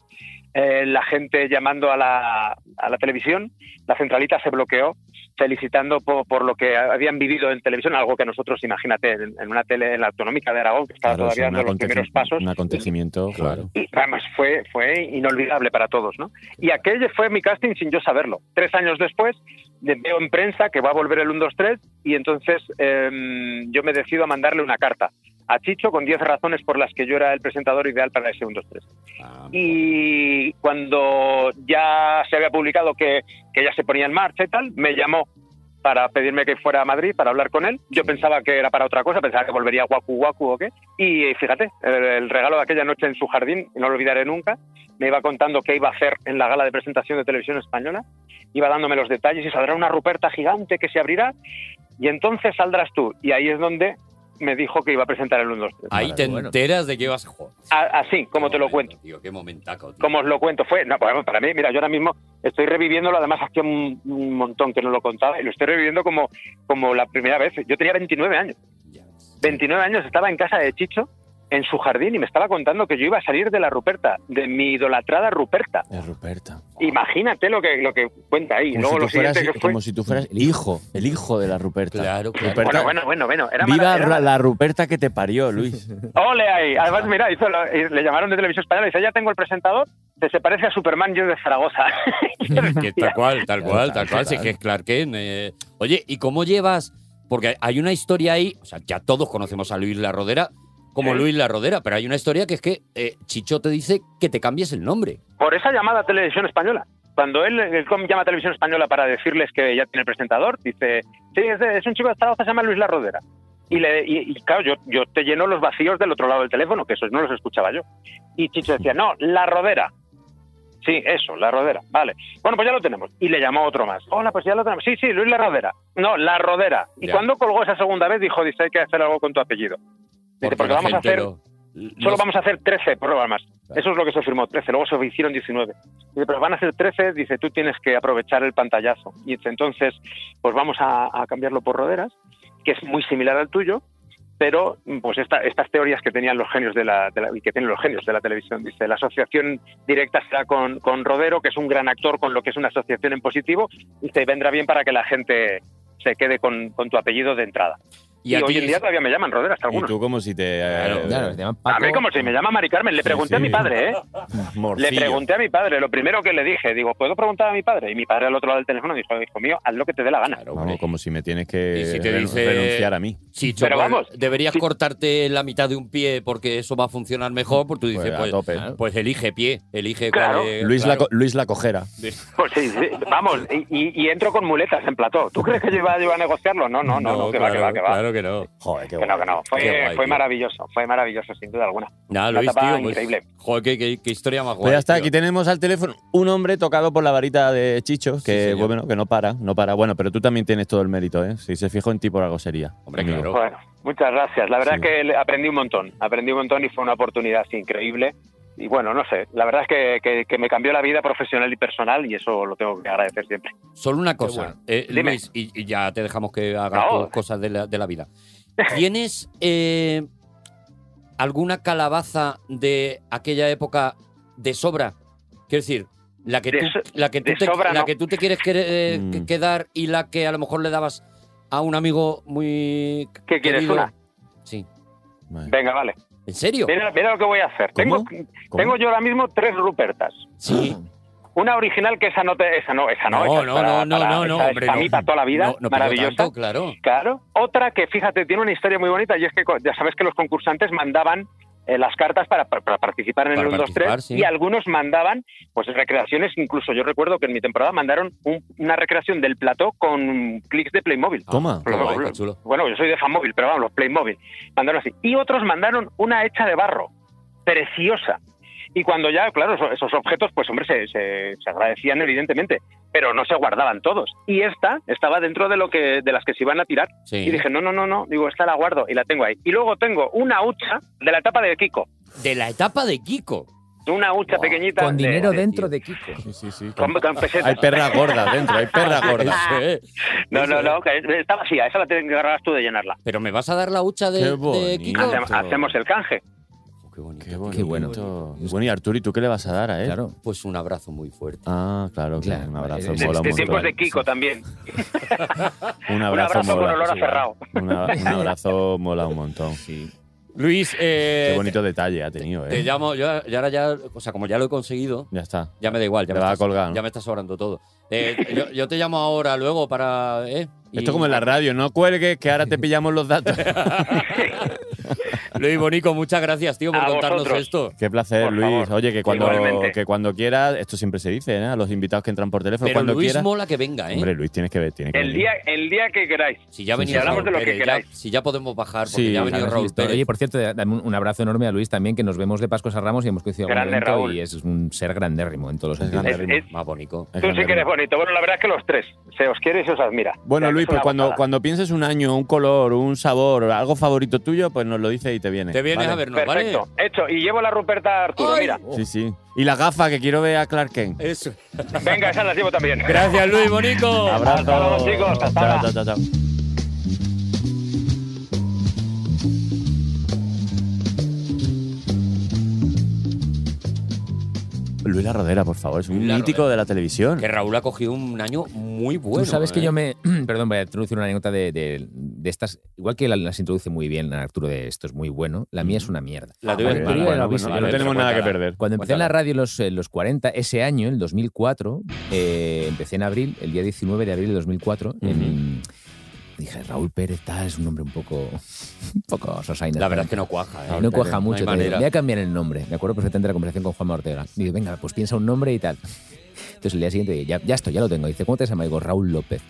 Speaker 19: Eh, la gente llamando a la, a la televisión, la centralita se bloqueó felicitando po- por, lo que habían vivido en televisión, algo que nosotros, imagínate, en, en una tele, en la autonómica de Aragón, que estaba
Speaker 20: Claro,
Speaker 19: todavía
Speaker 20: es un
Speaker 19: dando los
Speaker 20: aconteci-
Speaker 19: primeros pasos,
Speaker 20: Un acontecimiento, claro.
Speaker 19: y además fue, fue inolvidable para todos, ¿no? Y aquello fue mi casting sin yo saberlo. Tres años después de- veo en prensa que va a volver el 1-2-3 y entonces em, yo me decido a mandarle una carta a Chicho con 10 razones por las que yo era el presentador ideal para ese 1-2-3. Y cuando ya se había publicado que, que ya se ponía en marcha y tal, me llamó para pedirme que fuera a Madrid para hablar con él. Yo pensaba que era para otra cosa, pensaba que volvería a Waku Waku o qué. Y eh, fíjate, el, el regalo de aquella noche en su jardín, no lo olvidaré nunca, me iba contando qué iba a hacer en la gala de presentación de televisión española, iba dándome los detalles y saldrá una ruperta gigante que se abrirá y entonces saldrás tú. Y ahí es donde me dijo que iba a presentar el 1, 2, 3.
Speaker 7: Ahí te enteras de que vas a jugar.
Speaker 19: A- Así, como te lo cuento.
Speaker 7: Tío, qué momentaco. tío.
Speaker 19: Como os lo cuento, fue. No, bueno, para mí, mira, yo ahora mismo estoy reviviéndolo, además hacía un, un montón que no lo contaba, y lo estoy reviviendo como, como la primera vez. Yo tenía 29 años. 29 años estaba en casa de Chicho, en su jardín, y me estaba contando que yo iba a salir de la Ruperta, de mi idolatrada Ruperta.
Speaker 20: De Ruperta.
Speaker 19: Imagínate lo que, lo que cuenta ahí.
Speaker 20: Como,
Speaker 19: Luego
Speaker 20: si
Speaker 19: lo
Speaker 20: tú fueras,
Speaker 19: siguiente que fue.
Speaker 20: como si tú fueras el hijo, el hijo de la Ruperta.
Speaker 7: Claro,
Speaker 20: Ruperta-
Speaker 19: Bueno, bueno, bueno, bueno. Era
Speaker 20: Viva
Speaker 19: maravilloso.
Speaker 20: Ra- la Ruperta que te parió, Luis.
Speaker 19: ¡Ole ahí! Además, mira, hizo lo- y le llamaron de televisión española y dice, ya tengo el presentador, que se parece a Superman yo de Zaragoza.
Speaker 7: Que tal cual, tal cual, tal cual. Si es que es Clark Kent. eh. Oye, ¿y cómo llevas? Porque hay una historia ahí, o sea, ya todos conocemos a Luis La Rodera como
Speaker 19: Sí.
Speaker 7: Luis La Rodera, pero hay una historia que es que eh, Chicho te dice que te cambies el nombre.
Speaker 19: Por esa llamada a Televisión Española. Cuando él, el com llama a Televisión Española para decirles que ya tiene el presentador, dice, sí, es, de- es un chico de Zaragoza, se llama Luis La Rodera. Y, le, y, y claro, yo, yo te lleno los vacíos del otro lado del teléfono, que esos no los escuchaba yo. Y Chicho decía, no, La Rodera. Sí, eso, La Rodera, vale. Bueno, pues ya lo tenemos. Y le llamó otro más. Hola, pues ya lo tenemos. Sí, sí, Luis La Rodera. No, La Rodera. Y
Speaker 7: Ya.
Speaker 19: cuando colgó esa segunda vez, dijo, dice, hay que hacer algo con tu apellido. Dice, porque
Speaker 7: la
Speaker 19: vamos a
Speaker 7: gente
Speaker 19: hacer
Speaker 7: no-
Speaker 19: Solo vamos a hacer 13 pruebas más. Eso es lo que se firmó, 13. Luego se hicieron 19. Dice, pero van a ser 13. Dice, tú tienes que aprovechar el pantallazo. Y dice, entonces, pues vamos a, a cambiarlo por roderas, que es muy similar al tuyo. Pero, pues esta- estas teorías que tenían los genios de la, de la- y que tienen los genios de la televisión, dice, la asociación directa será con, con Rodero, que es un gran actor, con lo que es una asociación en positivo, y te vendrá bien para que la gente se quede con, con tu apellido de entrada.
Speaker 6: Y
Speaker 19: Y,
Speaker 6: a
Speaker 19: hoy
Speaker 6: ti
Speaker 19: en día
Speaker 6: es-
Speaker 19: todavía me llaman Rodero hasta
Speaker 6: Y
Speaker 19: algunos.
Speaker 6: tú como si te... eh,
Speaker 19: A mí como si me llama Mari Carmen, le
Speaker 6: Sí,
Speaker 19: pregunté a
Speaker 6: sí.
Speaker 19: mi padre, ¿eh?
Speaker 6: Morcillo.
Speaker 19: Le pregunté a mi padre, lo primero que le dije, digo, ¿puedo preguntar a mi padre? Y mi padre al otro lado del teléfono dijo, hijo mío, haz lo que te dé la gana.
Speaker 6: Vamos, como si me tienes que
Speaker 7: Y si te
Speaker 6: renun-
Speaker 7: dice,
Speaker 6: renunciar a mí.
Speaker 7: Sí,
Speaker 19: Pero
Speaker 7: Choco,
Speaker 19: vamos,
Speaker 7: deberías cortarte la mitad de un pie porque eso va a funcionar mejor, pues tú dices,
Speaker 6: Pues a
Speaker 7: pues,
Speaker 6: tope.
Speaker 7: pues elige pie, elige
Speaker 19: Claro.
Speaker 7: cuál es,
Speaker 6: Luis,
Speaker 7: claro.
Speaker 6: la, co- Luis la cojera.
Speaker 19: Pues sí, sí, vamos, y, y- y entro con muletas en plató. ¿Tú crees que yo iba, yo iba a negociarlo? No, no, no, no, que va, que va, que va.
Speaker 7: que no.
Speaker 6: Joder, qué
Speaker 19: Que no, que no. Fue,
Speaker 7: Qué guay,
Speaker 19: fue
Speaker 7: tío.
Speaker 19: maravilloso, fue maravilloso, sin duda alguna.
Speaker 7: Nada,
Speaker 19: Una
Speaker 7: Luis,
Speaker 19: etapa
Speaker 7: tío, pues,
Speaker 19: increíble.
Speaker 7: joder, qué, qué- qué historia más guay.
Speaker 6: Pues ya está,
Speaker 7: tío.
Speaker 6: aquí tenemos al teléfono un hombre tocado por la varita de Chicho, que bueno, que no para, no para. Bueno, pero tú también tienes todo el mérito, ¿eh? Si se fijó en ti por algo sería. Hombre,
Speaker 19: Bueno, muchas gracias. La verdad es que le- aprendí un montón. Aprendí un montón y fue una oportunidad así increíble. Y bueno, no sé, la verdad es que, que- que me cambió la vida profesional y personal y eso lo tengo que agradecer siempre.
Speaker 7: Solo una cosa, eh,
Speaker 19: Dime.
Speaker 7: Luis, y, y ya te dejamos que hagas
Speaker 19: No.
Speaker 7: tus cosas de la, de la vida. ¿Tienes eh, alguna calabaza de aquella época de sobra? Quiero decir, la que
Speaker 19: De
Speaker 7: tú,
Speaker 19: so-
Speaker 7: la que tú
Speaker 19: de
Speaker 7: te,
Speaker 19: sobra
Speaker 7: la
Speaker 19: no.
Speaker 7: que tú te quieres que- eh, que- quedar y la que a lo mejor le dabas a un amigo muy
Speaker 19: ¿Qué quieres,
Speaker 7: querido.
Speaker 19: una?
Speaker 7: Sí.
Speaker 19: Venga, vale.
Speaker 7: ¿En serio?
Speaker 19: Mira, mira lo que voy a hacer. Tengo, tengo yo ahora mismo tres Rupertas.
Speaker 7: Sí.
Speaker 19: Una original que esa no, te, esa no, esa ah, no.
Speaker 7: No,
Speaker 19: esa es
Speaker 7: no,
Speaker 19: para-
Speaker 7: no, no,
Speaker 19: para-
Speaker 7: no, no,
Speaker 19: esa es
Speaker 7: hombre,
Speaker 19: para
Speaker 7: no.
Speaker 19: mí, para toda la vida,
Speaker 7: No, no, pero
Speaker 19: maravillosa.
Speaker 7: tanto, claro.
Speaker 19: Claro. Otra que, fíjate, tiene una historia muy bonita y es que co- ya sabes que los concursantes mandaban eh, las cartas para, para- para participar en
Speaker 7: Para
Speaker 19: el 1, 2,
Speaker 7: participar,
Speaker 19: 3
Speaker 7: sí.
Speaker 19: y algunos mandaban pues recreaciones, incluso yo recuerdo que en mi temporada mandaron un- una recreación del plató con clics de Playmobil.
Speaker 6: Toma.
Speaker 19: Lo-
Speaker 6: Toma,
Speaker 19: lo-
Speaker 6: qué chulo.
Speaker 19: Bueno, yo soy de Fanmóvil, pero vamos, los Playmobil. Mandaron así. Y otros mandaron una hecha de barro, preciosa. Y cuando ya, claro, eso- esos objetos, pues hombre, se, se- se agradecían evidentemente, pero no se guardaban todos. Y esta estaba dentro de lo que de las que se iban a tirar.
Speaker 7: Sí.
Speaker 19: Y dije, no, no, no, no, digo, esta la guardo y la tengo ahí. Y luego tengo una hucha de la etapa de Kiko.
Speaker 7: De la etapa de Kiko.
Speaker 19: Una hucha pequeñita.
Speaker 13: Con
Speaker 19: de-
Speaker 13: dinero
Speaker 19: de-
Speaker 13: dentro de Kiko.
Speaker 7: ¿Eh?
Speaker 6: Sí, sí, sí.
Speaker 19: Con- con pesetas.
Speaker 6: Hay perra gorda dentro, hay perra gorda.
Speaker 19: No, no, no, que está vacía, esa la tienes que agarrar tú de llenarla.
Speaker 7: Pero me vas a dar la hucha
Speaker 6: Qué
Speaker 7: de, de
Speaker 13: Ah,
Speaker 7: Kiko.
Speaker 6: bonito.
Speaker 19: Hacem- hacemos el canje.
Speaker 6: Qué, bueno. Bueno, y Arturo, ¿y tú qué le vas a dar a él? Claro.
Speaker 7: Pues un abrazo muy fuerte.
Speaker 6: Ah, claro, claro. un abrazo
Speaker 19: eh, De,
Speaker 6: mola un
Speaker 19: de tiempos
Speaker 6: montón.
Speaker 19: de Kiko también.
Speaker 6: Un
Speaker 19: abrazo
Speaker 6: abrazo,
Speaker 19: con
Speaker 6: mola.
Speaker 19: olor a cerrado.
Speaker 6: Una- un abrazo mola un montón. Sí.
Speaker 7: Luis, eh,
Speaker 6: Qué bonito detalle ha tenido, ¿eh?
Speaker 7: Te llamo, yo, yo ahora ya, o sea, como ya lo he conseguido,
Speaker 6: Ya está.
Speaker 7: ya me da igual, ya,
Speaker 6: Te
Speaker 7: me,
Speaker 6: vas a
Speaker 7: estás-
Speaker 6: colgar, ¿no?
Speaker 7: ya me está sobrando todo. Eh, yo, yo te llamo ahora, luego, para... ¿eh? Y-
Speaker 6: Esto como en la radio, no cuelgues que ahora te pillamos los datos.
Speaker 7: Luis Bonico, muchas gracias, tío, por
Speaker 6: A
Speaker 7: contarnos
Speaker 6: vosotros.
Speaker 7: esto.
Speaker 6: Qué placer,
Speaker 7: Por
Speaker 6: Luis.
Speaker 7: favor.
Speaker 6: Oye, que cuando,
Speaker 7: Igualmente.
Speaker 6: que cuando quieras, esto siempre se dice, ¿eh? A los invitados que entran por teléfono,
Speaker 7: Pero
Speaker 6: cuando
Speaker 7: Luis
Speaker 6: quieras.
Speaker 7: mola que venga, ¿eh?
Speaker 6: Hombre, Luis, tienes que ver, tienes que
Speaker 19: El
Speaker 6: ver.
Speaker 19: día, el día que queráis.
Speaker 7: si ya ha
Speaker 6: Sí,
Speaker 7: venido
Speaker 6: sí, sí.
Speaker 7: Raúl
Speaker 19: Hablamos de lo que
Speaker 7: Pérez, ya-
Speaker 19: queráis.
Speaker 7: si ya podemos bajar, porque ya ha venido
Speaker 4: Ahora sí,
Speaker 7: Raúl
Speaker 4: listo.
Speaker 7: Pérez.
Speaker 4: Oye, por cierto, dame un un abrazo enorme a Luis también, que nos vemos de Pascos a Ramos y hemos coincidido algún
Speaker 19: Grande,
Speaker 4: momento
Speaker 19: Raúl.
Speaker 4: y es un ser grandérrimo en todos los
Speaker 19: Es-
Speaker 4: sentidos.
Speaker 19: es-
Speaker 7: Más bonito.
Speaker 6: Eh.
Speaker 19: Tú sí que eres bonito. Bueno, la verdad es que los tres. Se os quiere y se os admira.
Speaker 6: Bueno,
Speaker 19: O sea, que
Speaker 6: Luis,
Speaker 19: es una
Speaker 6: pues cuando,
Speaker 19: gozada.
Speaker 6: cuando pienses un año, un color, un sabor, algo favorito tuyo, pues nos lo dices y te vienes. ¿vale?
Speaker 19: Perfecto. Hecho. Y llevo la Ruperta a Arturo, mira.
Speaker 6: Sí, sí. Y la gafa que quiero ver a Clark Kent.
Speaker 7: Eso.
Speaker 19: Venga, esas las llevo también.
Speaker 7: Gracias, Luis Bonico.
Speaker 6: Abrazo.
Speaker 19: Hasta luego, chicos. Hasta
Speaker 6: Chao,
Speaker 19: ahora.
Speaker 6: chao, chao, chao. Luis La Rodera, por favor, es un
Speaker 7: Luis La
Speaker 6: mítico de la televisión.
Speaker 7: Que Raúl ha cogido un año muy bueno.
Speaker 4: Tú sabes que
Speaker 7: ¿eh?
Speaker 4: yo me. Perdón, voy a introducir una anécdota de, de- de estas. Igual que la- las introduce muy bien Arturo de esto es muy bueno, la mía es una mierda.
Speaker 6: La
Speaker 7: Ah,
Speaker 6: tuya
Speaker 4: Vale,
Speaker 6: es muy
Speaker 4: vale,
Speaker 6: buena,
Speaker 4: lo aviso,
Speaker 6: bueno,
Speaker 4: yo
Speaker 6: no
Speaker 4: lo
Speaker 6: tenemos
Speaker 4: aviso.
Speaker 6: nada que perder.
Speaker 4: Cuando empecé en la radio en los, en los 40, ese año, el 2004, eh, empecé en abril, el día 19 de abril de 2004, en- dije, Raúl Pérez, tal, es un nombre un poco. un poco sosaino.
Speaker 7: La verdad es que no cuaja, ¿eh?
Speaker 4: No
Speaker 7: Raúl Pérez,
Speaker 4: cuaja
Speaker 7: no
Speaker 4: mucho.
Speaker 7: hay
Speaker 4: te digo,
Speaker 7: manera.
Speaker 4: voy a cambiar el nombre. Me acuerdo perfectamente de la conversación con Juanma Ortega. Digo, venga, pues piensa un nombre y tal. Entonces el día siguiente dije, ya, ya estoy, ya lo tengo. Dice, ¿cómo te llamas? Digo, Raúl López.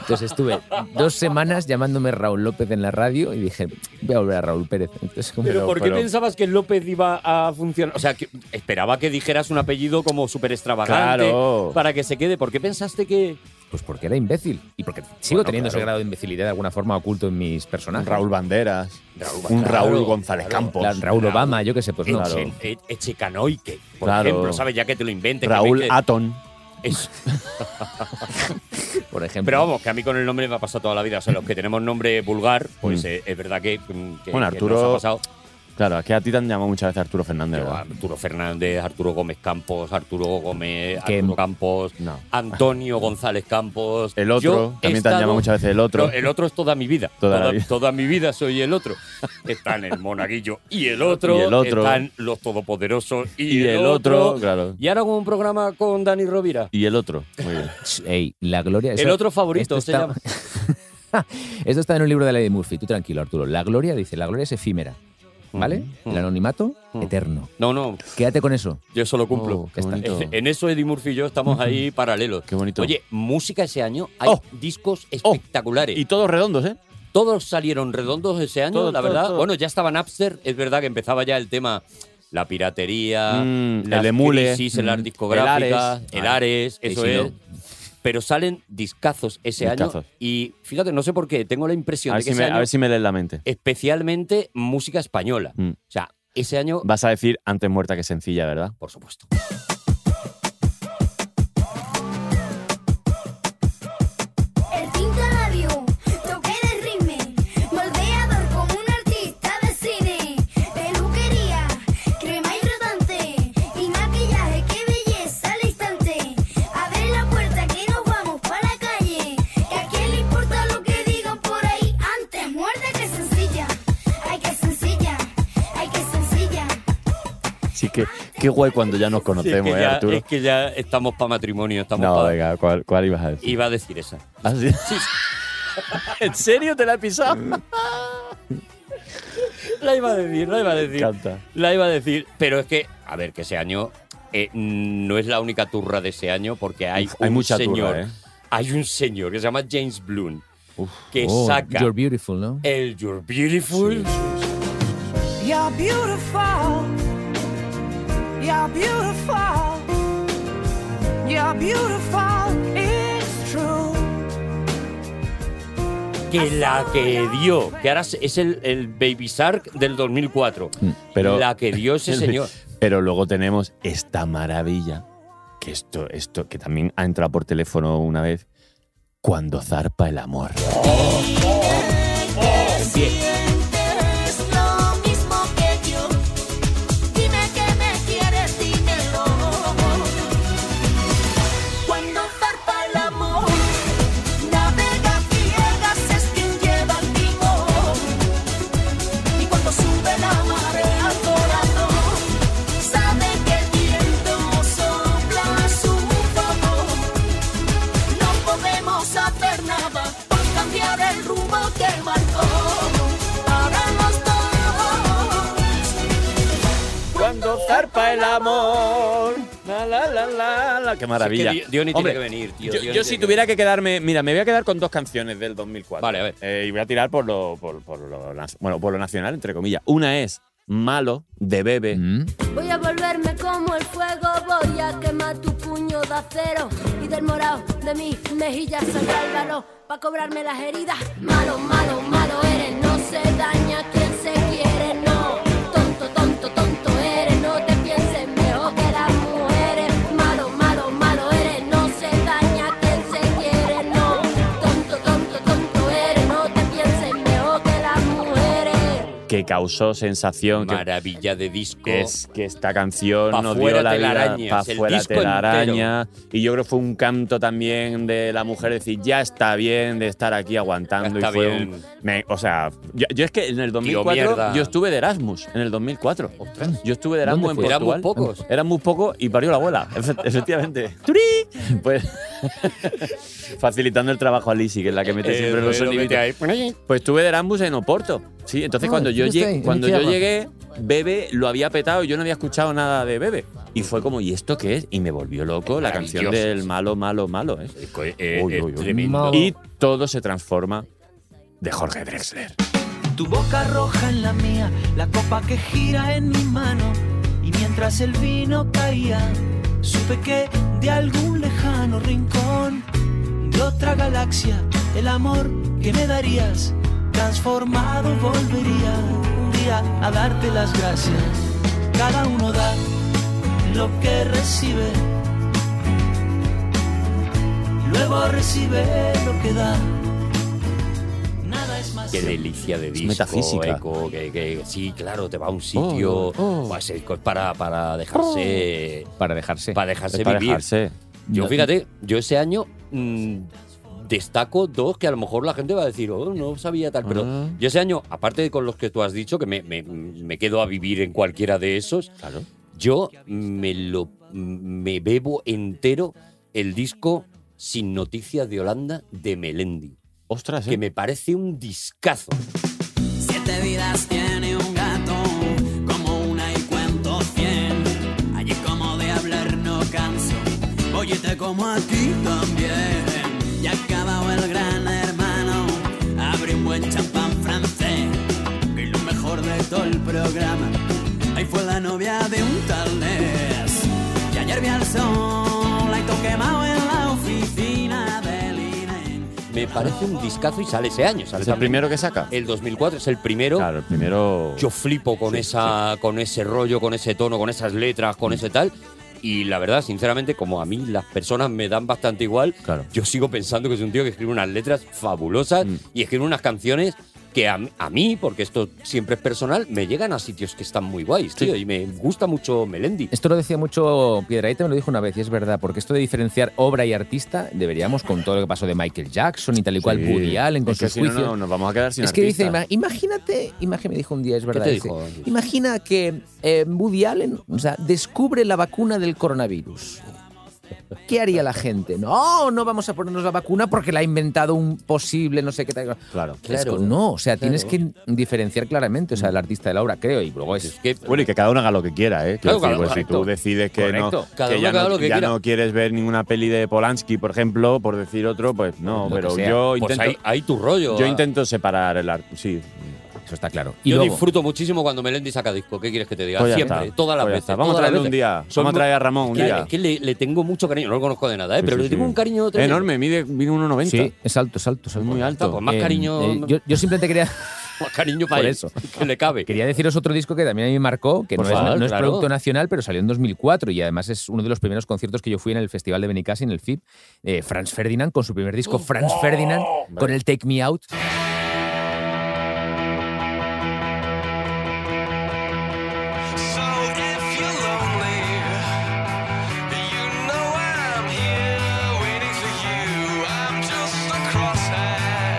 Speaker 4: Entonces estuve dos semanas llamándome Raúl López en la radio y dije, voy a volver a Raúl Pérez. Entonces, como-
Speaker 7: Pero, ¿por qué pensabas que López iba a funcionar? O sea, que esperaba que dijeras un apellido como súper extravagante
Speaker 4: Claro.
Speaker 7: para que se quede. ¿Por qué pensaste que,
Speaker 4: Pues porque era imbécil. Y porque sigo
Speaker 21: Bueno,
Speaker 4: teniendo ese
Speaker 21: claro.
Speaker 4: grado de imbecilidad de alguna forma oculto en mis personajes.
Speaker 21: Un Raúl
Speaker 4: Banderas.
Speaker 21: un Raúl González Campos.
Speaker 4: Raúl
Speaker 21: Claro.
Speaker 4: Obama, yo qué sé, pues no.
Speaker 21: Claro.
Speaker 7: Eh, eh, Checanoique, por
Speaker 4: Claro.
Speaker 7: ejemplo, ¿sabes? Ya que te lo inventes. que
Speaker 4: Raúl
Speaker 7: me- que-
Speaker 4: Atón.
Speaker 7: Eso.
Speaker 4: Por ejemplo.
Speaker 7: Pero vamos, que a mí con el nombre me ha pasado toda la vida. O sea, los que tenemos nombre vulgar, pues
Speaker 6: Mm.
Speaker 7: eh, es verdad que, mm, que-
Speaker 6: bueno,
Speaker 7: que
Speaker 6: Arturo.
Speaker 7: nos ha pasado.
Speaker 6: Claro, aquí a ti te han llamado muchas veces Arturo Fernández. ¿verdad?
Speaker 7: Arturo Fernández, Arturo Gómez Campos, Arturo Gómez,
Speaker 6: Que-
Speaker 7: Arturo Campos, Antonio González Campos.
Speaker 6: El otro,
Speaker 7: Yo he
Speaker 6: también te han llamado
Speaker 7: estado- eh,
Speaker 6: muchas veces el otro.
Speaker 7: No, el otro es toda mi vida.
Speaker 6: Toda
Speaker 7: Toda,
Speaker 6: la vida.
Speaker 7: toda mi vida soy el otro. Están el monaguillo y el otro.
Speaker 6: Y el otro.
Speaker 7: Están los todopoderosos y,
Speaker 6: Y el otro, claro.
Speaker 7: Y ahora con un programa con Dani Rovira.
Speaker 6: Y el otro. Muy bien.
Speaker 4: Ey, la gloria.
Speaker 7: El otro favorito
Speaker 4: esto
Speaker 7: se
Speaker 4: está-
Speaker 7: llama.
Speaker 4: Esto está en un libro de Lady Murphy. Tú tranquilo, Arturo. La gloria, dice, la gloria es efímera. ¿Vale?
Speaker 21: Mm,
Speaker 4: El anonimato, eterno.
Speaker 7: No, no.
Speaker 4: Quédate con eso.
Speaker 7: Yo solo cumplo.
Speaker 4: Oh, qué bonito.
Speaker 7: en eso Eddie Murphy y yo estamos ahí paralelos. Qué bonito. Oye, música ese año, hay
Speaker 6: Oh.
Speaker 7: discos espectaculares. y
Speaker 6: todos redondos, ¿eh?
Speaker 7: Todos salieron redondos ese año,
Speaker 6: Todo,
Speaker 7: la
Speaker 6: todo,
Speaker 7: verdad.
Speaker 6: todo.
Speaker 7: Bueno, ya estaba Napster, es verdad que empezaba ya el tema la piratería,
Speaker 6: Mm,
Speaker 7: las
Speaker 6: el emule.
Speaker 7: crisis en las
Speaker 6: Mm.
Speaker 7: discográficas,
Speaker 6: El Ares.
Speaker 7: el Ares,
Speaker 6: Ah,
Speaker 7: eso
Speaker 6: sí,
Speaker 7: es.
Speaker 6: no.
Speaker 7: Pero salen discazos ese
Speaker 6: Discazos.
Speaker 7: año y fíjate, no sé por qué, tengo la impresión
Speaker 6: A ver,
Speaker 7: de que
Speaker 6: si
Speaker 7: ese
Speaker 6: me, a
Speaker 7: año,
Speaker 6: ver si me lees la mente.
Speaker 7: especialmente música española.
Speaker 6: Mm.
Speaker 7: O sea, ese año
Speaker 6: Vas a decir antes muerta que sencilla, ¿verdad?
Speaker 7: Por supuesto.
Speaker 22: El pintalabio, toque de ritme, moldeador como un artista de cine, peluquería, crema hidratante y maquillaje, qué belleza al instante. Abre la puerta que nos vamos para la calle, que a quién le importa lo que digan por ahí, antes muerde que sencilla, ay que sencilla, ay que sencilla.
Speaker 6: Sí, que qué guay cuando ya nos
Speaker 7: Sí, es,
Speaker 6: conocemos,
Speaker 7: que
Speaker 6: ¿eh,
Speaker 7: ya,
Speaker 6: Arturo?
Speaker 7: es que ya estamos para matrimonio, estamos
Speaker 6: No,
Speaker 7: pa-
Speaker 6: venga, ¿cuál, cuál ibas a decir?
Speaker 7: Iba a decir esa.
Speaker 6: ¿Ah, sí? ¿En serio te la he pisado?
Speaker 7: la iba a decir, la iba a decir.
Speaker 6: Canta.
Speaker 7: La iba a decir, pero es que, a ver, que ese año eh, no es la única turra de ese año porque hay,
Speaker 6: hay
Speaker 7: un
Speaker 6: mucha turra,
Speaker 7: señor,
Speaker 6: ¿eh?
Speaker 7: hay un señor que se llama James Bloom que
Speaker 4: Oh,
Speaker 7: saca
Speaker 4: You're beautiful, ¿no?
Speaker 7: el You're Beautiful.
Speaker 17: You're beautiful. You're beautiful. You're beautiful. It's true.
Speaker 7: que la que dio, que ahora es el, el Baby Shark del 2004.
Speaker 6: Pero,
Speaker 7: la que dio ese señor.
Speaker 6: Pero luego tenemos esta maravilla, que esto, esto, que también ha entrado por teléfono una vez, cuando zarpa el amor.
Speaker 22: Sientes lo mismo que yo. Dime que me quieres, dímelo. Cuando zarpa el amor, navega ciegas, es quien lleva el timón. Y cuando sube la marea al corazón, sabe que el viento sopla a su favor. No podemos hacer nada por cambiar el rumbo que marcó. Paramos
Speaker 6: Cuando zarpa el amor. La, la, la, la, la. Qué maravilla.
Speaker 7: Si es que Di- Diony tiene
Speaker 6: Hombre,
Speaker 7: que venir, tío.
Speaker 6: Yo,
Speaker 7: Diony
Speaker 6: yo
Speaker 7: tiene
Speaker 6: si
Speaker 7: que
Speaker 6: tuviera que quedarme. Mira, me voy a quedar con dos canciones del 2004.
Speaker 7: Vale, a ver.
Speaker 6: Eh, y voy a tirar por lo, por, por lo na- bueno, por lo nacional, entre comillas. Una es Malo, de Bebe.
Speaker 22: Voy a volverme como el fuego, voy a quemar tu puño de acero y del morado de mis mejillas sacar el valor pa' cobrarme las heridas. Malo, malo, malo eres, no se daña quien se quiere, no. Tonto, tonto, tonto eres, no te pienses mejor que las mujeres. Malo, malo, malo eres, no se daña quien se quiere, no. Tonto, tonto, tonto eres, no te pienses mejor que las mujeres.
Speaker 6: que causó sensación.
Speaker 7: Maravilla de disco.
Speaker 6: Es que esta canción
Speaker 7: Pa'
Speaker 6: nos
Speaker 7: fuera
Speaker 6: dio la vida
Speaker 7: telarañas,
Speaker 6: pa'
Speaker 7: el
Speaker 6: fuera
Speaker 7: disco
Speaker 6: telaraña. Y yo creo que fue un canto también de la mujer decir, ya está bien de estar aquí aguantando.
Speaker 7: Ya
Speaker 6: y
Speaker 7: está
Speaker 6: fue
Speaker 7: bien.
Speaker 6: un- me- o sea, yo, yo es que en el 2004
Speaker 7: mierda.
Speaker 6: yo estuve de Erasmus, en el 2004. Yo estuve de
Speaker 7: ¿Dónde
Speaker 6: Erasmus en
Speaker 7: fuiste?
Speaker 6: Portugal.
Speaker 7: Éramos pocos.
Speaker 6: Eran muy pocos y parió la abuela, efe- efectivamente. ¡Turí! Pues facilitando el trabajo a Lisi, que es la que mete
Speaker 7: Eh,
Speaker 6: siempre los
Speaker 7: lo mete
Speaker 6: soniditos.
Speaker 7: ahí.
Speaker 6: Pues estuve de Erasmus en Oporto. Sí, entonces
Speaker 7: Ah,
Speaker 6: cuando yo
Speaker 7: ¿estuviste
Speaker 6: llegué,
Speaker 7: ahí?
Speaker 6: cuando
Speaker 7: ¿En
Speaker 6: yo
Speaker 7: Chiapas?
Speaker 6: llegué, Bebe lo había petado, yo no había escuchado nada de Bebe. Y fue como, ¿y esto qué es? Y me volvió loco la canción
Speaker 7: maravilloso.
Speaker 6: del malo, malo, malo. ¿eh?
Speaker 7: eh, es tremendo.
Speaker 6: Y todo se transforma de Jorge Drexler.
Speaker 20: Tu boca roja en la mía, la copa que gira en mi mano. Y mientras el vino caía, supe que de algún lejano rincón
Speaker 17: de otra galaxia, el amor que me darías, transformado volvería un día a darte las gracias. Cada uno da lo que recibe, luego recibe lo que da. Nada es más.
Speaker 7: Qué delicia de disco,
Speaker 20: metafísica.
Speaker 7: eco, que, que- sí, claro, te va a un sitio pues, eh, para, para dejarse...
Speaker 4: Para dejarse.
Speaker 7: Oh. Para dejarse
Speaker 6: Para
Speaker 7: vivir.
Speaker 6: dejarse.
Speaker 7: Yo,
Speaker 6: No-
Speaker 7: fíjate, yo ese año mm, destaco dos que a lo mejor la gente va a decir, oh, no sabía tal, pero
Speaker 6: Ah.
Speaker 7: yo ese año, aparte de con los que tú has dicho, que me, me- me quedo a vivir en cualquiera de esos, yo me, lo, me bebo entero el disco Sin Noticias de Holanda de Melendi.
Speaker 20: Ostras,
Speaker 6: ¿eh?
Speaker 7: que me parece un discazo.
Speaker 1: Siete vidas tiene un gato, como una y cuento cien. Allí como de hablar no canso, oye te como a ti también. Ya acabado el gran hermano, abre un buen champán francés. Que lo mejor de todo el programa, ahí fue la novia de un tal Ness. Y ayer vi al sol, la quemado en la oficina del
Speaker 7: Me parece un discazo y sale ese año. Sale
Speaker 6: ¿Es el
Speaker 7: también.
Speaker 6: primero que saca?
Speaker 7: El 2004 es el primero.
Speaker 6: Claro, el primero.
Speaker 7: Yo flipo con, esa, con ese rollo, con ese tono, con esas letras, con ese tal. Y la verdad, sinceramente, como a mí las personas me dan bastante igual, yo sigo pensando que es un tío que escribe unas letras fabulosas
Speaker 6: Mm.
Speaker 7: y escribe unas canciones que a, mí- a mí, porque esto siempre es personal, me llegan a sitios que están muy guays, tío. Y me gusta mucho Melendi.
Speaker 4: Esto lo decía mucho Piedraíta, me lo dijo una vez, y es verdad, porque esto de diferenciar obra y artista, deberíamos con todo lo que pasó de Michael Jackson y tal y cual,
Speaker 6: Sí.
Speaker 4: Woody Allen con
Speaker 6: Es que
Speaker 4: sus
Speaker 6: si no,
Speaker 4: juicios.
Speaker 6: no, nos vamos a quedar sin
Speaker 4: Es que dice,
Speaker 6: artista.
Speaker 4: ima- imagínate, imagínate, me dijo un día, es verdad.
Speaker 6: te
Speaker 4: dice,
Speaker 6: dijo?
Speaker 4: Imagina que eh, Woody Allen o sea, descubre la vacuna del coronavirus. ¿Qué haría la gente? No, no vamos a ponernos la vacuna porque la ha inventado un posible, no sé qué tal.
Speaker 6: Claro,
Speaker 4: Claro, no, o sea, tienes que diferenciar claramente, o sea, el artista de la obra, creo, y
Speaker 7: Pues
Speaker 4: luego es,
Speaker 6: Bueno, y que cada uno haga lo que quiera, ¿eh?
Speaker 4: Claro,
Speaker 6: Quiero
Speaker 4: cada-
Speaker 6: decir, pues, si
Speaker 4: correcto.
Speaker 6: tú decides que, no,
Speaker 4: Correcto. Cada
Speaker 6: que
Speaker 4: uno
Speaker 6: ya,
Speaker 4: que haga
Speaker 6: no,
Speaker 4: lo que
Speaker 6: ya
Speaker 4: quiera.
Speaker 6: no quieres ver ninguna peli de Polanski, por ejemplo, por decir otro, pues no,
Speaker 4: Lo que
Speaker 6: pero
Speaker 4: sea.
Speaker 6: yo
Speaker 4: Pues
Speaker 6: intento.
Speaker 4: ahí- ahí tu rollo,
Speaker 6: Yo
Speaker 4: ah.
Speaker 6: intento separar el arte, sí.
Speaker 4: Eso está claro.
Speaker 7: yo disfruto muchísimo cuando Melendi saca disco. ¿Qué quieres que te diga?
Speaker 6: Pues ya
Speaker 7: Siempre,
Speaker 6: está.
Speaker 7: todas las
Speaker 6: Pues ya
Speaker 7: veces.
Speaker 6: está. Vamos a
Speaker 7: todas las
Speaker 6: traerle un
Speaker 7: veces.
Speaker 6: día.
Speaker 7: Son
Speaker 6: Vamos a
Speaker 7: muy-
Speaker 6: traer a Ramón un
Speaker 7: Claro,
Speaker 6: día.
Speaker 7: Es que le, le tengo mucho cariño. No lo conozco de nada, ¿eh?
Speaker 6: Sí,
Speaker 7: pero
Speaker 6: sí,
Speaker 7: le tengo
Speaker 6: sí.
Speaker 7: un cariño tremendo.
Speaker 6: Enorme, mide, mide 1,90.
Speaker 4: Sí, es alto, es alto, es muy
Speaker 6: alto.
Speaker 7: Con más
Speaker 4: Eh,
Speaker 7: cariño.
Speaker 4: eh, yo, yo simplemente quería.
Speaker 7: Más cariño para
Speaker 4: Por
Speaker 7: él,
Speaker 4: eso.
Speaker 7: Que le cabe.
Speaker 4: Quería deciros otro disco que también a mí me marcó, que
Speaker 7: Por
Speaker 4: no, es-
Speaker 7: favor,
Speaker 4: no es
Speaker 7: claro.
Speaker 4: producto nacional, pero salió en 2004 y además es uno de los primeros conciertos que yo fui en el Festival de Benicassi, en el FIB. eh, Franz Ferdinand con su primer disco, Franz Ferdinand, con el Take Me Out. Eh,
Speaker 22: So if you're lonely, you know I'm here waiting for you. I'm just a crosshair.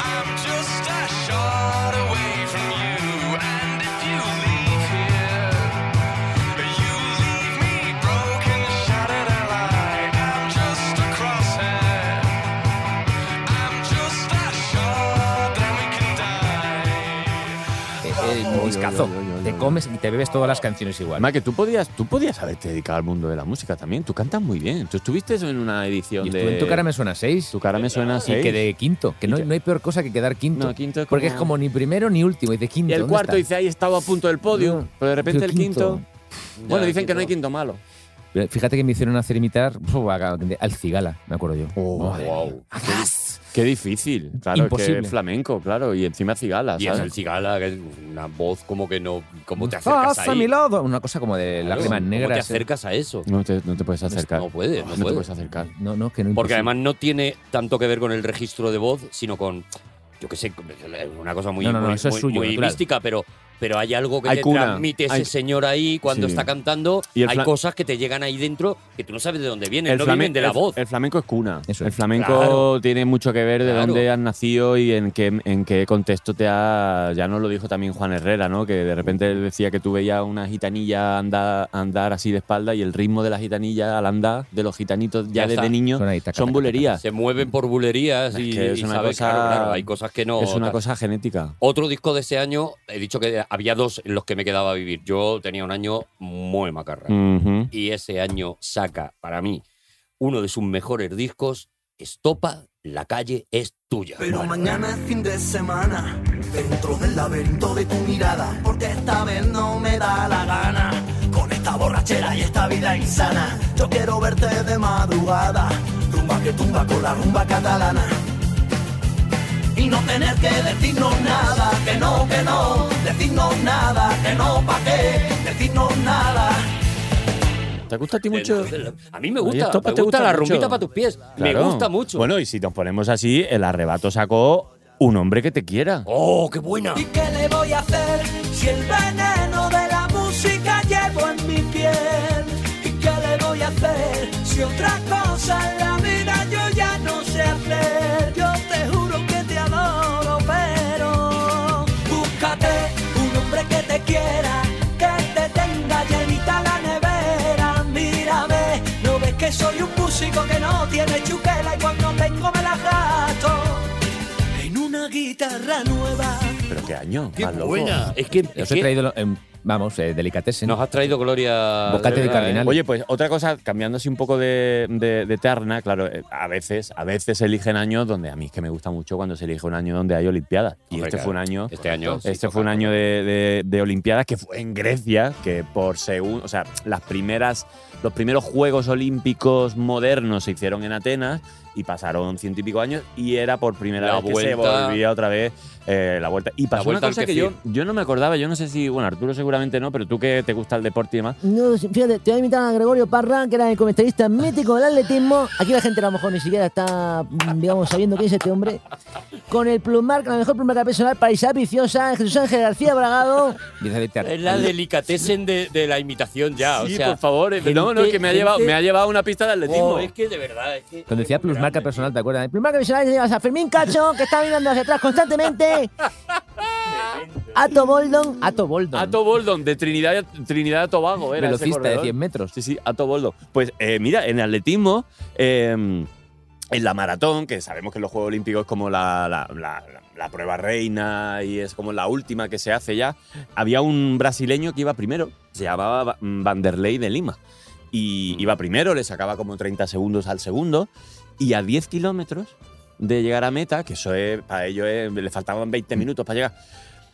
Speaker 22: I'm just a shot away from you. And if you leave here, you leave me broken, shattered and alive. I'm just a crosshair. I'm just a shot, then we can die.
Speaker 4: Eh, eh,
Speaker 22: Oy, oy,
Speaker 4: discazo.
Speaker 6: oy, oy, oy,
Speaker 4: Te
Speaker 6: oy.
Speaker 4: comes y te bebes todas las canciones igual.
Speaker 6: Además, que tú podías, tú podías haberte dedicado al mundo de la música también. Tú cantas muy bien. Tú estuviste en una edición
Speaker 4: Y
Speaker 6: de.
Speaker 4: estuve en Tu cara me suena 6.
Speaker 6: Tu cara me suena a
Speaker 4: Y
Speaker 6: seis.
Speaker 4: quedé quinto, que no, no hay peor cosa que quedar quinto.
Speaker 6: No, quinto es
Speaker 4: Porque es
Speaker 6: como-
Speaker 4: como ni primero ni último, y de quinto.
Speaker 6: Y el
Speaker 4: ¿dónde
Speaker 6: cuarto
Speaker 4: estás?
Speaker 6: dice, ahí estaba a punto del podio.
Speaker 4: No,
Speaker 6: pero de repente
Speaker 4: pero
Speaker 6: el quinto.
Speaker 4: Ya,
Speaker 6: Bueno,
Speaker 4: el
Speaker 6: dicen que no
Speaker 4: quinto.
Speaker 6: hay quinto malo.
Speaker 4: Pero Fíjate que me hicieron hacer imitar puf, a- al Cigala, me acuerdo yo. Madre
Speaker 6: wow. Qué difícil. Claro, que
Speaker 4: Imposible.
Speaker 6: es flamenco, claro. Y encima cigala,
Speaker 7: Y es
Speaker 6: ¿sabes?
Speaker 7: el cigala, que es una voz como que no. ¿Cómo te acercas
Speaker 4: Estás
Speaker 7: ahí?
Speaker 4: Ah, a mi lado. Una cosa como de
Speaker 7: Claro,
Speaker 4: lágrimas
Speaker 7: ¿cómo
Speaker 4: negras. ¿eh?
Speaker 7: te acercas a eso?
Speaker 6: ¿eh? No te, no te pues, puedes acercar.
Speaker 7: No puedes, no
Speaker 6: te
Speaker 7: puedes.
Speaker 6: puedes acercar.
Speaker 4: Ah, No, no,
Speaker 6: pues
Speaker 4: que no
Speaker 7: Porque
Speaker 4: imposible.
Speaker 7: además no tiene tanto que ver con el registro de voz, sino con. Yo qué sé, una cosa muy,
Speaker 4: No, no, no,
Speaker 7: muy,
Speaker 4: eso es
Speaker 7: muy-
Speaker 4: suyo,
Speaker 7: muy
Speaker 4: natural.
Speaker 7: mística, pero, pero hay algo que
Speaker 6: Hay
Speaker 7: te
Speaker 6: cuna,
Speaker 7: transmite ese
Speaker 6: hay-
Speaker 7: señor ahí cuando
Speaker 6: Sí.
Speaker 7: está cantando.
Speaker 6: Y el
Speaker 7: hay
Speaker 6: fla-
Speaker 7: cosas que te llegan ahí dentro que tú no sabes de dónde vienen, no
Speaker 6: flamen-
Speaker 7: vienen de la
Speaker 6: el-
Speaker 7: voz.
Speaker 6: El flamenco es cuna. El flamenco
Speaker 7: Claro.
Speaker 6: tiene mucho que ver de
Speaker 7: Claro.
Speaker 6: dónde has nacido y en qué, en qué contexto te ha. Ya nos lo dijo también Juan Herrera, ¿no? Que de repente él decía que tú veías una gitanilla anda- andar así de espalda y el ritmo de la gitanilla al andar de los gitanitos ya,
Speaker 7: Ya está.
Speaker 6: desde niños
Speaker 7: Son
Speaker 6: son,
Speaker 7: ahí, taca, taca,
Speaker 6: bulerías.
Speaker 7: Se mueven por bulerías y,
Speaker 6: Ah. Es que es
Speaker 7: y
Speaker 6: una
Speaker 7: sabes,
Speaker 6: cosa-
Speaker 7: claro, claro, hay cosas que no.
Speaker 6: es una
Speaker 7: tal.
Speaker 6: cosa genética.
Speaker 7: Otro disco de ese año, he dicho que había dos en los que me quedaba a vivir. Yo tenía un año muy macarra.
Speaker 6: Mm. Ujú.
Speaker 7: Y ese año saca, para mí, uno de sus mejores discos, Estopa, la calle es tuya.
Speaker 17: Pero mañana es fin de semana, dentro del laberinto de tu mirada, porque esta vez no me da la gana. Con esta borrachera y esta vida insana, yo quiero verte de madrugada, rumbo bomba que tumba con la rumba catalana. Y no tener que decirnos nada, que no, que no, decirnos nada, que no, pa' qué, decirnos nada.
Speaker 6: ¿Te gusta a ti mucho?
Speaker 7: A mí me gusta, me gusta la rumbita para tus pies. Me gusta mucho.
Speaker 6: Bueno, y si nos ponemos así, el arrebato sacó un hombre que te quiera.
Speaker 7: ¡Oh, qué buena!
Speaker 17: ¿Y qué le voy a hacer si el veneno de la música llevo en mi piel? ¿Y qué le voy a hacer si otra cosa en la vida yo ya no sé hacer? Yo te juro que te adoro, pero búscate un hombre que te quiera, que te tenga llenita la nevera. Mírame, no ves que soy un músico que no tiene chuquela y cuando tengo me la gasto en una guitarra nueva.
Speaker 6: Pero qué año.
Speaker 7: Qué buena. Es que.
Speaker 4: Os he traído, em, vamos, eh, delicatessen.
Speaker 7: Nos has traído Gloria. ¿eh?
Speaker 4: Bocate de cardinal.
Speaker 6: Oye, pues otra cosa, cambiando así un poco de, de- de terna, claro, eh, a veces, a veces eligen años donde a mí es que me gusta mucho cuando se elige un año donde hay Olimpiadas. Y
Speaker 7: Hombre,
Speaker 6: este
Speaker 7: claro.
Speaker 6: fue un año.
Speaker 7: Este año, sí,
Speaker 6: Este fue un año de, de- de Olimpiadas que fue en Grecia, que por según. O sea, las primeras. Los primeros Juegos Olímpicos modernos se hicieron en Atenas y pasaron ciento y pico años y era por primera
Speaker 7: La
Speaker 6: vez que se
Speaker 7: vuelta-
Speaker 6: volvía otra vez eh, la vuelta. Y pasó
Speaker 7: vuelta
Speaker 6: una
Speaker 7: al
Speaker 6: cosa que
Speaker 7: kefir.
Speaker 6: yo, yo no me acordaba, yo no sé si, bueno, Arturo seguramente no, pero tú que te gusta el deporte y demás,
Speaker 18: No, fíjate, te voy a invitar a Gregorio Parra, que era el comentarista mítico del atletismo. Aquí la gente a lo mejor ni siquiera está, mm, digamos, sabiendo quién es este hombre. Con el plumar, con la mejor plumar personal para Isabel Viciosa, Jesús Ángel García Bragado.
Speaker 7: Es la delicatessen de, de la imitación ya.
Speaker 6: Sí,
Speaker 7: o sea,
Speaker 6: por favor. eh, no, no,
Speaker 7: gente-
Speaker 6: que me ha, llevado,
Speaker 7: gente-
Speaker 6: me ha llevado a una pista de atletismo.
Speaker 7: Oh, es que de verdad, es que.
Speaker 4: Cuando decía plusmarca personal, ¿te acuerdas? eh?
Speaker 18: Plumar que personal llevas a Fermín Cacho, que está mirando hacia atrás constantemente. Ato Boldon. Ato Boldon.
Speaker 6: Ato Boldon, de Trinidad, Trinidad a Tobago, era ese
Speaker 4: Velocista de
Speaker 6: corredor.
Speaker 4: 100 metros.
Speaker 6: Sí, sí, Ato Boldon. Pues eh, mira, en atletismo, eh, en la maratón, que sabemos que en los Juegos Olímpicos es como la, la- la- la- la prueba reina y es como la última que se hace ya, había un brasileño que iba primero, se llamaba mm, Va- Vanderlei de Lima. Y iba primero, le sacaba como 30 segundos al segundo, y a 10 kilómetros de llegar a meta, que eso es, para ellos es- le faltaban 20 minutos para llegar,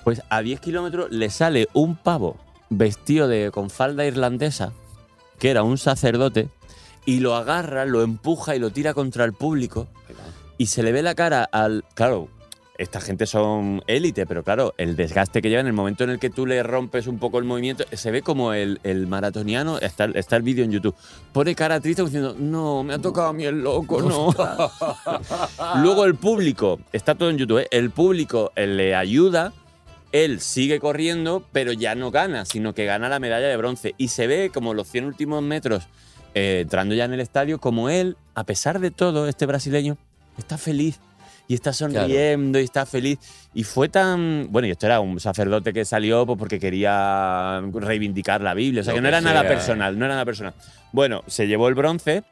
Speaker 6: pues a 10 kilómetros le sale un pavo vestido de, con falda irlandesa, que era un sacerdote, y lo agarra, lo empuja y lo tira contra el público. Y se le ve la cara al. Claro, esta gente son élite, pero claro, el desgaste que lleva en el momento en el que tú le rompes un poco el movimiento, se ve como el, el maratoniano. Está, está el vídeo en YouTube. Pone cara triste como diciendo, no, me ha tocado a mí el loco, no. Luego el público, está todo en YouTube, ¿eh? el público eh, le ayuda, él sigue corriendo, pero ya no gana, sino que gana la medalla de bronce. Y se ve como los 100 últimos metros, eh, entrando ya en el estadio, como él, a pesar de todo, este brasileño, está feliz. Y está sonriendo y está feliz. Y fue tan. Bueno, y esto era un sacerdote que salió pues, porque quería reivindicar la Biblia. O sea,
Speaker 7: Lo
Speaker 6: que no
Speaker 7: que
Speaker 6: era nada
Speaker 7: sea.
Speaker 6: personal personal, no era nada personal. Bueno, se llevó el bronce,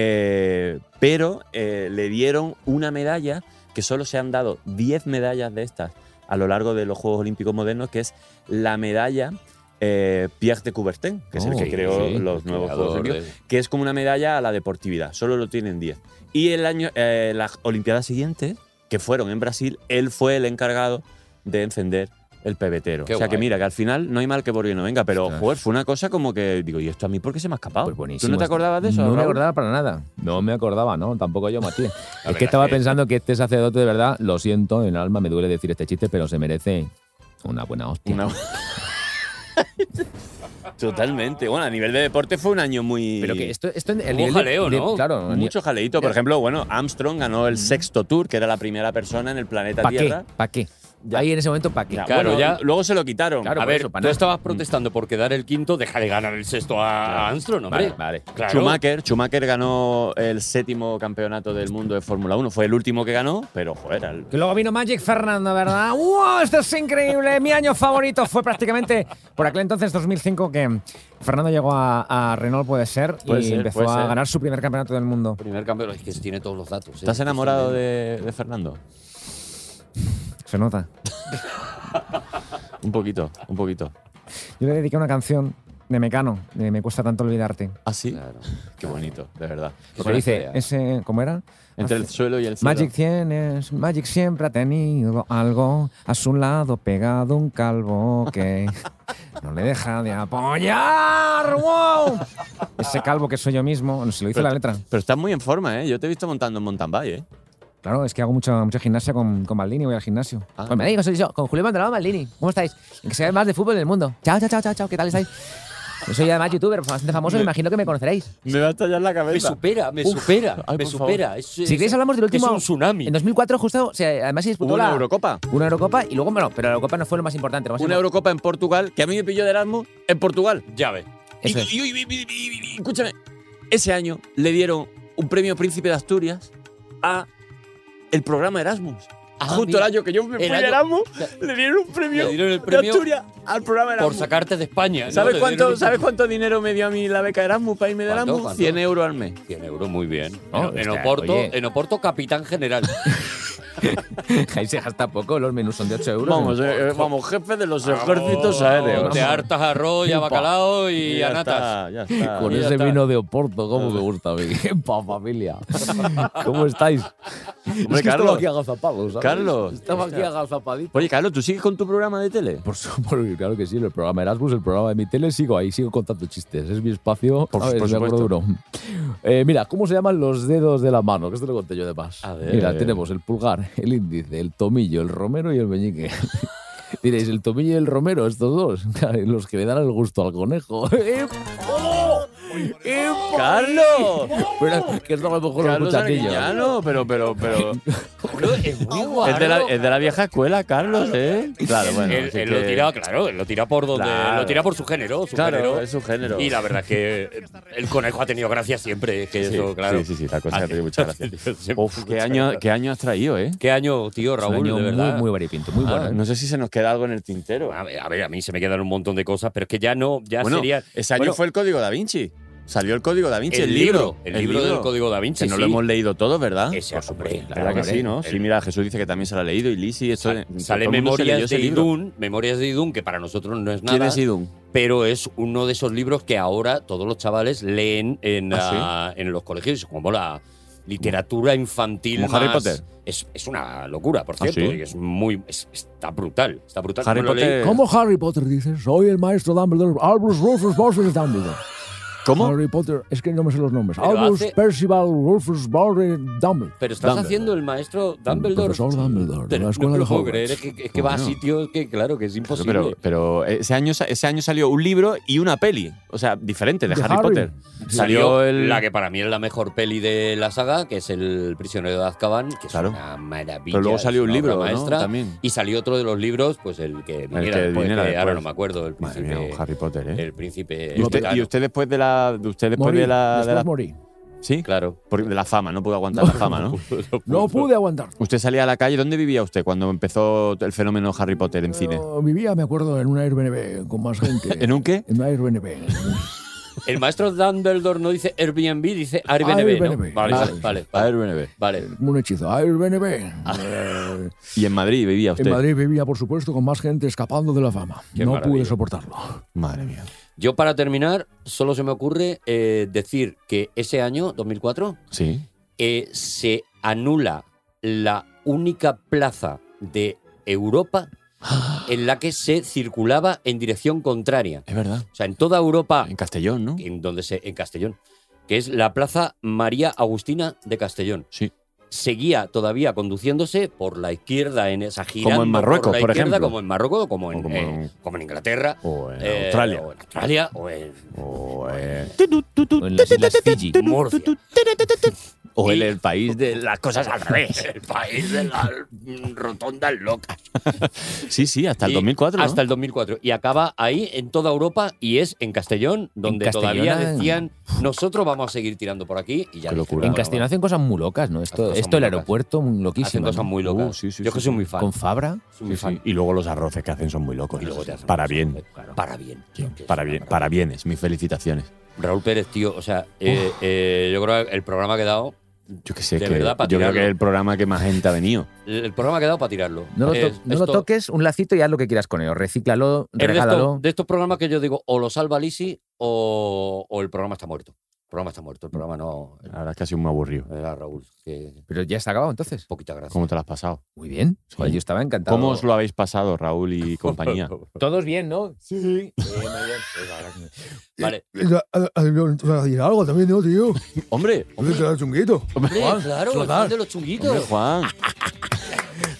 Speaker 6: eh, pero eh, le dieron una medalla que solo se han dado 10 medallas de estas a lo largo de los Juegos Olímpicos modernos, que es la medalla eh, Pierre de Coubertin, que es el
Speaker 7: Oh,
Speaker 6: que
Speaker 7: sí,
Speaker 6: creó
Speaker 7: sí,
Speaker 6: los
Speaker 7: el
Speaker 6: nuevos Juegos
Speaker 7: creador
Speaker 6: Olímpicos,
Speaker 7: de-
Speaker 6: que es como una medalla a la deportividad, solo lo tienen 10. Y el año, eh, las Olimpiadas siguientes, que fueron en Brasil, él fue el encargado de encender el pebetero.
Speaker 7: Qué
Speaker 6: o sea que
Speaker 7: guay.
Speaker 6: mira, que al final no hay mal que por bien no venga, pero joder, fue una cosa como que digo, ¿y esto a mí por qué se me ha escapado? Pues ¿Tú no te acordabas de eso?
Speaker 4: No me
Speaker 6: Raúl?
Speaker 4: acordaba para nada. No me acordaba, no. Tampoco yo, Matías. es
Speaker 6: verdad
Speaker 4: que estaba
Speaker 6: que-
Speaker 4: pensando que este sacerdote, de verdad, lo siento en el alma, me duele decir este chiste, pero se merece una buena hostia.
Speaker 6: Totalmente. Bueno, a nivel de deporte fue un año muy.
Speaker 4: Pero que esto- esto en- el
Speaker 6: Hubo
Speaker 4: nivel de-
Speaker 6: jaleo,
Speaker 4: de-
Speaker 6: ¿no?
Speaker 4: claro, a ni-
Speaker 6: Mucho jaleito. Por ejemplo, bueno, Armstrong ganó el sexto tour, que era la primera persona en el planeta
Speaker 4: ¿Para Mm. qué?
Speaker 6: Tierra.
Speaker 4: ¿Para qué? Ahí en ese momento, ¿para qué?
Speaker 6: Claro, ya. Luego se lo quitaron.
Speaker 7: a ver, tú estabas protestando por quedar el quinto, deja de ganar el sexto a, a Armstrong, hombre.
Speaker 4: Vale,
Speaker 7: Claro.
Speaker 6: Schumacher, Schumacher ganó el séptimo campeonato del mundo de Fórmula 1. Fue el último que ganó, pero joder, al-
Speaker 4: Que luego vino Magic Fernando, ¿verdad? ¡Wow! Esto es increíble. Mi año favorito fue prácticamente por aquel entonces, 2005, que Fernando llegó a, a Renault, puede ser,
Speaker 7: Puede
Speaker 4: y
Speaker 7: ser,
Speaker 4: empezó
Speaker 7: puede
Speaker 4: a
Speaker 7: ser.
Speaker 4: ganar su primer campeonato del mundo.
Speaker 7: Primer cambio, es que tiene todos los datos. ¿eh?
Speaker 6: ¿Estás enamorado de, de Fernando?
Speaker 4: Se nota.
Speaker 6: Un poquito, un poquito.
Speaker 4: Yo le dediqué una canción de Mecano, de Me cuesta tanto olvidarte.
Speaker 6: ¿Ah, sí? Qué bonito, de verdad.
Speaker 4: Porque dice, ese, ¿cómo era?
Speaker 6: Entre el
Speaker 4: Hace-
Speaker 6: suelo y el cielo.
Speaker 4: Magic tienes, Magic siempre ha tenido algo, a su lado pegado un calvo que
Speaker 3: No le deja de apoyar. ¡Wow! Ese calvo que soy yo mismo. No, se lo dice
Speaker 6: Pero-
Speaker 3: la letra.
Speaker 6: Pero estás muy en forma, ¿eh? Yo te he visto montando en mountain bike, ¿eh?
Speaker 3: Claro, es que hago mucha, mucha gimnasia con, con Maldini. Voy al gimnasio.
Speaker 6: Ah.
Speaker 10: Pues me digo, soy yo, con Julio Maldonado Maldini. ¿Cómo estáis? El Que se ve más de fútbol del mundo. Chao, chao, chao, chao, chao. ¿Qué tal estáis? Yo soy además youtuber bastante famoso, me
Speaker 7: Me-
Speaker 10: imagino que me conoceréis.
Speaker 6: Me va a estallar la cabeza.
Speaker 7: Me supera, me
Speaker 10: Uf.
Speaker 7: supera,
Speaker 10: Ay,
Speaker 7: me
Speaker 10: por
Speaker 7: supera.
Speaker 10: favor.
Speaker 7: Es-
Speaker 10: si
Speaker 7: es-
Speaker 10: queréis hablamos del último...
Speaker 7: Es un tsunami.
Speaker 10: En 2004 justo, o sea, además se disputó
Speaker 6: Hubo una
Speaker 10: la...
Speaker 6: Eurocopa.
Speaker 10: Una Eurocopa y luego, bueno, pero la Eurocopa no fue lo más importante. Lo más
Speaker 6: Una
Speaker 10: importante-
Speaker 6: Eurocopa en Portugal, que a mí me pilló de Erasmus en Portugal.
Speaker 7: Ya ve.
Speaker 10: Eso
Speaker 6: Y-
Speaker 10: es.
Speaker 6: y- y- y- y- y- escúchame, ese año le dieron un premio Príncipe de Asturias a el programa Erasmus. Justo
Speaker 7: Ah, mira.
Speaker 6: el año que yo me fui
Speaker 7: El
Speaker 6: de
Speaker 7: año-
Speaker 6: Erasmus, le dieron un premio,
Speaker 7: Le dieron el
Speaker 6: de
Speaker 7: premio
Speaker 6: Asturias al programa Erasmus.
Speaker 7: Por sacarte de España. ¿no?
Speaker 6: ¿Sabes
Speaker 7: Le
Speaker 6: cuánto,
Speaker 7: dieron-
Speaker 6: ¿Sabes cuánto dinero me dio a mí la beca Erasmus para irme de
Speaker 7: ¿Cuánto?
Speaker 6: Erasmus?
Speaker 7: ¿Cuánto?
Speaker 6: 100 euros al mes.
Speaker 7: 100 euros, muy bien.
Speaker 6: No,
Speaker 7: en, en
Speaker 6: o sea,
Speaker 7: Oporto,
Speaker 6: oye.
Speaker 7: en Oporto, capitán general.
Speaker 10: Ahí se gasta poco, los menús son de 8 euros.
Speaker 6: Vamos, eh, eh, vamos, jefe de los ejércitos
Speaker 7: Ah, Te
Speaker 6: aéreos.
Speaker 7: De hartas arroz y a bacalao y
Speaker 6: ya
Speaker 7: a natas.
Speaker 6: está, ya está.
Speaker 10: Ah, Con
Speaker 6: Y ya
Speaker 10: ese
Speaker 6: está.
Speaker 10: vino de Oporto, cómo me gusta a mí. Pa familia. ¿Cómo estáis?
Speaker 6: Hombre,
Speaker 10: Es que
Speaker 6: Carlos.
Speaker 10: Estaba aquí agazapado, ¿sabes?
Speaker 6: Carlos.
Speaker 10: Estaba aquí
Speaker 6: Hostia.
Speaker 10: agazapadito.
Speaker 6: Oye, Carlos, ¿tú sigues con tu programa de tele?
Speaker 10: Por supuesto, claro que sí, el programa Erasmus, el programa de mi tele, sigo ahí, sigo contando chistes. Es mi espacio.
Speaker 4: Por-
Speaker 10: ¿sabes?
Speaker 4: por
Speaker 10: Me acuerdo
Speaker 4: supuesto.
Speaker 10: de uno. Eh, mira, ¿cómo se llaman los dedos de la mano? Que esto lo conté yo de más.
Speaker 4: ver.
Speaker 10: Mira, tenemos el pulgar, el índice, el tomillo, el romero y el meñique. Diréis, el tomillo y el romero, estos dos, los que le dan el gusto al conejo.
Speaker 6: ¡Carlos!
Speaker 10: Pero que esto a lo mejor lo
Speaker 6: Carlos
Speaker 10: escuchan niños.
Speaker 6: Arguiñano, pero, pero, pero.
Speaker 7: es muy
Speaker 6: Es de, la, es de la vieja escuela, Carlos, ¿eh? Claro, bueno.
Speaker 7: él,
Speaker 6: así
Speaker 7: él
Speaker 6: que-
Speaker 7: lo tira, claro, él lo tira por donde,
Speaker 6: Claro.
Speaker 7: lo tira por su género, su
Speaker 6: Claro,
Speaker 7: género.
Speaker 6: es su género.
Speaker 7: Y la verdad es que eh, el conejo ha tenido gracia siempre, es que
Speaker 6: Sí,
Speaker 7: eso, claro.
Speaker 6: sí, sí, sí, la cosa que tiene mucha gracia.
Speaker 7: Siempre
Speaker 6: Uf, qué
Speaker 7: mucha
Speaker 6: año,
Speaker 7: gracia.
Speaker 6: qué año has traído, ¿eh?
Speaker 7: Qué año, tío,
Speaker 6: Es un
Speaker 7: Raúl,
Speaker 6: año
Speaker 7: de verdad.
Speaker 6: muy- muy variopinto, muy bueno, ¿eh? No sé si se nos queda algo en el tintero.
Speaker 7: ¿eh? A ver, a, ver, a mí se me quedan un montón de cosas, pero es que ya no, ya
Speaker 6: bueno,
Speaker 7: sería.
Speaker 6: ese año
Speaker 7: bueno,
Speaker 6: fue el Código da Vinci. Salió el Código da Vinci,
Speaker 7: El
Speaker 6: el, libro,
Speaker 7: libro, el libro del Código da Vinci,
Speaker 6: Que no lo
Speaker 7: sí.
Speaker 6: hemos leído todo, ¿verdad?
Speaker 7: Ese, hombre,
Speaker 6: La verdad que sí, ¿no? Sí, mira, Jesús dice que también se lo ha leído y Lisi, esto. todo
Speaker 7: Sale
Speaker 6: el mundo se leyó
Speaker 7: Memorias
Speaker 6: ese
Speaker 7: de
Speaker 6: libro.
Speaker 7: Idún, Memorias de Idún, que para nosotros no es nada.
Speaker 6: ¿Quién es Idún?
Speaker 7: Pero es uno de esos libros que ahora todos los chavales leen en,
Speaker 6: ¿Ah,
Speaker 7: ah, en los colegios, como la literatura infantil.
Speaker 6: ¿Como Harry
Speaker 7: más-
Speaker 6: Potter?
Speaker 7: Es, es una locura, por
Speaker 6: ¿Ah,
Speaker 7: cierto.
Speaker 6: sí?
Speaker 7: y es muy. es- está brutal. Está brutal.
Speaker 6: Harry
Speaker 7: Yo lo leí-
Speaker 6: Potter-
Speaker 13: ¿Cómo Harry Potter dices? Soy el maestro Dumbledore, Albus Rufus Bowser Dumbledore.
Speaker 6: ¿Cómo?
Speaker 13: Harry Potter, es que no me sé los nombres.
Speaker 7: Pero
Speaker 13: Albus
Speaker 7: hace-
Speaker 13: Percival Rufus Bowser Dumbledore.
Speaker 7: Pero estás
Speaker 13: Dumbledore.
Speaker 7: haciendo el maestro Dumbledore.
Speaker 13: Profesor Dumbledore, de
Speaker 7: No
Speaker 13: la escuela
Speaker 7: lo
Speaker 13: de
Speaker 7: puedo
Speaker 13: Hogwarts.
Speaker 7: creer, es que, es que va a
Speaker 6: Bueno.
Speaker 7: sitios que, claro, que es
Speaker 13: Pues
Speaker 6: Pero,
Speaker 7: imposible.
Speaker 6: pero, pero ese, año, sa- ese año salió un libro y una peli. O sea, diferente de,
Speaker 7: De
Speaker 6: Harry,
Speaker 7: Harry.
Speaker 6: Potter.
Speaker 7: Salió
Speaker 6: Salió el.
Speaker 7: la que para mí es la mejor peli de la saga, que es El prisionero de Azkaban, que
Speaker 6: Claro.
Speaker 7: es una maravilla.
Speaker 6: Pero luego
Speaker 7: es
Speaker 6: salió un
Speaker 7: una
Speaker 6: libro,
Speaker 7: obra
Speaker 6: ¿no?
Speaker 7: maestra.
Speaker 6: También.
Speaker 7: Y salió otro de los libros, pues el que viniera
Speaker 6: que
Speaker 7: después,
Speaker 6: viniera
Speaker 7: que ahora
Speaker 6: después.
Speaker 7: no me acuerdo. El
Speaker 6: Madre
Speaker 7: príncipe,
Speaker 6: mía, un Harry Potter, ¿eh?
Speaker 7: el príncipe
Speaker 6: ¿Y usted, y
Speaker 7: gitano.
Speaker 6: usted después de la. de usted después
Speaker 13: Morí,
Speaker 6: de la. de
Speaker 13: después
Speaker 6: la-
Speaker 13: morí.
Speaker 6: Sí,
Speaker 7: claro.
Speaker 6: Porque de la fama, no pudo aguantar la fama, ¿no?
Speaker 13: No pude aguantar.
Speaker 6: Usted salía a la calle, ¿dónde vivía usted cuando empezó el fenómeno Harry Potter en cine?
Speaker 13: Pero Vivía, me acuerdo, en una Airbnb con más gente.
Speaker 6: ¿En un qué?
Speaker 13: En una Airbnb.
Speaker 7: El maestro Dumbledore no dice Airbnb, dice Airbnb,
Speaker 13: Airbnb.
Speaker 7: ¿no? Vale,
Speaker 13: Ah,
Speaker 7: vale, vale.
Speaker 6: Airbnb.
Speaker 7: Vale.
Speaker 13: Un hechizo. Airbnb.
Speaker 6: Ah.
Speaker 13: Eh,
Speaker 6: Y en Madrid vivía usted.
Speaker 13: en Madrid vivía, por supuesto, con más gente escapando de la fama.
Speaker 7: Qué
Speaker 13: no
Speaker 7: maravilla.
Speaker 13: pude soportarlo.
Speaker 6: Madre mía.
Speaker 7: Yo para terminar, solo se me ocurre eh, decir que ese año, 2004,
Speaker 6: Sí.
Speaker 7: eh, se anula la única plaza de Europa en la que se circulaba en dirección contraria.
Speaker 6: Es verdad.
Speaker 7: O sea, en toda Europa. En
Speaker 6: Castellón, ¿no?
Speaker 7: En, donde se, en Castellón. Que es la Plaza María Agustina de Castellón.
Speaker 6: Sí.
Speaker 7: Seguía todavía conduciéndose por la izquierda en esa gira.
Speaker 6: Marruecos, por ejemplo.
Speaker 7: Como en Marruecos, como en, eh, como en Inglaterra.
Speaker 6: O en
Speaker 7: eh,
Speaker 6: Australia.
Speaker 7: O en Australia. O en,
Speaker 6: O, eh,
Speaker 7: en las Islas Fiji. Murcia.
Speaker 6: o en el país de las cosas al revés.
Speaker 7: El país de las rotondas locas.
Speaker 6: Sí, sí, hasta el
Speaker 7: Y
Speaker 6: 2004. ¿no?
Speaker 7: Hasta el 2004. Y acaba ahí en toda Europa y es en Castellón, donde
Speaker 10: Castellón,
Speaker 7: todavía
Speaker 10: ah, en-
Speaker 7: decían, nosotros vamos a seguir tirando por aquí y ya.
Speaker 10: En Castellón hacen cosas muy locas, ¿no? Esto,
Speaker 7: cosas
Speaker 10: esto
Speaker 7: muy
Speaker 10: el
Speaker 7: locas.
Speaker 10: aeropuerto, muy loquísimo.
Speaker 7: Hacen cosas
Speaker 10: ¿no?
Speaker 7: muy
Speaker 4: Uh,
Speaker 7: locas. Yo que soy muy fan.
Speaker 10: Con Fabra.
Speaker 7: Soy muy
Speaker 6: Sí,
Speaker 7: fan.
Speaker 6: sí. Y luego los arroces que hacen son muy locos. para bien.
Speaker 7: Para bien.
Speaker 6: Para bien. Para bienes. Mis felicitaciones.
Speaker 7: Raúl Pérez, tío, o sea, eh, eh, yo creo que el programa ha quedado.
Speaker 6: Yo que sé
Speaker 7: De
Speaker 6: que
Speaker 7: verdad, para
Speaker 6: yo creo que
Speaker 7: tirarlo.
Speaker 6: es el programa que más gente ha venido.
Speaker 7: El programa ha quedado para tirarlo.
Speaker 10: No, lo, to-
Speaker 7: Es-
Speaker 10: no lo
Speaker 7: esto-
Speaker 10: toques, un lacito y haz lo que quieras con ello. Recíclalo,
Speaker 7: es de, estos,
Speaker 10: regálalo.
Speaker 7: de estos programas que yo digo, o lo salva Lisi o, o el programa está muerto. programa está muerto, el programa no. eh,
Speaker 6: La verdad es que ha sido muy aburrido.
Speaker 7: Era Raúl. Que...
Speaker 4: Pero ya está acabado entonces.
Speaker 7: Poquita gracia.
Speaker 6: ¿Cómo te lo has pasado?
Speaker 4: Muy bien. Joder, yo estaba encantado.
Speaker 6: ¿Cómo os lo habéis pasado, Raúl y compañía?
Speaker 4: Todos bien, ¿no? Sí.
Speaker 7: Vale.
Speaker 2: a decir algo también, ¿no, tío?
Speaker 6: Hombre.
Speaker 2: Hombre, claro, chunguito.
Speaker 7: Hombre,
Speaker 2: Juan,
Speaker 7: claro, el
Speaker 2: total.
Speaker 7: fan de los chunguitos.
Speaker 6: Juan.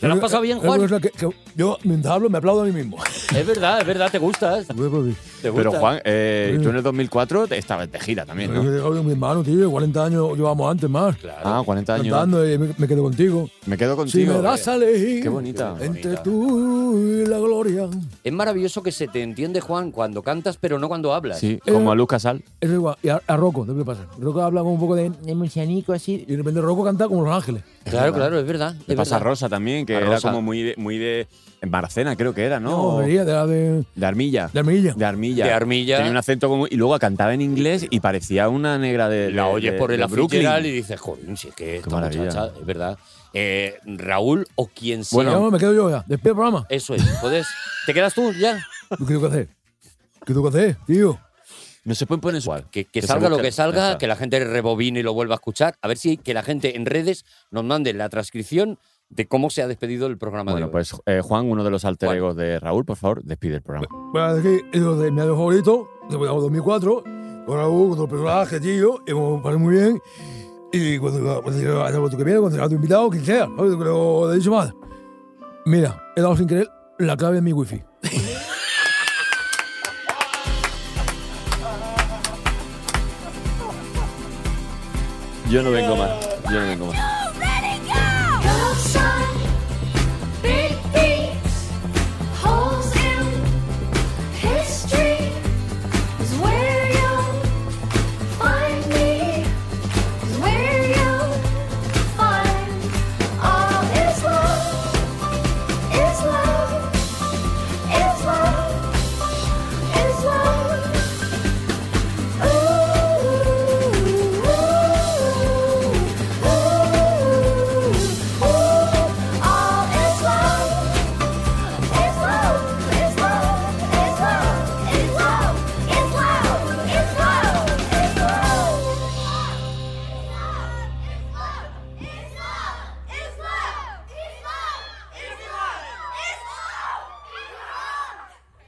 Speaker 7: ¿Te lo has pasado bien, Juan?
Speaker 2: Es la que- que yo, mientras hablo, me aplaudo a mí mismo.
Speaker 7: Es verdad, es verdad, te gustas. Te
Speaker 6: Pero
Speaker 7: gusta.
Speaker 6: Juan, eh, tú en el 2004 te- estabas de gira también,
Speaker 2: Yo he
Speaker 6: ¿no?
Speaker 2: dejado de mi hermano, tío. 40 años llevamos antes más.
Speaker 6: Ah, 40 años.
Speaker 2: Cantando y me, me quedo contigo.
Speaker 6: Me quedo
Speaker 2: Si
Speaker 6: contigo.
Speaker 2: me das a elegir
Speaker 6: Qué bonita.
Speaker 2: entre tú y la gloria.
Speaker 7: Es maravilloso que se te entiende, Juan, cuando cantas, pero no cuando hablas.
Speaker 6: Sí, como a Luz Casal.
Speaker 2: Eso igual. Y a, a Rocco, ¿qué pasa? Rocco habla como un poco de, de murcianico, así. Y de repente Rocco canta como Los Ángeles.
Speaker 7: Claro, claro, es verdad.
Speaker 6: Le
Speaker 7: es
Speaker 6: pasa a
Speaker 7: verdad.
Speaker 6: Rosa también, que
Speaker 7: A
Speaker 6: era
Speaker 7: Rosa.
Speaker 6: como muy de, muy de en Barcena, creo que era,
Speaker 2: No,
Speaker 7: Oh.
Speaker 6: ¿no?
Speaker 2: María, de la de.
Speaker 6: de Armilla.
Speaker 2: De Armilla.
Speaker 6: De Armilla.
Speaker 7: De Armilla.
Speaker 6: Tenía un acento como. Y luego cantaba en inglés y parecía una negra de.
Speaker 7: La
Speaker 6: de-
Speaker 7: oyes
Speaker 6: de-
Speaker 7: por el
Speaker 6: de Brooklyn.
Speaker 7: aficionado y dices, joder, si es que esta
Speaker 6: maravilla.
Speaker 7: muchacha, es verdad. Eh, Raúl o quien sea.
Speaker 2: Bueno, me quedo yo ya. Despide el programa.
Speaker 7: Eso es, ¿puedes? ¿Te quedas tú ya?
Speaker 2: ¿Qué tengo que hacer? ¿Qué tengo que hacer, tío?
Speaker 6: No se pueden poner su.
Speaker 7: Que, que
Speaker 6: se
Speaker 7: salga lo
Speaker 6: busque-
Speaker 7: que
Speaker 6: Ya
Speaker 7: salga,
Speaker 6: está.
Speaker 7: que la gente rebobine y lo vuelva a escuchar. A ver si que la gente en redes nos mande la transcripción de cómo se ha despedido el programa de
Speaker 6: Bueno,
Speaker 7: hoy.
Speaker 6: pues eh, Juan, uno de los alter egos de Raúl, por favor, despide el programa.
Speaker 2: Bueno, es que es de mi álbum favorito, de Cuidado 2004, con algo, con los personajes, tío, y me parece muy bien. Y cuando cuando llega a tu que viene, cuando llega tu invitado, quien sea, ¿sabes? Pero he dicho más. Mira, he dado sin querer la clave de mi wifi.
Speaker 6: Yo no vengo más. Yo no vengo más.
Speaker 22: Big beats, holes in history is where you'll find me. Is where you'll find all is love, is love, is love, is love. All is love. It's love. It's love. It's love. It's love. It's love. It's love. It's love.